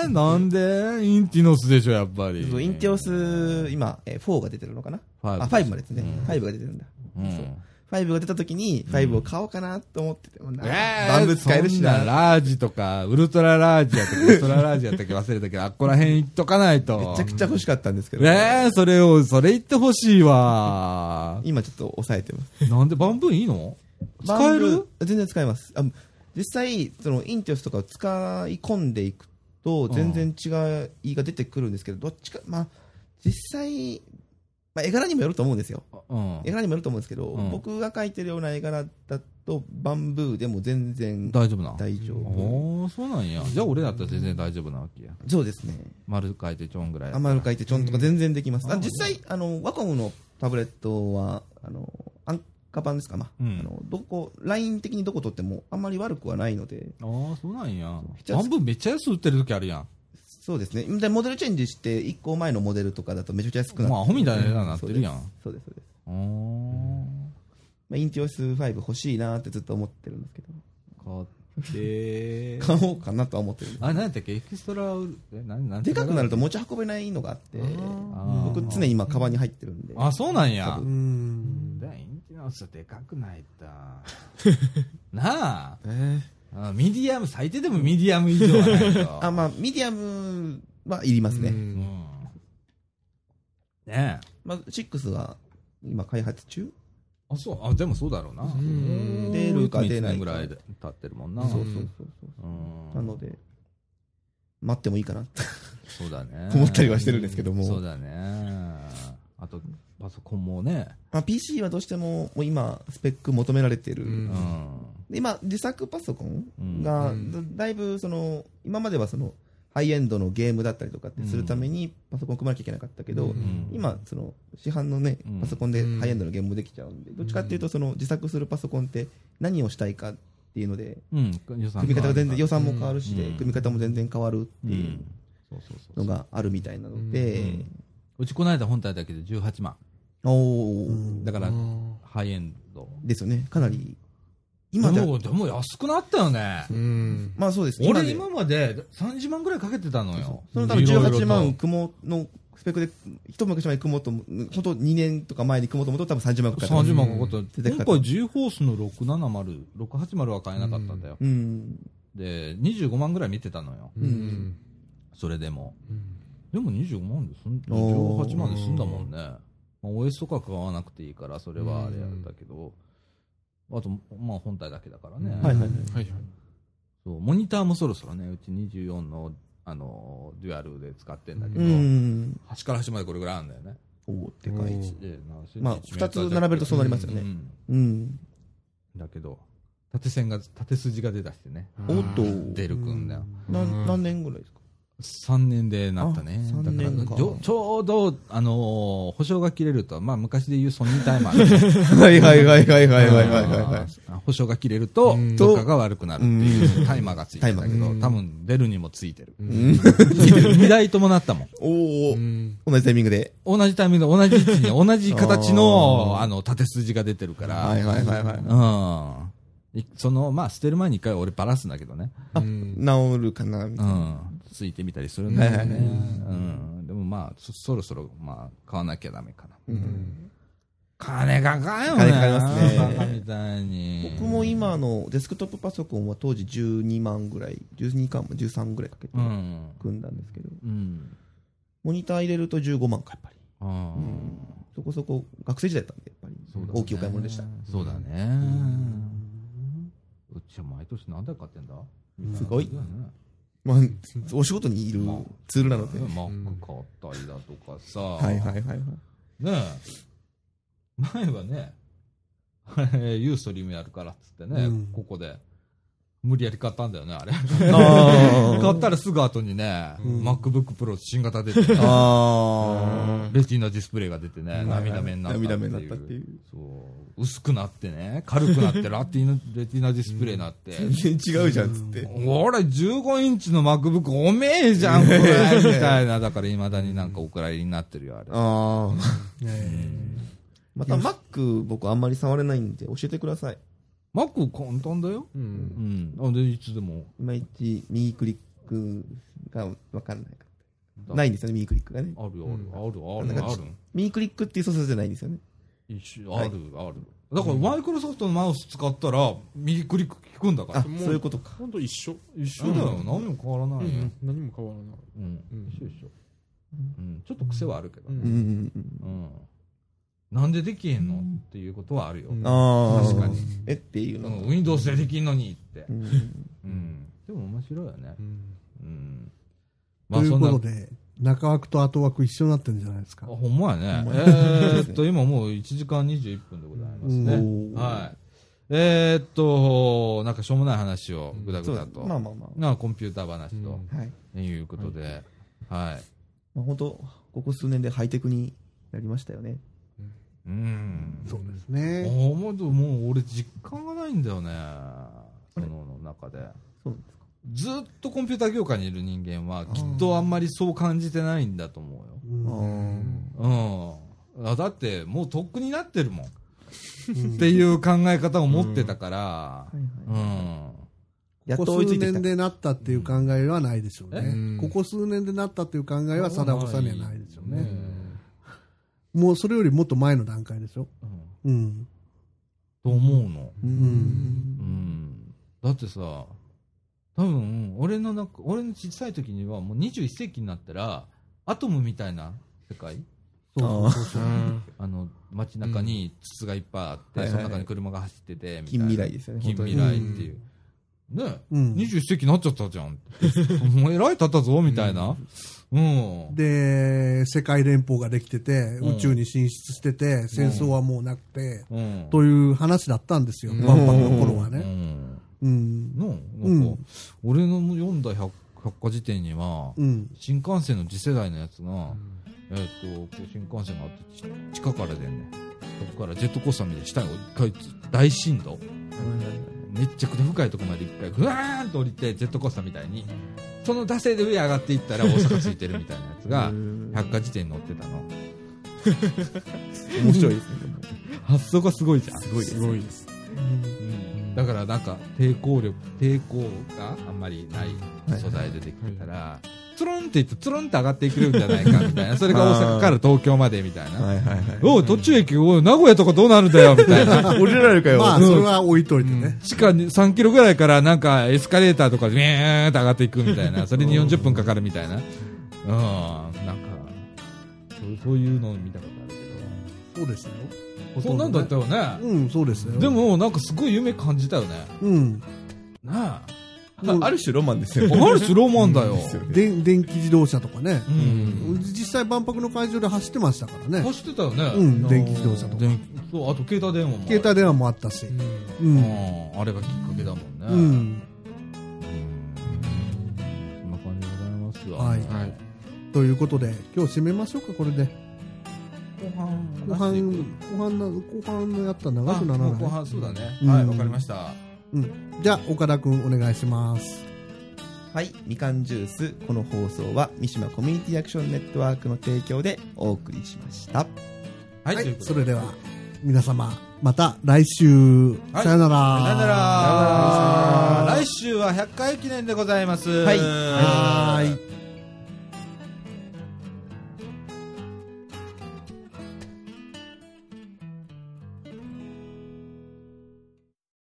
S4: えー、なんでインティノスでしょ、やっぱり。
S2: そうインティオ
S4: う
S2: ス、今、えー4が出てるのかな
S4: ファイブ
S2: あ、5までですね
S4: うん。
S2: 5が出てるんだ。
S4: ん。
S2: 5が出た時に、5を買おうかなと思ってて、もうな
S4: えー
S2: バンブー使えるし
S4: そん
S2: な。
S4: ラージとか、ウルトララージや ったっけ、ウルトララージやったっけ忘れたけど、あっこら辺行っとかないと。
S2: めちゃくちゃ欲しかったんですけど、。
S4: えー、それを、それ言ってほしいわ
S2: 今ちょっと抑えてます。
S4: なんでバンブーいいの使
S2: バ
S4: え
S2: ンブ
S4: る
S2: ー全然使えます。あ実際、そのインティオスとかを使い込んでいくと、全然違いが出てくるんですけど、どっちか、まあ、実際、まあ、絵柄にもよると思うんですよ。
S4: うん
S2: 絵。柄にもよると思うんですけど、
S4: うん
S2: 僕が描いてるような絵柄だと、バンブーでも全然
S4: 大丈夫な。
S2: 大丈夫。
S4: おー、そうなんや。じゃあ俺だったら全然大丈夫なわけや。
S2: そうですね。
S4: 丸書いてちょんぐらい。
S2: アマルカイテチョンとか全然できます。
S4: う
S2: あ
S4: ん
S2: 実際、あの、ワコムのタブレットは、あの、安価版ですか、まあ、
S4: うん
S2: あの、どこ、ライン的にどこ取ってもあんまり悪くはないので、
S4: ああ、そうなんや。
S2: じゃあ
S4: 半分めっちゃ安売ってる時あるやん。
S2: そうですね。で、モデルチェンジして、1個前のモデルとかだとめちゃくちゃ安くなって
S4: まあアホみたいな値段になってるやん
S2: そうです、そうです。そうです
S4: ああ。
S2: まあ、インティオス5欲しいなってずっと思ってるんですけど、
S4: 買って。
S2: 買おうかなとは思ってるんです
S4: あ、なんやったっけエクストラウル、え、なん、なんて
S2: でかくなると持ち運べないのがあって、
S4: あー
S2: 僕常に今、カバンに入ってるんで。
S4: あ、そうなんや
S1: う。ん
S4: だインティナンスでかくないだ。 なあ
S3: え
S4: あ。ミディアム、最低でもミディアム以上はないと。
S2: あ、まあ、ミディアムはいります
S3: ー
S2: ね。
S4: うん。ねえ。
S2: まあ、6は今開発中
S4: あ、そう、あ、でもそうだろうな。
S3: ん
S2: 出るか出ないか
S4: 1年ぐらいで経ってるもんな。
S2: そうそうそうそう。
S4: うん
S2: なので、待ってもいいかなって。
S4: そうだね。
S2: 思ったりはしてるんですけども
S4: そうだね。あと、パソコンもね。
S2: まあ、PC はどうしても、もう今、スペック求められてる。
S3: うん
S4: うん。
S2: で今、自作パソコン
S3: う
S2: が、
S3: ん
S2: だだいぶ、その、今まではその、ハイエンドのゲームだったりとかってするために、パソコン組まなきゃいけなかったけど、
S4: ん
S2: 今、その、市販のね
S4: うん、
S2: パソコンで
S3: うん
S2: ハイエンドのゲームもできちゃうんで、どっちかっていうと、その、自作するパソコンって何をしたいかっていうので、
S4: うん。予算
S2: 組み方が全然、予算も変わるしで
S4: うん、
S2: 組み方も全然変わるって
S4: う。
S2: いうん
S4: そうそうそ
S2: の
S4: う。
S2: があるみたいなので、
S4: うちこの間本体だけで18万。
S2: おお、
S4: だから、
S3: ん
S4: ハイエンド。
S2: ですよね、かなり今
S4: で
S2: だ、
S4: も、でも安くなったよね。
S3: うん。
S2: まあそうです。
S4: 俺
S2: で
S4: 今まで30万ぐらいかけてたのよ。
S2: その多分
S4: いろいろと
S2: 18万雲のスペックで、一昔前に雲と、本当2年とか前に雲ともと多分30万くらい。
S4: 30万かかった。
S2: 出てきた
S4: 今回 G ホースの670、680は買えなかったんだよ。
S2: うん。
S4: で、25万ぐらい見てたのよ。
S3: うん。
S4: それでも。でも25万で済ん、18万で済んだもんね。まあ、OS とか買わなくていいから、それはあれやったけど、あと、まあ本体だけだからね。
S2: はいはいはい。
S3: はいはい。
S4: そうモニターもそろそろね、うち24の、あのーデュアルで使ってんだけど、
S2: うん。
S4: 端から端までこれぐらいあるんだよね。
S2: おお、でかい。
S4: でな
S2: まあ
S4: 1メーター
S2: 二つ並べるとそうなりますよね
S4: ん
S2: うん。
S4: だけど、縦線が、縦筋が出だしてね。
S2: おっと、
S4: 出るくんだよ。
S2: なん何年ぐらいですか
S4: 3年でなったね。
S2: あ
S4: だ
S2: 三年
S4: から
S2: か
S4: ちょちょうど、あのー保証が切れると、まあ昔で言うソニータイマーみたいな
S2: はいはいはいはい は
S4: あの保証が切れると、どっかが悪くなるっていうタイマーがついてんだけ
S2: タイマ
S4: ど
S2: ー、が
S4: 多分出るにもついてる。
S2: うん。
S4: 2台ともなったもん。
S2: おお、
S3: うん。
S2: 同じタイミングで。
S4: 同じタイミングで同じ位置に同じ形の、あの、縦筋が出てるから、
S2: はいはいはいはい。
S4: うん。いその、まあ、捨てる前に一回俺バラすんだけどね。
S3: うん。
S2: 治るかなみ
S4: う
S2: たいな。
S4: ん。ついてみたりするんだよ
S2: はい
S4: ね。
S2: は
S4: う
S2: いはい
S4: ん。でもまあ、そそろそろ、まあ、買わなきゃダメかな。金かかんよ
S2: 金
S4: ね。
S2: かかりますね
S4: バカみたいに。
S2: 僕も今のデスクトップパソコンは当時12万ぐらい、12かも13ぐらいかけて
S4: うん。
S2: 組んだんですけど、
S4: うん。
S2: モニター入れると15万か、やっぱり。
S4: ああ
S2: そこそこ、学生時代だったんで、やっぱり、
S4: そうだね
S2: 大きいお買い物でした。
S4: そうだね。うちは毎年何台買ってんだ
S2: すごい
S4: だよね
S2: まあ、お仕事にいるツールなので。
S4: マック買ったりだとかさ、
S2: はいはいはいはい。
S4: ねえ前はね、 あれ、ユーストリームやるからっつってね、
S1: うん
S4: ここで、無理やり買ったんだよね、あれ。
S2: あ
S4: 買ったらすぐ後にね、MacBook Pro 新型出てね、
S2: あ
S4: レジーナディスプレイが出てね、涙目になったっていう。
S2: 涙目になったっていう
S4: そう。薄くなってね、軽くなって、ラティーナ、レティーナディスプレイになって。
S2: 全然違うじゃんっつって。
S4: 俺15インチの MacBook おめえじゃん、これみたい な。だから未だになんかお蔵入りになってるよ、あれ。
S2: ああ。
S1: え
S2: また Mac 僕あんまり触れないんで教えてください。
S4: Mac 簡単だよ。
S3: うん。
S4: うん。あで、いつでも。
S2: いまいち右クリックがわかんないから。ないんですよね、右クリックがね。
S4: あるよある、ある、ある、ある。
S2: 右クリックっていう操作じゃないんですよね。
S4: 一緒
S2: は
S4: あ
S2: い
S4: る、ある。だから、マイクロソフトのマウス使ったら、右クリック効くんだから。
S2: そういうことか。
S3: ほんと一緒。
S4: 一緒だよ。何も変わらないよ。
S3: 何も変わらない。
S4: うん
S3: うん。
S4: 一緒一緒。うん。ちょっと癖はあるけど
S3: う。ん
S2: うんうんうん。
S4: うん。なんでできへんのっていうことはあるよ。
S3: うん
S2: ああ。
S4: 確かに。
S2: えっていう
S4: う
S2: の
S4: ん Windows でできんのにって
S2: う。ん
S4: うん。でも面白いよね。
S3: うん。
S4: うん。
S1: ーということで、中枠と後枠一緒になってるんじゃないです
S4: あ
S1: か。
S4: ほんまやね。
S2: ほんまや
S4: えーっと、今もう1時間21分でございます
S2: うん
S4: ね。はい。えーっと、なんかしょうもない話をぐだ
S2: そ
S4: ぐ
S2: う
S4: だ
S2: だ
S4: と。
S2: まあまあま
S4: なあコンピューター話と
S2: あ。はい。
S4: いうことで、はい。
S2: まあ本当ここ数年でハイテクになりましたよね。
S4: うん。
S1: そうですね。
S4: 思うと、もう俺実感がないんだよね。その中で。
S2: そうなんですか。
S4: ずっとコンピューター業界にいる人間は、きっとあんまりそう感じてないんだと思うよ。
S1: うん
S4: うん、あだってもうとっくになってるもんっていう考え方を持ってたから、
S2: はいは
S4: う
S2: い。
S4: ん
S2: やっ
S1: ことこ
S2: 追いつ
S1: 数
S2: いてきた
S1: 年。でなったっていう考えはないでしょうね。
S3: うん
S1: ここ数年でなったっていう考えは貞子さんにはないでしょうね。
S4: うん
S1: もうそれよりもっと前の段階でしょ。
S4: うん
S1: うん。
S4: と思うの、
S2: う。
S4: うんん、だってさ多分俺のなんか俺の小さい時にはもう21世紀になったらアトムみたいな世界
S2: そうそう
S4: あの街中に筒がいっぱいあって、
S2: はいはい
S4: そ
S2: はい
S4: の中に車が走っててみた
S2: 近未来
S4: いな
S2: ですよね。
S4: 近未来っていう、ね
S1: うん
S4: 21世紀になっちゃったじゃん。 もう偉いたったぞ、みたいな。うん。
S1: で、世界連邦ができてて、
S4: うん
S1: 宇宙に進出してて、戦争はもうなくて、
S4: うん。
S1: という話だったんですよ。
S3: うん
S1: 万博の頃は
S4: う
S1: ね。
S4: ん。
S1: うん。
S4: の、
S1: う
S4: なん
S1: ん
S4: か、俺の読んだ百百科事典には、
S1: うん。
S4: 新幹線の次世代のやつが、えっと、こう新幹線があって、ち地下からでね、そこからジェットコースターみたいに下に一回大震動。めっちゃくちゃ深いとこまで一回、ぐわーんと降りて、ジェットコースターみたいに、その惰性で上上がっていったら大阪ついてるみたいなやつが、百科事典に載ってたの。
S2: 面白いですね。
S4: 発想がすごいじゃん。
S2: すごいです
S3: す。ごいです。
S4: うんだからなんか抵抗力抵抗があんまりない素材でできてたら、つるんっていってつるんって上がっていけるんじゃないかみたいなそれが大阪から東京までみたいな、
S5: はいはいはい。
S4: おい途中駅おい名古屋とかどうなるんだよみたいな
S5: 降りられるかよ。
S1: まあ、それは置いといてね。
S4: 地下に3キロぐらいからなんかエスカレーターとかでビーンって上がっていくみたいな、それに40分かかるみたいな。うん、なんか、そうそういうのを見たことある
S1: そうですよ。
S4: けど。そんなんだったよね。
S1: うん、そうですよ。
S4: で、も、なんかすごい夢感じたよね。
S1: うん。
S4: なあ。
S5: ある種ロマンですよね。
S4: ある種ロマン だよ。
S1: で電気自動車とかね
S4: う。ん。
S1: 実際万博の会場で走ってましたからね。
S4: 走ってたよね。
S1: うん、電気自動車とか。
S4: 電気そう、あと携帯電話も。
S1: 携帯電話もあったし。うん。
S4: うん。あれがきっかけだもんね。
S1: う。ん。
S4: そんな感じでございますよ。
S1: はい
S3: はい
S1: ということで、今日締めましょうか、これで。
S4: 後半、
S1: 後半、後半な、後半のやったら長くな
S4: あ
S1: ら
S4: もう後
S1: ない。
S4: 半そうだね、
S1: うん
S4: はいわかりました
S1: うん。じゃあ、岡田くんお願いします。
S5: はい、みかんジュース。この放送は三島コミュニティアクションネットワークの提供でお送りしました。
S4: はい、
S1: は
S4: とい、
S1: いう
S4: こと
S1: そ
S4: で
S1: れでは、皆様、また来週、
S4: はい
S1: さよなら。
S4: さ
S1: さよ
S4: よな
S1: なら
S4: ら来週は100回記念でございます
S5: はい
S4: はーい